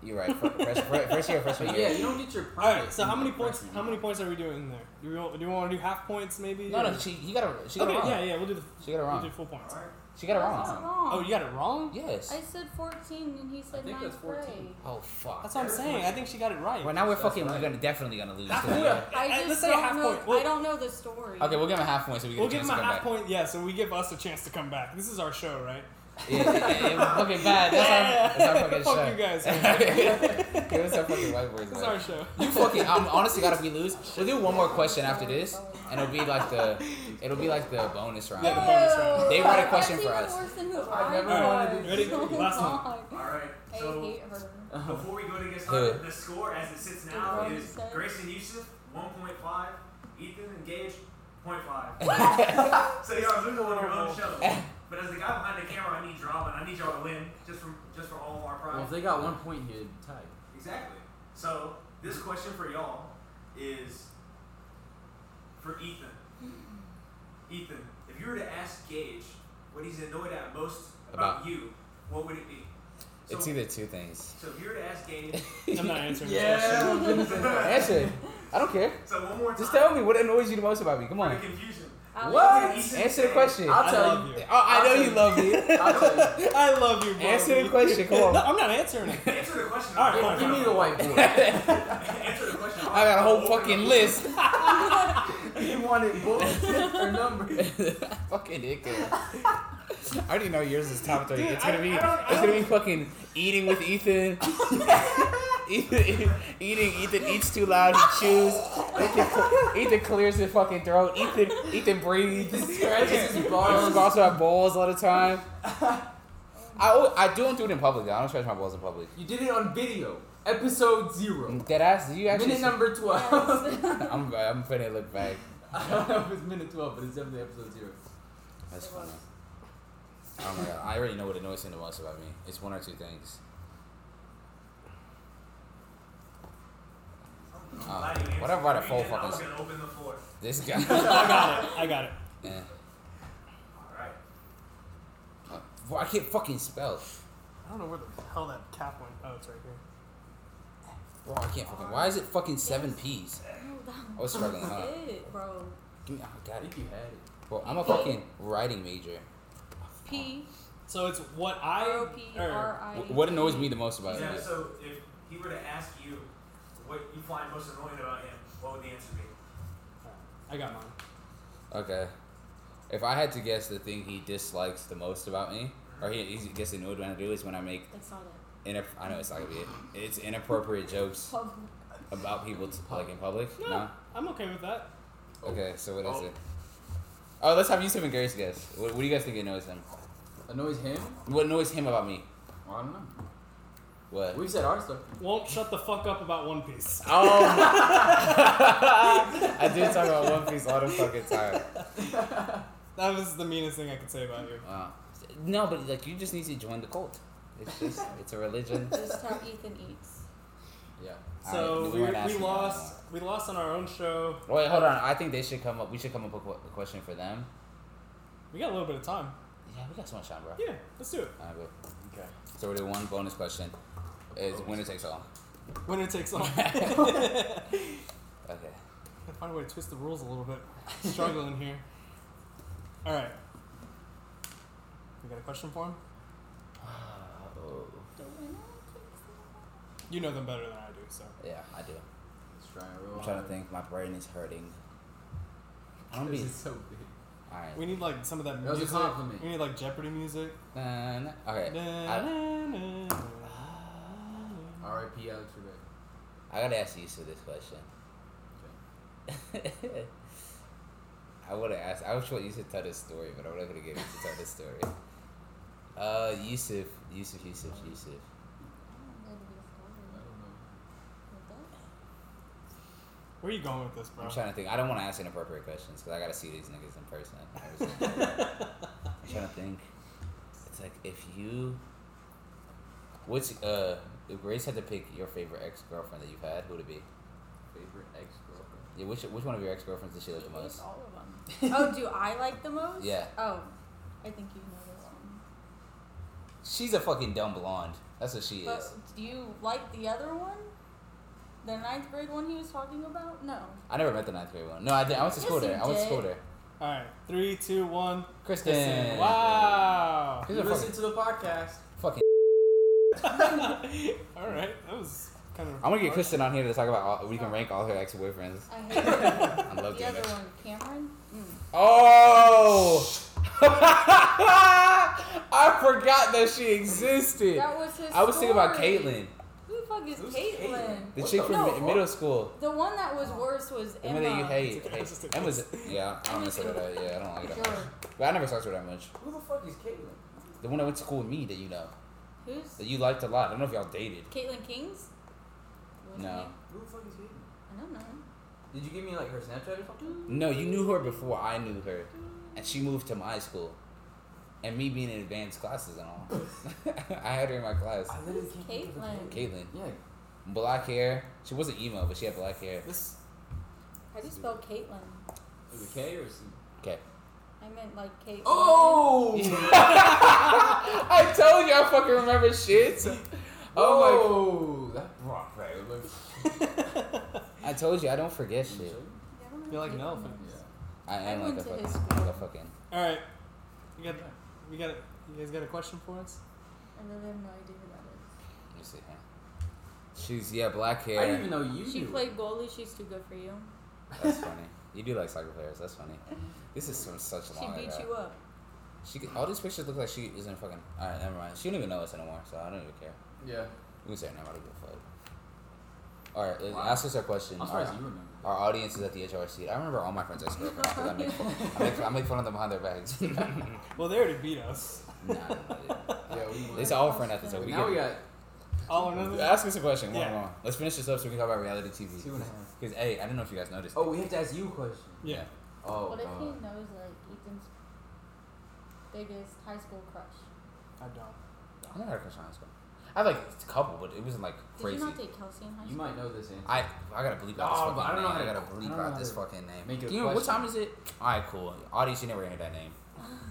[SPEAKER 2] You're right. fir- First, fir- first year, freshman
[SPEAKER 3] But
[SPEAKER 2] year.
[SPEAKER 3] yeah, you don't get your permit.
[SPEAKER 1] All right. So
[SPEAKER 3] until,
[SPEAKER 1] how many
[SPEAKER 3] like,
[SPEAKER 1] points?
[SPEAKER 3] freshman
[SPEAKER 1] How many
[SPEAKER 3] year.
[SPEAKER 1] points are we doing in there? Do we, do we want to do half points maybe?
[SPEAKER 2] No,
[SPEAKER 1] or-
[SPEAKER 2] no, she he got it. She got
[SPEAKER 1] okay.
[SPEAKER 2] it wrong.
[SPEAKER 1] Yeah, yeah. We'll do the.
[SPEAKER 2] She got it
[SPEAKER 1] We'll
[SPEAKER 2] wrong.
[SPEAKER 1] do full points.
[SPEAKER 5] Alright.
[SPEAKER 2] She got it
[SPEAKER 4] That's
[SPEAKER 2] wrong.
[SPEAKER 4] not wrong.
[SPEAKER 1] Oh, you got it wrong.
[SPEAKER 2] Yes.
[SPEAKER 4] I said 14 and he said
[SPEAKER 3] think that's
[SPEAKER 4] ninth
[SPEAKER 3] 14.
[SPEAKER 4] grade.
[SPEAKER 2] Oh fuck.
[SPEAKER 1] That's what I'm saying. I think she got it right.
[SPEAKER 2] Well, now we're
[SPEAKER 3] That's
[SPEAKER 2] fucking.
[SPEAKER 3] right.
[SPEAKER 2] We're gonna definitely gonna lose.
[SPEAKER 1] Half
[SPEAKER 2] today.
[SPEAKER 1] point.
[SPEAKER 4] I
[SPEAKER 1] Uh,
[SPEAKER 4] just
[SPEAKER 1] Let's say
[SPEAKER 4] don't
[SPEAKER 1] half
[SPEAKER 4] know,
[SPEAKER 1] point. We'll,
[SPEAKER 4] I don't know the story.
[SPEAKER 2] Okay, we'll give him a half point so we get
[SPEAKER 1] we'll
[SPEAKER 2] a
[SPEAKER 1] give
[SPEAKER 2] chance
[SPEAKER 1] him
[SPEAKER 2] to
[SPEAKER 1] a
[SPEAKER 2] come back.
[SPEAKER 1] half point. Yeah. So we give us a chance to come back. This is our show, right?
[SPEAKER 2] Yeah, yeah, yeah, fucking bad. That's our, that's our fucking show.
[SPEAKER 1] Fuck you guys.
[SPEAKER 2] Give us our fucking white boys.
[SPEAKER 1] This is
[SPEAKER 2] back.
[SPEAKER 1] our show.
[SPEAKER 2] You fucking. I'm honestly God, if we lose, we'll do one more question after this,
[SPEAKER 4] Oh,
[SPEAKER 2] and it'll be like the, it'll be like the bonus round.
[SPEAKER 1] Yeah, the bonus round.
[SPEAKER 2] They wrote a
[SPEAKER 4] That's
[SPEAKER 2] question for
[SPEAKER 4] even
[SPEAKER 2] us.
[SPEAKER 4] worse than who
[SPEAKER 5] I've
[SPEAKER 4] I
[SPEAKER 5] never
[SPEAKER 4] was.
[SPEAKER 1] wanted to Ready?
[SPEAKER 4] Oh,
[SPEAKER 1] Last one.
[SPEAKER 4] God.
[SPEAKER 5] Alright,
[SPEAKER 4] I
[SPEAKER 5] so
[SPEAKER 4] hate her.
[SPEAKER 5] before we go to get
[SPEAKER 2] Who?
[SPEAKER 5] started, the score as it sits now
[SPEAKER 4] Did Robbie
[SPEAKER 5] is
[SPEAKER 4] say?
[SPEAKER 5] Grace and Yusuf, 1.5, Ethan and Gage, 0.5. so y'all are losing on your own show. But as the guy behind the camera, I need drama. and I need y'all to win just from just for all of our pride.
[SPEAKER 3] Well, if they got one point here, tied.
[SPEAKER 5] Exactly. So this question for y'all is for Ethan. Ethan, if you were to ask Gage what he's annoyed at most about,
[SPEAKER 2] About-
[SPEAKER 5] you, what would it be? So,
[SPEAKER 2] It's either two things.
[SPEAKER 5] so if you were to ask Gage,
[SPEAKER 1] I'm not answering this question.
[SPEAKER 3] Yeah.
[SPEAKER 2] Answer. it. I don't care.
[SPEAKER 5] so one more time.
[SPEAKER 2] Just tell me what annoys you the most about me. Come
[SPEAKER 5] for the
[SPEAKER 2] on.
[SPEAKER 5] confusion.
[SPEAKER 4] I
[SPEAKER 2] What?
[SPEAKER 4] was-
[SPEAKER 5] Ethan
[SPEAKER 2] Answer the
[SPEAKER 5] said-
[SPEAKER 2] question.
[SPEAKER 3] I'll
[SPEAKER 1] I
[SPEAKER 3] tell
[SPEAKER 1] love
[SPEAKER 3] you.
[SPEAKER 1] you.
[SPEAKER 2] Oh, I know you love me.
[SPEAKER 3] I'll tell you.
[SPEAKER 1] I love you, bro.
[SPEAKER 2] Answer the question. Come
[SPEAKER 1] No,
[SPEAKER 2] on.
[SPEAKER 1] I'm not answering it.
[SPEAKER 5] Answer the question.
[SPEAKER 1] All right, fine.
[SPEAKER 3] Give me the white boy.
[SPEAKER 5] Answer the question.
[SPEAKER 2] I got a whole fucking list.
[SPEAKER 3] you want it bullets or numbers?
[SPEAKER 2] fucking dickhead. I already know yours is top three.
[SPEAKER 1] Dude,
[SPEAKER 2] it's gonna
[SPEAKER 1] I-
[SPEAKER 2] be
[SPEAKER 1] I don't- I
[SPEAKER 2] it's gonna be fucking eating with Ethan. Ethan eating Ethan eats too loud. He chews. Ethan, cl- Ethan clears his fucking throat. Ethan Ethan breathes.
[SPEAKER 3] Scratches his
[SPEAKER 2] Balls.
[SPEAKER 3] balls.
[SPEAKER 2] also have balls all the time. I al- I don't do it in public though. I don't stretch my balls in public.
[SPEAKER 3] You did it on video. Episode zero.
[SPEAKER 2] Dead ass. You actually.
[SPEAKER 3] Minute number twelve.
[SPEAKER 4] Yes.
[SPEAKER 2] I'm I'm finna look back.
[SPEAKER 3] I don't know if it's minute twelve, but it's definitely episode zero.
[SPEAKER 2] That's funny. Oh my god! I already know what annoys him the most about me. It's one or two things. Oh, what if I had a full
[SPEAKER 5] I was
[SPEAKER 2] fucking-
[SPEAKER 5] gonna open the floor.
[SPEAKER 2] This guy.
[SPEAKER 1] I got it. I got it.
[SPEAKER 2] yeah.
[SPEAKER 5] All right.
[SPEAKER 2] Uh, well, I can't fucking spell.
[SPEAKER 1] I don't know where the hell that cap went. Oh, it's right here.
[SPEAKER 2] Bro, I can't fucking. Why is it fucking seven P's?
[SPEAKER 4] No, that
[SPEAKER 2] I was struggling, huh?
[SPEAKER 4] was it, bro.
[SPEAKER 2] Give me, oh,
[SPEAKER 3] I
[SPEAKER 2] got it.
[SPEAKER 3] think you had it.
[SPEAKER 2] Bro, I'm a fucking writing major.
[SPEAKER 4] P
[SPEAKER 1] So it's what
[SPEAKER 4] R
[SPEAKER 1] I.
[SPEAKER 4] O P E
[SPEAKER 1] er,
[SPEAKER 4] R I.
[SPEAKER 2] Wh- What annoys me the most about
[SPEAKER 5] Yeah,
[SPEAKER 2] it?
[SPEAKER 5] so if he were to ask you what you find most annoying about him, what would the answer be?
[SPEAKER 1] I got mine.
[SPEAKER 2] Okay. If I had to guess the thing he dislikes the most about me, or he, he gets annoyed when I do, is when I make.
[SPEAKER 4] That's not it.
[SPEAKER 2] Inap- I know it's not gonna be it. It's inappropriate jokes
[SPEAKER 4] Public.
[SPEAKER 2] about people t- like in public.
[SPEAKER 1] No,
[SPEAKER 2] No.
[SPEAKER 1] I'm okay with that.
[SPEAKER 2] Okay, so what is
[SPEAKER 5] Oh.
[SPEAKER 2] it? Oh, let's have Yusuf and Grace guess. What, what do you guys think annoys him?
[SPEAKER 3] Annoys him?
[SPEAKER 2] What annoys him about me?
[SPEAKER 3] Well, I don't know.
[SPEAKER 2] What?
[SPEAKER 3] We've said our stuff.
[SPEAKER 1] Won't shut the fuck up about One Piece.
[SPEAKER 2] Oh, I did talk about One Piece all the fucking time.
[SPEAKER 1] That was the meanest thing I could say about you.
[SPEAKER 2] Wow. No, but like you just need to join the cult. It's just it's a religion.
[SPEAKER 4] Just how Ethan eats.
[SPEAKER 3] Yeah.
[SPEAKER 2] All
[SPEAKER 1] So
[SPEAKER 2] right,
[SPEAKER 1] we,
[SPEAKER 2] weren't
[SPEAKER 1] we
[SPEAKER 2] asking about
[SPEAKER 1] lost. We lost on our own show.
[SPEAKER 2] that. Wait, hold on. I think they should come up. We should come up with a que- a question for them.
[SPEAKER 1] We got a little bit of time.
[SPEAKER 2] Yeah, we got so much time, bro.
[SPEAKER 1] Yeah, let's do it.
[SPEAKER 2] All right, bro.
[SPEAKER 3] Okay.
[SPEAKER 2] So we're doing one bonus question. Is winner takes all.
[SPEAKER 1] Winner takes all.
[SPEAKER 2] Okay.
[SPEAKER 1] Gotta find a way to twist the rules a little bit. Struggling here. All right. We got a question for him?
[SPEAKER 2] Oh.
[SPEAKER 1] You know them better than I do, so.
[SPEAKER 2] Yeah, I do.
[SPEAKER 3] Let's try and roll.
[SPEAKER 2] I'm trying to think. My brain is hurting. I'm gonna
[SPEAKER 3] This
[SPEAKER 2] be.
[SPEAKER 3] is so big.
[SPEAKER 2] All right.
[SPEAKER 1] We need like some of that
[SPEAKER 3] That was a
[SPEAKER 1] music.
[SPEAKER 3] compliment.
[SPEAKER 1] We need like Jeopardy music.
[SPEAKER 2] Dun, okay. I,
[SPEAKER 1] Da-na-na-na.
[SPEAKER 3] R.I.P. Alex Trebek.
[SPEAKER 2] I gotta ask you this question. I would have asked. I was want you to tell this story, but I'm not gonna get you to tell this story. Uh, Yusuf, Yusuf, Yusuf, Yusuf.
[SPEAKER 3] I don't
[SPEAKER 1] Where are you going with this, bro?
[SPEAKER 2] I'm trying to think. I don't want to ask inappropriate questions because I gotta see these niggas in person. I was- I'm trying to think. It's like if you, which uh, if Grace had to pick your favorite ex girlfriend that you've had, who would it be?
[SPEAKER 3] know. Favorite ex-girlfriend.
[SPEAKER 2] Yeah, which which one of your ex girlfriends did she like the most?
[SPEAKER 6] All of them. oh, do I like the most?
[SPEAKER 2] Yeah.
[SPEAKER 6] Oh, I think you know this one.
[SPEAKER 2] She's a fucking dumb blonde. That's what she
[SPEAKER 6] But
[SPEAKER 2] is.
[SPEAKER 6] do you like the other one? The ninth grade one he was talking about? No.
[SPEAKER 2] I never met the ninth grade one. No, I did. I went to
[SPEAKER 6] Yes,
[SPEAKER 2] school there.
[SPEAKER 6] you
[SPEAKER 2] I went to school
[SPEAKER 6] did.
[SPEAKER 2] there.
[SPEAKER 1] All right, three, two, one.
[SPEAKER 2] Kristen.
[SPEAKER 1] Wow.
[SPEAKER 2] She's a
[SPEAKER 3] listen
[SPEAKER 2] fucking,
[SPEAKER 3] to the podcast.
[SPEAKER 2] fucking.
[SPEAKER 1] All right, that was kind of.
[SPEAKER 2] I'm gonna get
[SPEAKER 1] harsh.
[SPEAKER 2] Kristen on here to talk about. All, we can rank all her ex boyfriends.
[SPEAKER 6] I hate the
[SPEAKER 2] I love doing
[SPEAKER 6] other
[SPEAKER 2] that.
[SPEAKER 6] one, Cameron. Mm.
[SPEAKER 2] Oh! I forgot that she existed.
[SPEAKER 6] That was his.
[SPEAKER 2] I was thinking about
[SPEAKER 6] story.
[SPEAKER 2] Caitlyn,
[SPEAKER 6] Who the fuck is
[SPEAKER 3] Who's
[SPEAKER 6] Caitlyn?
[SPEAKER 3] Caitlyn?
[SPEAKER 2] the
[SPEAKER 3] What
[SPEAKER 2] chick
[SPEAKER 3] the
[SPEAKER 2] from
[SPEAKER 6] fuck?
[SPEAKER 2] mi- middle school.
[SPEAKER 6] The one that was worse was
[SPEAKER 2] The
[SPEAKER 6] Emma.
[SPEAKER 2] one that you hate.
[SPEAKER 1] It's okay, it's
[SPEAKER 2] hate.
[SPEAKER 1] okay.
[SPEAKER 2] Emma's. Yeah, I don't mess with her. Yeah, I don't like her.
[SPEAKER 6] Sure.
[SPEAKER 2] But I never talked to her that much.
[SPEAKER 3] Who the fuck is Caitlyn?
[SPEAKER 2] The one that went to school with me that you know,
[SPEAKER 6] Who's
[SPEAKER 2] that you liked a lot. I don't know if y'all dated.
[SPEAKER 6] Caitlyn Kings? What was her
[SPEAKER 2] No.
[SPEAKER 6] name?
[SPEAKER 3] Who the fuck is Caitlyn?
[SPEAKER 6] I don't know.
[SPEAKER 3] Did you give me like her Snapchat or something?
[SPEAKER 2] No, you knew her before I knew her, and she moved to my school, and me being in advanced classes and all. I had her in my class.
[SPEAKER 3] I literally can't think of her name.
[SPEAKER 6] Caitlyn.
[SPEAKER 2] Caitlyn,
[SPEAKER 3] Yeah.
[SPEAKER 2] black hair. She wasn't emo, but she had black hair.
[SPEAKER 1] This
[SPEAKER 6] How do you spell Caitlyn?
[SPEAKER 3] Is it K or is it?
[SPEAKER 2] Okay.
[SPEAKER 6] I meant like Caitlyn.
[SPEAKER 3] Oh!
[SPEAKER 2] I told you I fucking remember shit. Oh
[SPEAKER 3] Oh! That rock right. It looks-
[SPEAKER 2] my! I told you I don't forget shit.
[SPEAKER 6] Yeah, I don't know
[SPEAKER 1] You're like an
[SPEAKER 6] Caitlyn.
[SPEAKER 1] elephant.
[SPEAKER 2] I am
[SPEAKER 6] I
[SPEAKER 2] like
[SPEAKER 6] went
[SPEAKER 2] a
[SPEAKER 6] to his
[SPEAKER 2] fucking,
[SPEAKER 6] school.
[SPEAKER 2] like a fucking.
[SPEAKER 1] All right, we got, we got, you guys got a question for us?
[SPEAKER 6] I really have no idea who that
[SPEAKER 2] Let me see here. She's yeah, black
[SPEAKER 3] I didn't
[SPEAKER 2] hair.
[SPEAKER 3] even know you
[SPEAKER 6] is. She
[SPEAKER 3] knew.
[SPEAKER 6] played goalie. She's too good for you.
[SPEAKER 2] That's funny. You do like soccer players. That's funny. This is from such
[SPEAKER 6] She
[SPEAKER 2] long
[SPEAKER 6] beat
[SPEAKER 2] ago.
[SPEAKER 6] you up.
[SPEAKER 2] She could- all these pictures look like she is in fucking. All right, never mind. She don't even know us anymore, so I don't even care.
[SPEAKER 3] Yeah.
[SPEAKER 2] We can say her name. I don't give a fuck. All right,
[SPEAKER 3] Wow.
[SPEAKER 2] ask us our question.
[SPEAKER 3] I'm
[SPEAKER 2] Our-
[SPEAKER 3] surprised you remember.
[SPEAKER 2] Our audience is at the HRC. I remember all my friends' ex girlfriends because I make fun, I make, I make fun of them behind their backs. nah,
[SPEAKER 1] Well, they already beat us.
[SPEAKER 2] nah, nah.
[SPEAKER 3] Yeah, we
[SPEAKER 2] It's all friend after so we
[SPEAKER 3] now we
[SPEAKER 2] get.
[SPEAKER 3] got
[SPEAKER 1] All or nothing.
[SPEAKER 2] Ask us a question. One,
[SPEAKER 1] Yeah.
[SPEAKER 2] one. Let's finish this up so we can talk about reality
[SPEAKER 3] two and a
[SPEAKER 2] TV.
[SPEAKER 3] half.
[SPEAKER 2] Because hey, I don't know if you guys noticed.
[SPEAKER 3] Oh, we have to ask you a question.
[SPEAKER 1] Yeah.
[SPEAKER 3] Oh,
[SPEAKER 6] what if he
[SPEAKER 3] God.
[SPEAKER 6] knows like Ethan's biggest high school crush?
[SPEAKER 1] I don't.
[SPEAKER 2] I never had a crush on high school. I had like a couple, but it wasn't like
[SPEAKER 6] Did
[SPEAKER 2] crazy.
[SPEAKER 6] you not date Kelsey in high
[SPEAKER 3] You
[SPEAKER 6] school?
[SPEAKER 3] might know this answer.
[SPEAKER 2] I I gotta bleep out this
[SPEAKER 3] Oh,
[SPEAKER 2] fucking
[SPEAKER 3] but I don't know
[SPEAKER 2] name. I
[SPEAKER 3] how to-
[SPEAKER 2] gotta
[SPEAKER 3] I
[SPEAKER 2] bleep
[SPEAKER 3] don't know
[SPEAKER 2] out
[SPEAKER 3] how
[SPEAKER 2] this
[SPEAKER 3] to
[SPEAKER 2] fucking name.
[SPEAKER 3] make a
[SPEAKER 2] Do you know what
[SPEAKER 3] question.
[SPEAKER 2] time is it? All right, cool. Audience, you never heard that name.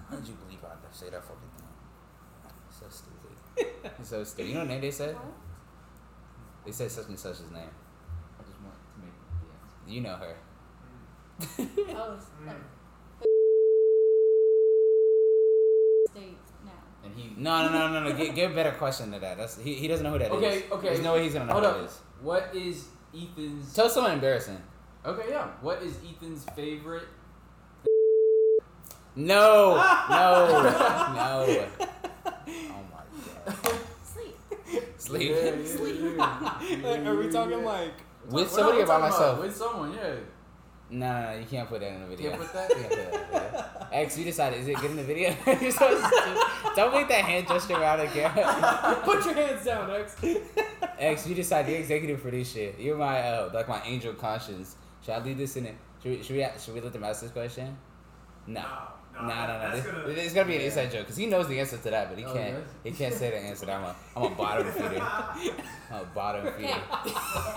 [SPEAKER 2] How did you bleep out that? Say that fucking name. So stupid. so stupid. You know what name they said?
[SPEAKER 6] What?
[SPEAKER 2] They said such and such's name.
[SPEAKER 3] I just want to make the answer.
[SPEAKER 2] You know her.
[SPEAKER 6] Oh, it's-
[SPEAKER 5] Mm.
[SPEAKER 6] oh, dates now.
[SPEAKER 3] And he.
[SPEAKER 2] No, no, no, no, no. Get, get a better question than that. That's he, he doesn't know who that is.
[SPEAKER 3] Okay, okay.
[SPEAKER 2] There's no way he's gonna know
[SPEAKER 3] Hold
[SPEAKER 2] who
[SPEAKER 3] up.
[SPEAKER 2] that is.
[SPEAKER 3] What is Ethan's?
[SPEAKER 2] Tell us someone embarrassing.
[SPEAKER 3] okay, yeah. What is Ethan's favorite?
[SPEAKER 2] No, no, no. Oh my god.
[SPEAKER 6] Sleep.
[SPEAKER 2] Sleep
[SPEAKER 3] Yeah, yeah, yeah, yeah.
[SPEAKER 1] Like, are we talking like?
[SPEAKER 2] with
[SPEAKER 3] We're not-
[SPEAKER 2] somebody
[SPEAKER 3] we're
[SPEAKER 2] or by
[SPEAKER 3] talking
[SPEAKER 2] myself.
[SPEAKER 3] With someone, yeah.
[SPEAKER 2] No, no, no, you can't put that in the video.
[SPEAKER 3] Can't put that?
[SPEAKER 2] You can't put that in the video. X, you decided, is it good in the video? You're so stupid. Don't make that hand gesture around the camera.
[SPEAKER 1] Put your hands down, X.
[SPEAKER 2] X, you decide, you're executive for this shit. You're my, uh, like my angel conscience. Should I leave this in it? Should we, should we, should we let them ask this question? No.
[SPEAKER 5] No,
[SPEAKER 2] No, no, no.
[SPEAKER 5] That's
[SPEAKER 2] This,
[SPEAKER 5] gonna,
[SPEAKER 2] it's gonna be an inside joke because he knows the answer to that, but he
[SPEAKER 3] Oh,
[SPEAKER 2] can't.
[SPEAKER 3] yes?
[SPEAKER 2] He can't say the answer. I'm a, I'm a bottom feeder. I'm a bottom feeder.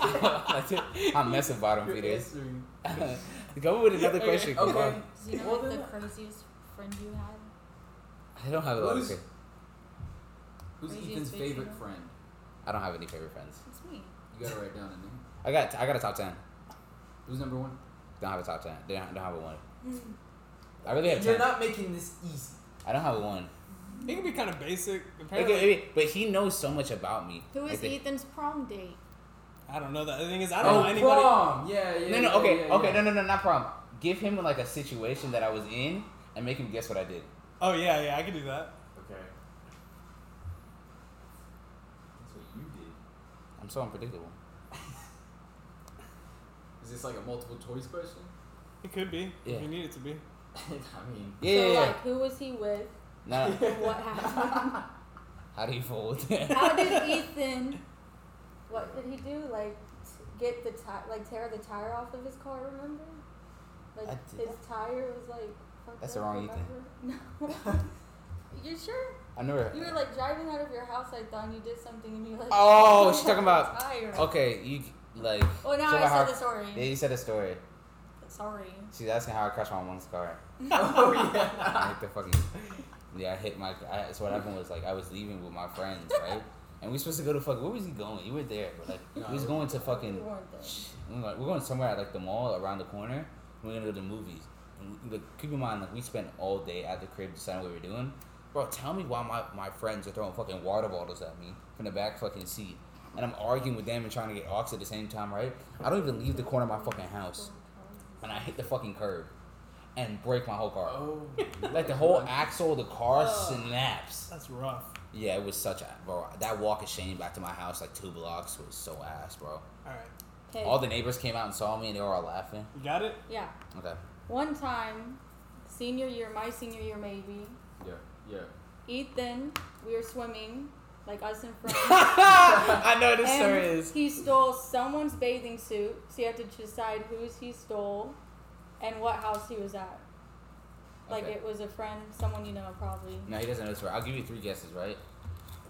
[SPEAKER 2] I'm messing bottom
[SPEAKER 3] You're
[SPEAKER 2] feeders.
[SPEAKER 3] answering.
[SPEAKER 2] Go with another question. come on.
[SPEAKER 3] Okay.
[SPEAKER 6] Do you know
[SPEAKER 3] Well,
[SPEAKER 6] like the
[SPEAKER 3] then-
[SPEAKER 6] craziest friend you had?
[SPEAKER 2] I don't have a lot of.
[SPEAKER 3] Who's-
[SPEAKER 2] fa-
[SPEAKER 3] Who's
[SPEAKER 6] Craziest
[SPEAKER 3] Ethan's
[SPEAKER 6] bitch
[SPEAKER 3] favorite
[SPEAKER 6] ever.
[SPEAKER 3] friend?
[SPEAKER 2] I don't have any favorite friends.
[SPEAKER 6] It's me.
[SPEAKER 3] You gotta write down a name.
[SPEAKER 2] I got I got a top ten.
[SPEAKER 3] Who's number one?
[SPEAKER 2] Don't have a top ten. Don't, don't have a one. I really have
[SPEAKER 3] You're
[SPEAKER 2] ten.
[SPEAKER 3] not making this easy.
[SPEAKER 2] I don't have a one.
[SPEAKER 1] It can be kind of basic.
[SPEAKER 2] Like,
[SPEAKER 1] Apparently,
[SPEAKER 2] uh, but he knows so much about me.
[SPEAKER 7] Who
[SPEAKER 2] Like,
[SPEAKER 7] is
[SPEAKER 2] the-
[SPEAKER 7] Ethan's prom date?
[SPEAKER 1] I don't know that. The thing is, I don't
[SPEAKER 2] Oh,
[SPEAKER 1] know anybody.
[SPEAKER 3] Prom. Yeah, yeah.
[SPEAKER 2] No, no,
[SPEAKER 3] yeah,
[SPEAKER 2] okay,
[SPEAKER 3] yeah,
[SPEAKER 2] okay, no,
[SPEAKER 3] yeah.
[SPEAKER 2] no, no, not problem. Give him like a situation that I was in and make him guess what I did.
[SPEAKER 1] Oh yeah, yeah, I can do that.
[SPEAKER 3] Okay. That's what you did.
[SPEAKER 2] I'm so unpredictable.
[SPEAKER 3] Is this like a multiple choice question?
[SPEAKER 1] It could be
[SPEAKER 2] Yeah.
[SPEAKER 1] if you need it to be.
[SPEAKER 3] I mean,
[SPEAKER 2] Yeah, yeah,
[SPEAKER 6] So,
[SPEAKER 2] yeah.
[SPEAKER 6] like, who was he with?
[SPEAKER 2] No, no.
[SPEAKER 7] What happened?
[SPEAKER 2] How do you fold?
[SPEAKER 6] How did Ethan? What did he do? Like, t- get the tire, like tear the tire off of his car. Remember?
[SPEAKER 2] I
[SPEAKER 6] Like
[SPEAKER 2] did-
[SPEAKER 6] his tire was like. fucked
[SPEAKER 2] That's
[SPEAKER 6] up,
[SPEAKER 2] the wrong
[SPEAKER 6] remember?
[SPEAKER 2] Ethan.
[SPEAKER 6] No. you sure?
[SPEAKER 2] I never.
[SPEAKER 6] You were like driving out of your house. I thought and you did something, and you like.
[SPEAKER 2] Oh,
[SPEAKER 6] fucked
[SPEAKER 2] she's
[SPEAKER 6] up
[SPEAKER 2] talking
[SPEAKER 6] your
[SPEAKER 2] about-
[SPEAKER 6] Tire.
[SPEAKER 2] Okay, you like.
[SPEAKER 6] Oh, now
[SPEAKER 2] so
[SPEAKER 6] I
[SPEAKER 2] how-
[SPEAKER 6] said the story.
[SPEAKER 2] Yeah, you said a story.
[SPEAKER 6] Sorry.
[SPEAKER 2] She's asking how I crashed my mom's car.
[SPEAKER 3] oh yeah.
[SPEAKER 2] I hit the fucking. Yeah, I hit my. I, so what happened was like I was leaving with my friends, right? And we supposed to go to fuck. Where was he going? You were there, but like we was going to
[SPEAKER 6] You
[SPEAKER 2] fucking.
[SPEAKER 6] weren't there.
[SPEAKER 2] We're like, we're going somewhere at like the mall around the corner. and we're gonna go to the movies. And we- like, keep in mind, like we spent all day at the crib deciding what we were doing. Bro, tell me why my, my friends are throwing fucking water bottles at me from the back fucking seat, and I'm arguing with them and trying to get ox at the same time, right? I don't even leave the corner of my fucking house, and I hit the fucking curb, and break my whole car.
[SPEAKER 3] Oh.
[SPEAKER 2] Like the whole axle of the car snaps.
[SPEAKER 1] That's rough.
[SPEAKER 2] Yeah, it was such a bro. That walk of shame back to my house, like two blocks, was so ass, bro.
[SPEAKER 1] All right,
[SPEAKER 6] Okay.
[SPEAKER 2] All the neighbors came out and saw me, and they were all laughing.
[SPEAKER 1] you got it.
[SPEAKER 6] yeah.
[SPEAKER 2] Okay.
[SPEAKER 6] One time, senior year, my senior year, maybe.
[SPEAKER 3] Yeah. Yeah.
[SPEAKER 6] Ethan, we were swimming, like us and friends.
[SPEAKER 2] I know this
[SPEAKER 6] and
[SPEAKER 2] story is.
[SPEAKER 6] He stole someone's bathing suit, so you had to decide whose he stole and what house he was at. Like
[SPEAKER 2] Okay.
[SPEAKER 6] it was a friend, someone you know probably.
[SPEAKER 2] No, he doesn't know this story. I'll give you three guesses, right?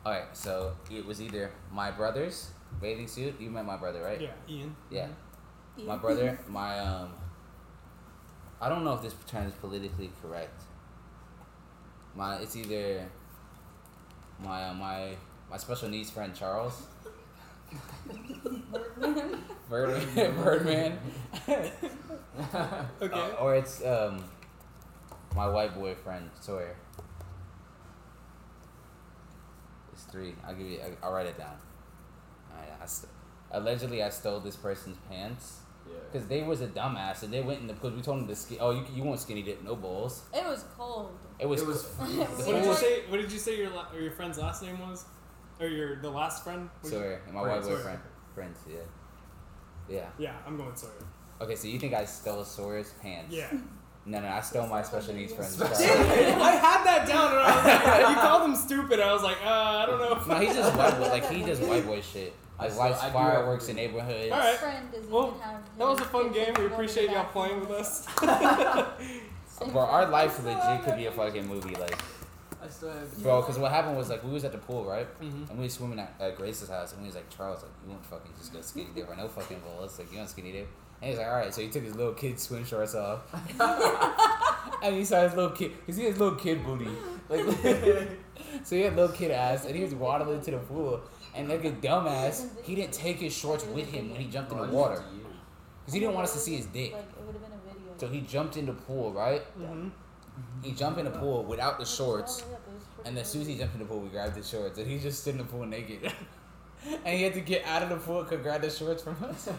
[SPEAKER 2] All right. So it was either my brother's bathing suit. You met my brother, right?
[SPEAKER 1] Yeah, Ian.
[SPEAKER 2] Yeah. My brother, my um. I don't know if this term is politically correct. My it's either my uh, my my special needs friend Charles Bird, Birdman,
[SPEAKER 1] Okay.
[SPEAKER 2] uh, or it's um my white boyfriend Sawyer. It's three. I'll give you. I, I'll write it down. All right, I st- allegedly, I stole this person's pants.
[SPEAKER 3] Yeah.
[SPEAKER 2] Cause they was a dumbass and they went in the because we told them to skin. Oh, you you won't skinny dip, no balls.
[SPEAKER 6] it was cold.
[SPEAKER 2] It was.
[SPEAKER 3] It was.
[SPEAKER 1] what
[SPEAKER 6] It
[SPEAKER 1] did you
[SPEAKER 6] was-
[SPEAKER 1] say? What did you say your la- or your friend's last name was, or your the last friend? What did you-
[SPEAKER 2] Sawyer and my white
[SPEAKER 1] Friends,
[SPEAKER 2] boyfriend. Friends, yeah. Yeah.
[SPEAKER 1] yeah, I'm going Sawyer.
[SPEAKER 2] Okay, so you think I stole Sawyer's pants?
[SPEAKER 1] Yeah,
[SPEAKER 2] No, no, I stole my special needs friend's pants.
[SPEAKER 1] I had that down, and I was like, you called him stupid. I was like, uh, I don't know. If
[SPEAKER 2] No, he's just white boy. Like he just white boy shit.
[SPEAKER 3] I
[SPEAKER 2] Like
[SPEAKER 3] saw-
[SPEAKER 2] lights
[SPEAKER 3] I do
[SPEAKER 2] fireworks in
[SPEAKER 3] have-
[SPEAKER 2] neighborhoods.
[SPEAKER 1] All right.
[SPEAKER 6] Friend doesn't
[SPEAKER 1] Well,
[SPEAKER 6] even have
[SPEAKER 1] That was a
[SPEAKER 6] his
[SPEAKER 1] fun
[SPEAKER 6] picture
[SPEAKER 1] game. We
[SPEAKER 6] to go to the
[SPEAKER 1] appreciate y'all
[SPEAKER 6] bathroom
[SPEAKER 1] playing
[SPEAKER 6] with.
[SPEAKER 1] with us. Mm-hmm.
[SPEAKER 2] Bro, our life legit could be a fucking movie, like
[SPEAKER 3] I still have.
[SPEAKER 2] bro. Cause what happened was like we was at the pool, right?
[SPEAKER 1] Mhm.
[SPEAKER 2] And we was swimming at, at Grace's house, and we was like, Charles, like you won't fucking just go skinny dip or no fucking balls, like you don't skinny dip. And he's like, all right. So he took his little kid swim shorts off, and he saw his little kid, cause he had his little kid booty, like, so he had little kid ass, and he was waddling to the pool. And like a dumbass, he didn't take his shorts with him when he jumped in
[SPEAKER 3] Oh,
[SPEAKER 2] the water, cause he didn't want us to see his dick.
[SPEAKER 6] Like it would have been a video.
[SPEAKER 2] So he jumped in the pool, right?
[SPEAKER 1] Mhm.
[SPEAKER 2] He jumped in the pool without the shorts.
[SPEAKER 6] It was pretty
[SPEAKER 2] And then
[SPEAKER 6] cool.
[SPEAKER 2] Susie jumped in the pool. We grabbed his shorts, and he just stood in the pool naked. and he had to get out of the pool to grab the shorts from us.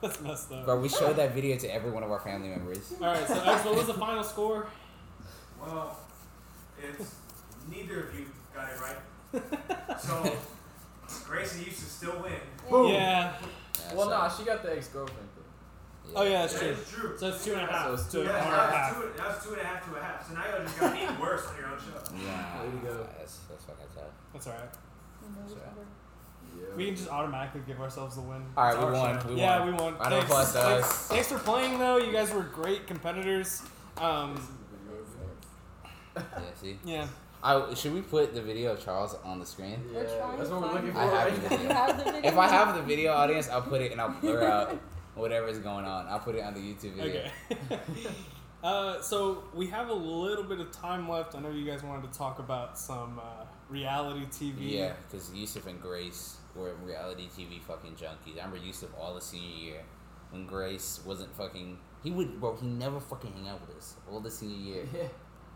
[SPEAKER 1] That's messed up.
[SPEAKER 2] Bro, we showed that video to every one of our family members.
[SPEAKER 1] All right, so X, what was the final score?
[SPEAKER 5] Well, it's neither of you got it right. So Grace and Houston still win.
[SPEAKER 3] Boom.
[SPEAKER 1] Yeah.
[SPEAKER 2] Yeah,
[SPEAKER 3] Well,
[SPEAKER 2] so-
[SPEAKER 3] nah, she got the ex girlfriend thing.
[SPEAKER 1] Oh yeah, that's
[SPEAKER 5] That
[SPEAKER 1] true.
[SPEAKER 5] is true.
[SPEAKER 1] So it's two and a
[SPEAKER 3] So
[SPEAKER 1] half.
[SPEAKER 3] it's
[SPEAKER 1] to
[SPEAKER 3] two and
[SPEAKER 5] Yeah,
[SPEAKER 3] a
[SPEAKER 1] our
[SPEAKER 5] that
[SPEAKER 1] half.
[SPEAKER 5] was two, that was two and a half to a half. So now y'all just got even worse on your own show.
[SPEAKER 2] Yeah.
[SPEAKER 3] Way to go.
[SPEAKER 2] That's, that's fucking sad.
[SPEAKER 1] That's all right.
[SPEAKER 6] And it was
[SPEAKER 2] Sorry.
[SPEAKER 6] covered.
[SPEAKER 3] Yeah.
[SPEAKER 1] We can just automatically give ourselves the win.
[SPEAKER 2] All right,
[SPEAKER 1] It's
[SPEAKER 2] we
[SPEAKER 1] our
[SPEAKER 2] won.
[SPEAKER 1] show.
[SPEAKER 2] We
[SPEAKER 1] yeah,
[SPEAKER 2] won.
[SPEAKER 1] we won.
[SPEAKER 2] Round of applause to
[SPEAKER 1] thanks,
[SPEAKER 2] us.
[SPEAKER 1] thanks for playing, though. You guys were great competitors. Um,
[SPEAKER 2] Yeah, see?
[SPEAKER 1] yeah.
[SPEAKER 2] I, should we put the video of Charles on the screen?
[SPEAKER 3] Yeah,
[SPEAKER 6] We're trying
[SPEAKER 3] that's
[SPEAKER 6] to
[SPEAKER 3] what we're
[SPEAKER 6] find
[SPEAKER 3] looking
[SPEAKER 6] it.
[SPEAKER 3] for.
[SPEAKER 2] I have
[SPEAKER 3] right
[SPEAKER 2] the
[SPEAKER 3] now.
[SPEAKER 6] You have the video.
[SPEAKER 2] If I have the video audience, I'll put it and I'll blur out whatever is going on. I'll put it on the YouTube video.
[SPEAKER 1] Okay. uh, so we have a little bit of time left. I know you guys wanted to talk about some uh, reality TV.
[SPEAKER 2] Yeah, because Yusuf and Grace were reality TV fucking junkies. I remember Yusuf all the senior year when Grace wasn't fucking. He would, bro. He never fucking hang out with us all the senior year.
[SPEAKER 3] Yeah.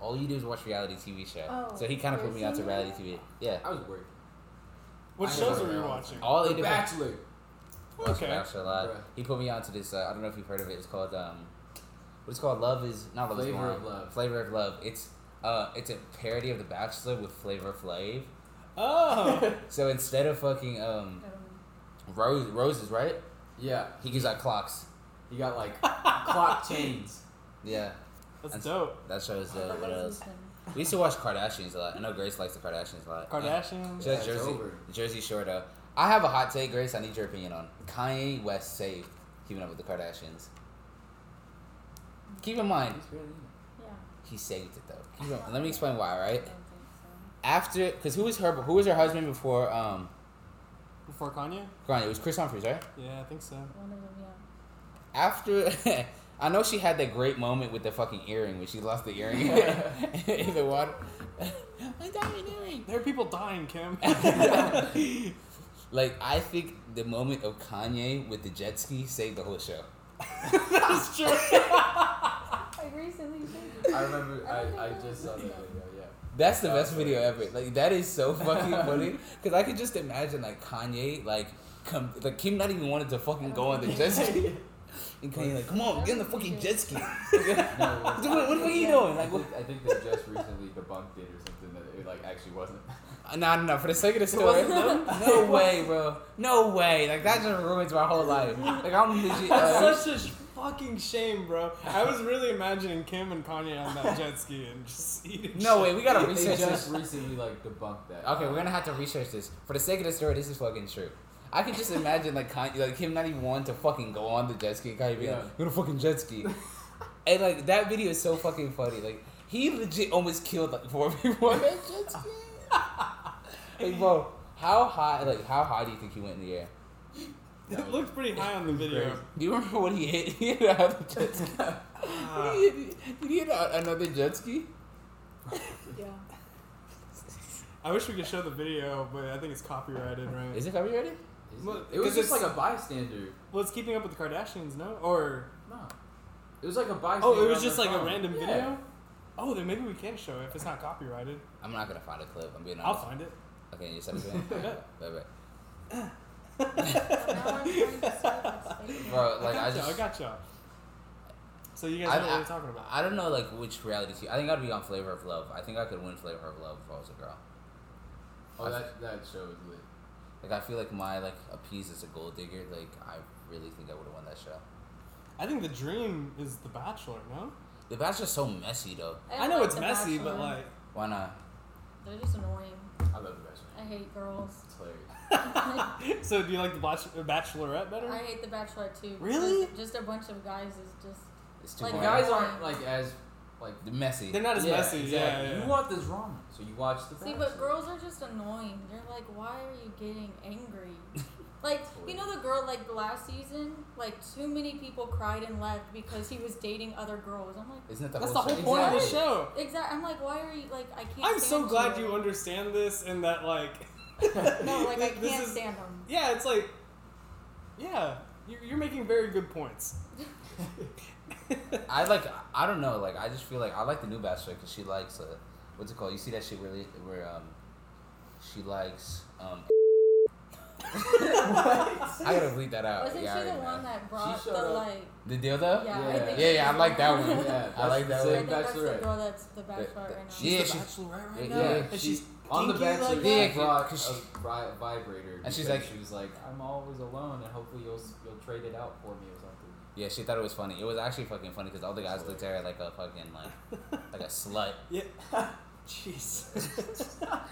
[SPEAKER 2] All you do is watch reality TV show.
[SPEAKER 4] Oh,
[SPEAKER 2] so he kind of
[SPEAKER 4] you're
[SPEAKER 2] put me out to
[SPEAKER 4] seeing
[SPEAKER 2] reality
[SPEAKER 4] that?
[SPEAKER 2] TV. Yeah.
[SPEAKER 3] I was worried.
[SPEAKER 1] What
[SPEAKER 2] I
[SPEAKER 1] shows
[SPEAKER 2] know.
[SPEAKER 1] are you watching?
[SPEAKER 2] All
[SPEAKER 3] The
[SPEAKER 2] they did was
[SPEAKER 3] Bachelor.
[SPEAKER 2] watch
[SPEAKER 1] Okay.
[SPEAKER 2] Bachelor a lot.
[SPEAKER 3] Bruh.
[SPEAKER 2] He put me onto this. Uh, I don't know if you've heard of it. It's called um, what it's called. Love is not love
[SPEAKER 3] Flavor
[SPEAKER 2] is
[SPEAKER 3] of
[SPEAKER 2] Blind.
[SPEAKER 3] Love.
[SPEAKER 2] Flavor of love. It's uh, it's a parody of The Bachelor with Flavor Flav.
[SPEAKER 1] Oh,
[SPEAKER 2] So instead of fucking um, rose roses, right?
[SPEAKER 3] Yeah,
[SPEAKER 2] He gives out clocks.
[SPEAKER 3] you got like clock chains.
[SPEAKER 2] Yeah,
[SPEAKER 1] that's
[SPEAKER 2] That's-
[SPEAKER 1] dope.
[SPEAKER 2] that shows uh, what else. We used to watch Kardashians a lot. I know Grace likes the Kardashians a lot.
[SPEAKER 1] Kardashians.
[SPEAKER 2] Just
[SPEAKER 3] Yeah, it's
[SPEAKER 2] Jersey,
[SPEAKER 3] over.
[SPEAKER 2] Jersey Shore though. I have a hot take, Grace. I need your opinion on Kanye West saved keeping up with the Kardashians. Keep in mind,
[SPEAKER 4] Yeah.
[SPEAKER 2] he saved it though. Keep in- let me explain why. Right after, because who was her? Who was her husband before? Um,
[SPEAKER 1] Before Kanye?
[SPEAKER 2] Kanye. It was Chris Humphries, right?
[SPEAKER 1] Yeah, I think so.
[SPEAKER 4] One of them, yeah.
[SPEAKER 2] After, I know she had that great moment with the fucking earring when she lost the earring in the water. What's that you doing?
[SPEAKER 1] There are people dying, Kim.
[SPEAKER 2] like I think the moment of Kanye with the jet ski saved the whole show.
[SPEAKER 1] that's true.
[SPEAKER 4] Like recently,
[SPEAKER 3] I remember. I, I just saw that video. Yeah.
[SPEAKER 2] That's the
[SPEAKER 3] That's
[SPEAKER 2] best video ever. Like that is so fucking funny because I could just imagine like Kanye like come like Kim not even wanted to fucking go on the jet ski. And Kanye like, come on, get on the fucking jet ski.
[SPEAKER 3] No, it
[SPEAKER 2] Dude,
[SPEAKER 3] was-
[SPEAKER 2] what, what are you doing? Like, what?
[SPEAKER 3] I think they just recently debunked it or something that it like actually wasn't.
[SPEAKER 2] nah, nah, nah. For the sake of the story, no way, bro. No way. Like that just ruins my whole life. Like I'm legit. Like,
[SPEAKER 1] That's such a sh- fucking shame, bro. I was really imagining Kim and Kanye on that jet ski and just eating.
[SPEAKER 2] no way. We gotta
[SPEAKER 3] They
[SPEAKER 2] research this.
[SPEAKER 3] just recently like debunked that.
[SPEAKER 2] Okay, we're gonna have to research this. For the sake of the story, this is fucking true. I could just imagine like Kanye, like him not even wanting to fucking go on the jet ski. Kanye be
[SPEAKER 3] Yeah.
[SPEAKER 2] like, "You're a fucking jet ski," and like that video is so fucking funny. Like he legit almost killed like four people on that jet ski. hey, bro, how high? Like how high do you think he went in the air?
[SPEAKER 1] It looked pretty high on the video.
[SPEAKER 2] Do you remember what he hit? He hit another jet ski.
[SPEAKER 1] Uh.
[SPEAKER 2] What he hit, did he hit a- another jet ski?
[SPEAKER 4] yeah.
[SPEAKER 1] I wish we could show the video, but I think it's copyrighted, right?
[SPEAKER 2] Is it copyrighted?
[SPEAKER 3] Is
[SPEAKER 1] Well,
[SPEAKER 3] it? It was
[SPEAKER 1] 'cause
[SPEAKER 3] just
[SPEAKER 1] it's-
[SPEAKER 3] like a bystander.
[SPEAKER 1] well, it's keeping up with the Kardashians, no? Or
[SPEAKER 3] No, it was like a bystander.
[SPEAKER 1] oh, it was
[SPEAKER 3] on
[SPEAKER 1] just
[SPEAKER 3] their
[SPEAKER 1] like a
[SPEAKER 3] phone.
[SPEAKER 1] random
[SPEAKER 3] Yeah.
[SPEAKER 1] video. Oh, then maybe we can show it if it's not copyrighted.
[SPEAKER 2] I'm not gonna find a clip. I'm being
[SPEAKER 1] I'll
[SPEAKER 2] honest.
[SPEAKER 1] find it.
[SPEAKER 2] Okay, you said it. Wait, wait. Bro, like I
[SPEAKER 1] I got
[SPEAKER 2] just
[SPEAKER 1] y'all. I got y'all. So you guys
[SPEAKER 2] I-
[SPEAKER 1] know what
[SPEAKER 2] I-
[SPEAKER 1] we're talking about.
[SPEAKER 2] I don't know like which reality TV. I think I'd be on Flavor of Love. I think I could win Flavor of Love if I was a girl.
[SPEAKER 3] Oh, that that show was lit.
[SPEAKER 2] Like I feel like my like appease as a gold digger. Like I really think I would have won that show.
[SPEAKER 1] I think the dream is The Bachelor, no?
[SPEAKER 2] The Bachelor's so messy though.
[SPEAKER 1] I know it's messy, but like,
[SPEAKER 2] Why not?
[SPEAKER 4] They're just annoying.
[SPEAKER 3] I love the bachelor.
[SPEAKER 4] I hate girls.
[SPEAKER 3] It's hilarious.
[SPEAKER 4] I
[SPEAKER 1] so do you like The Bach- Bachelorette better?
[SPEAKER 4] hate The Bachelorette too.
[SPEAKER 1] Really?
[SPEAKER 4] Just, just a bunch of guys is just.
[SPEAKER 2] It's too
[SPEAKER 4] Like,
[SPEAKER 3] The
[SPEAKER 2] boring.
[SPEAKER 3] guys aren't like as like.
[SPEAKER 2] The messy.
[SPEAKER 1] They're not as
[SPEAKER 3] yeah,
[SPEAKER 1] messy,
[SPEAKER 3] exactly.
[SPEAKER 1] yeah. yeah.
[SPEAKER 3] You want the drama, so you watch the.
[SPEAKER 4] See,
[SPEAKER 3] Bachelor.
[SPEAKER 4] but girls are just annoying. They're like, why are you getting angry? Like, you know the girl, like, last season? Like, too many people cried and left because he was dating other girls. I'm like,
[SPEAKER 2] Isn't that the
[SPEAKER 1] That's the
[SPEAKER 2] whole
[SPEAKER 1] whole
[SPEAKER 2] show?
[SPEAKER 1] point of the
[SPEAKER 4] Exactly.
[SPEAKER 1] show.
[SPEAKER 4] exact. I'm like, why are you, like, I can't
[SPEAKER 1] I'm so
[SPEAKER 4] stand
[SPEAKER 1] glad you understand this and that, like,
[SPEAKER 4] No, like, I
[SPEAKER 1] This
[SPEAKER 4] can't
[SPEAKER 1] is-
[SPEAKER 4] stand them.
[SPEAKER 1] yeah, it's like, yeah, you're, you're making very good points.
[SPEAKER 2] I like. I don't know. Like I just feel like I like the new Bachelor because she likes uh, what's it called? You see that shit where they- where um, she likes um. I gotta bleep that out.
[SPEAKER 4] Wasn't
[SPEAKER 2] yeah, I
[SPEAKER 4] she the
[SPEAKER 2] already know.
[SPEAKER 4] one that brought
[SPEAKER 3] showed
[SPEAKER 4] the,
[SPEAKER 3] up.
[SPEAKER 4] like,
[SPEAKER 2] The
[SPEAKER 4] yeah, I
[SPEAKER 2] dildo?
[SPEAKER 3] Yeah.
[SPEAKER 4] think
[SPEAKER 2] Yeah,
[SPEAKER 4] she's
[SPEAKER 2] yeah, I
[SPEAKER 4] the
[SPEAKER 2] like that
[SPEAKER 4] one.
[SPEAKER 2] one.
[SPEAKER 3] Yeah,
[SPEAKER 2] I like
[SPEAKER 3] that's
[SPEAKER 2] that
[SPEAKER 3] the
[SPEAKER 4] I
[SPEAKER 2] one.
[SPEAKER 4] think that's the
[SPEAKER 3] Bachelorette.
[SPEAKER 4] girl that's the bachelorette
[SPEAKER 2] the-
[SPEAKER 4] right now.
[SPEAKER 2] she- Yeah,
[SPEAKER 1] the
[SPEAKER 2] she-
[SPEAKER 1] Bachelorette
[SPEAKER 2] yeah,
[SPEAKER 1] right now.
[SPEAKER 3] Yeah,
[SPEAKER 1] And she's
[SPEAKER 3] on the
[SPEAKER 1] kinky like
[SPEAKER 3] bachelor.
[SPEAKER 1] that?
[SPEAKER 2] Yeah,
[SPEAKER 3] she brought
[SPEAKER 2] she-
[SPEAKER 3] a vi- vibrator,
[SPEAKER 2] And she's
[SPEAKER 3] because
[SPEAKER 2] like-
[SPEAKER 3] she was like, I'm always alone, and hopefully you'll s- you'll trade it out for me or something.
[SPEAKER 2] Yeah, she thought it was funny. It was actually fucking funny because all the guys looked at her like a fucking like like a slut.
[SPEAKER 1] Yeah. Jeez.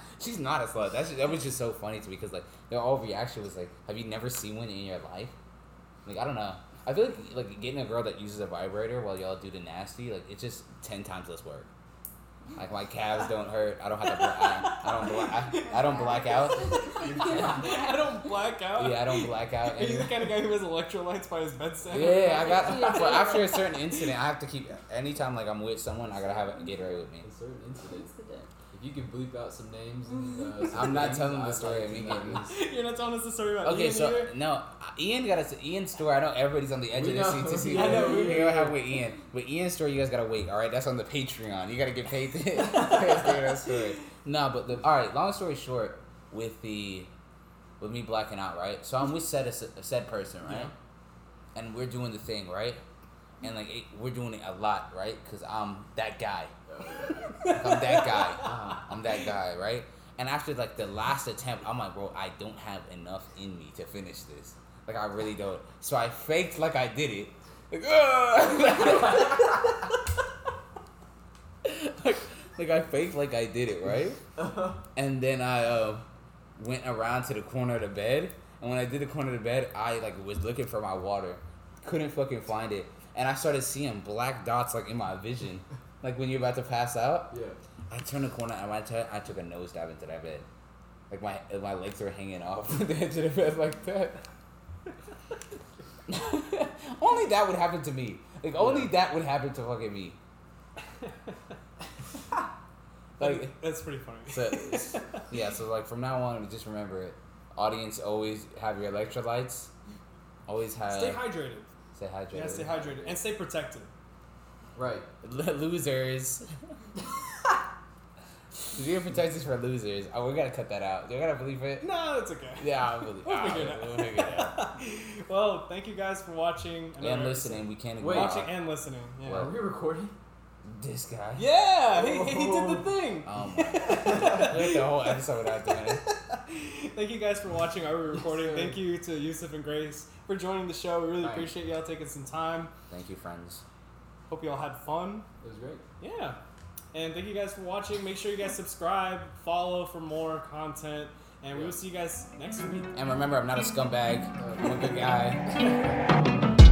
[SPEAKER 2] She's not a slut. That's that was just so funny to me because like their all reaction was like, "Have you never seen one in your life?" Like I don't know. I feel like like getting a girl that uses a vibrator while y'all do the nasty like it's just ten times less work. Like my calves don't hurt. I don't have to. Bla- I, I don't. Bla- I, I don't black out.
[SPEAKER 1] I don't black out.
[SPEAKER 2] Yeah, I don't black out.
[SPEAKER 1] Are
[SPEAKER 2] And-
[SPEAKER 1] you the kind of guy who has electrolytes by his bedside?
[SPEAKER 2] Yeah, I got.
[SPEAKER 4] Yeah.
[SPEAKER 2] Well, after a certain incident, I have to keep. Anytime like I'm with someone, I gotta have a Gatorade with me.
[SPEAKER 3] In certain incidents,
[SPEAKER 4] Incident.
[SPEAKER 3] you
[SPEAKER 8] If you could bleep out some names, and, uh, some
[SPEAKER 2] I'm not
[SPEAKER 8] things,
[SPEAKER 2] telling
[SPEAKER 8] I'd
[SPEAKER 2] the story
[SPEAKER 8] like
[SPEAKER 2] of
[SPEAKER 8] to
[SPEAKER 2] me
[SPEAKER 8] know
[SPEAKER 2] getting
[SPEAKER 8] this.
[SPEAKER 1] You're not telling us the story about
[SPEAKER 2] Okay,
[SPEAKER 1] Ian
[SPEAKER 2] so
[SPEAKER 1] either?
[SPEAKER 2] no, Ian got us Ian's story. I know everybody's on the edge
[SPEAKER 8] We
[SPEAKER 2] of their
[SPEAKER 8] know.
[SPEAKER 2] seat to see
[SPEAKER 8] I
[SPEAKER 2] what
[SPEAKER 8] know, we
[SPEAKER 2] we're gonna have with Ian. With Ian's story, you guys gotta wait. All right, that's on the Patreon. You gotta get paid to to hear that story. Nah, but the all right. Long story short, with the with me blacking out, right? So I'm with said said person, right? And we're doing the thing, right? And like it, we're doing it a lot, right? Cause I'm that guy. I'm that guy. I'm that guy, right? And after like the last attempt, I'm like, bro, I don't have enough in me to finish this. Like I really don't. So I faked like I did it. Like, like, like I faked like I did it, right? And then I uh, went around to the corner of the bed. And when I did the corner of the bed, I like was looking for my water, couldn't fucking find it. And I started seeing black dots like in my vision, like when you're about to pass out.
[SPEAKER 8] Yeah.
[SPEAKER 2] I turned the corner and when I, turned, I took a nosedive into that bed. Like my my legs were hanging off the edge of the bed like that. only that would happen to me. Like only that would happen to fucking me. like
[SPEAKER 1] That's pretty funny.
[SPEAKER 2] so yeah, so like from now on, just remember it. Audience, always have your electrolytes. Always have
[SPEAKER 1] stay hydrated.
[SPEAKER 2] stay hydrated.
[SPEAKER 1] Yeah, stay hydrated and stay protected.
[SPEAKER 8] Right.
[SPEAKER 2] losers. Zero protectors for losers. Oh, we gotta cut that out. You gotta believe it.
[SPEAKER 1] No, that's okay.
[SPEAKER 2] Yeah, I believe.
[SPEAKER 1] We'll
[SPEAKER 2] ah,
[SPEAKER 1] figure it out.
[SPEAKER 2] we'll figure it out.
[SPEAKER 1] Well, thank you guys for watching
[SPEAKER 2] and listening, we can't
[SPEAKER 8] Wait.
[SPEAKER 2] ignore
[SPEAKER 1] Watching and listening. Yeah.
[SPEAKER 2] Well,
[SPEAKER 8] Are we recording?
[SPEAKER 2] this guy.
[SPEAKER 1] Yeah, he, he did the thing.
[SPEAKER 2] Oh my! God. Like the whole episode without doing it.
[SPEAKER 1] Thank you guys for watching. Are we recording?
[SPEAKER 8] sir.
[SPEAKER 1] Thank you to Yusuf and Grace for joining the show. We really
[SPEAKER 8] Thanks.
[SPEAKER 1] appreciate y'all taking some time.
[SPEAKER 2] Thank you, friends.
[SPEAKER 1] Hope y'all had fun.
[SPEAKER 8] It was great.
[SPEAKER 1] Yeah. And thank you guys for watching. Make sure you guys subscribe, follow for more content, and we will see you guys next week.
[SPEAKER 2] And remember, I'm not a scumbag. I'm a good guy.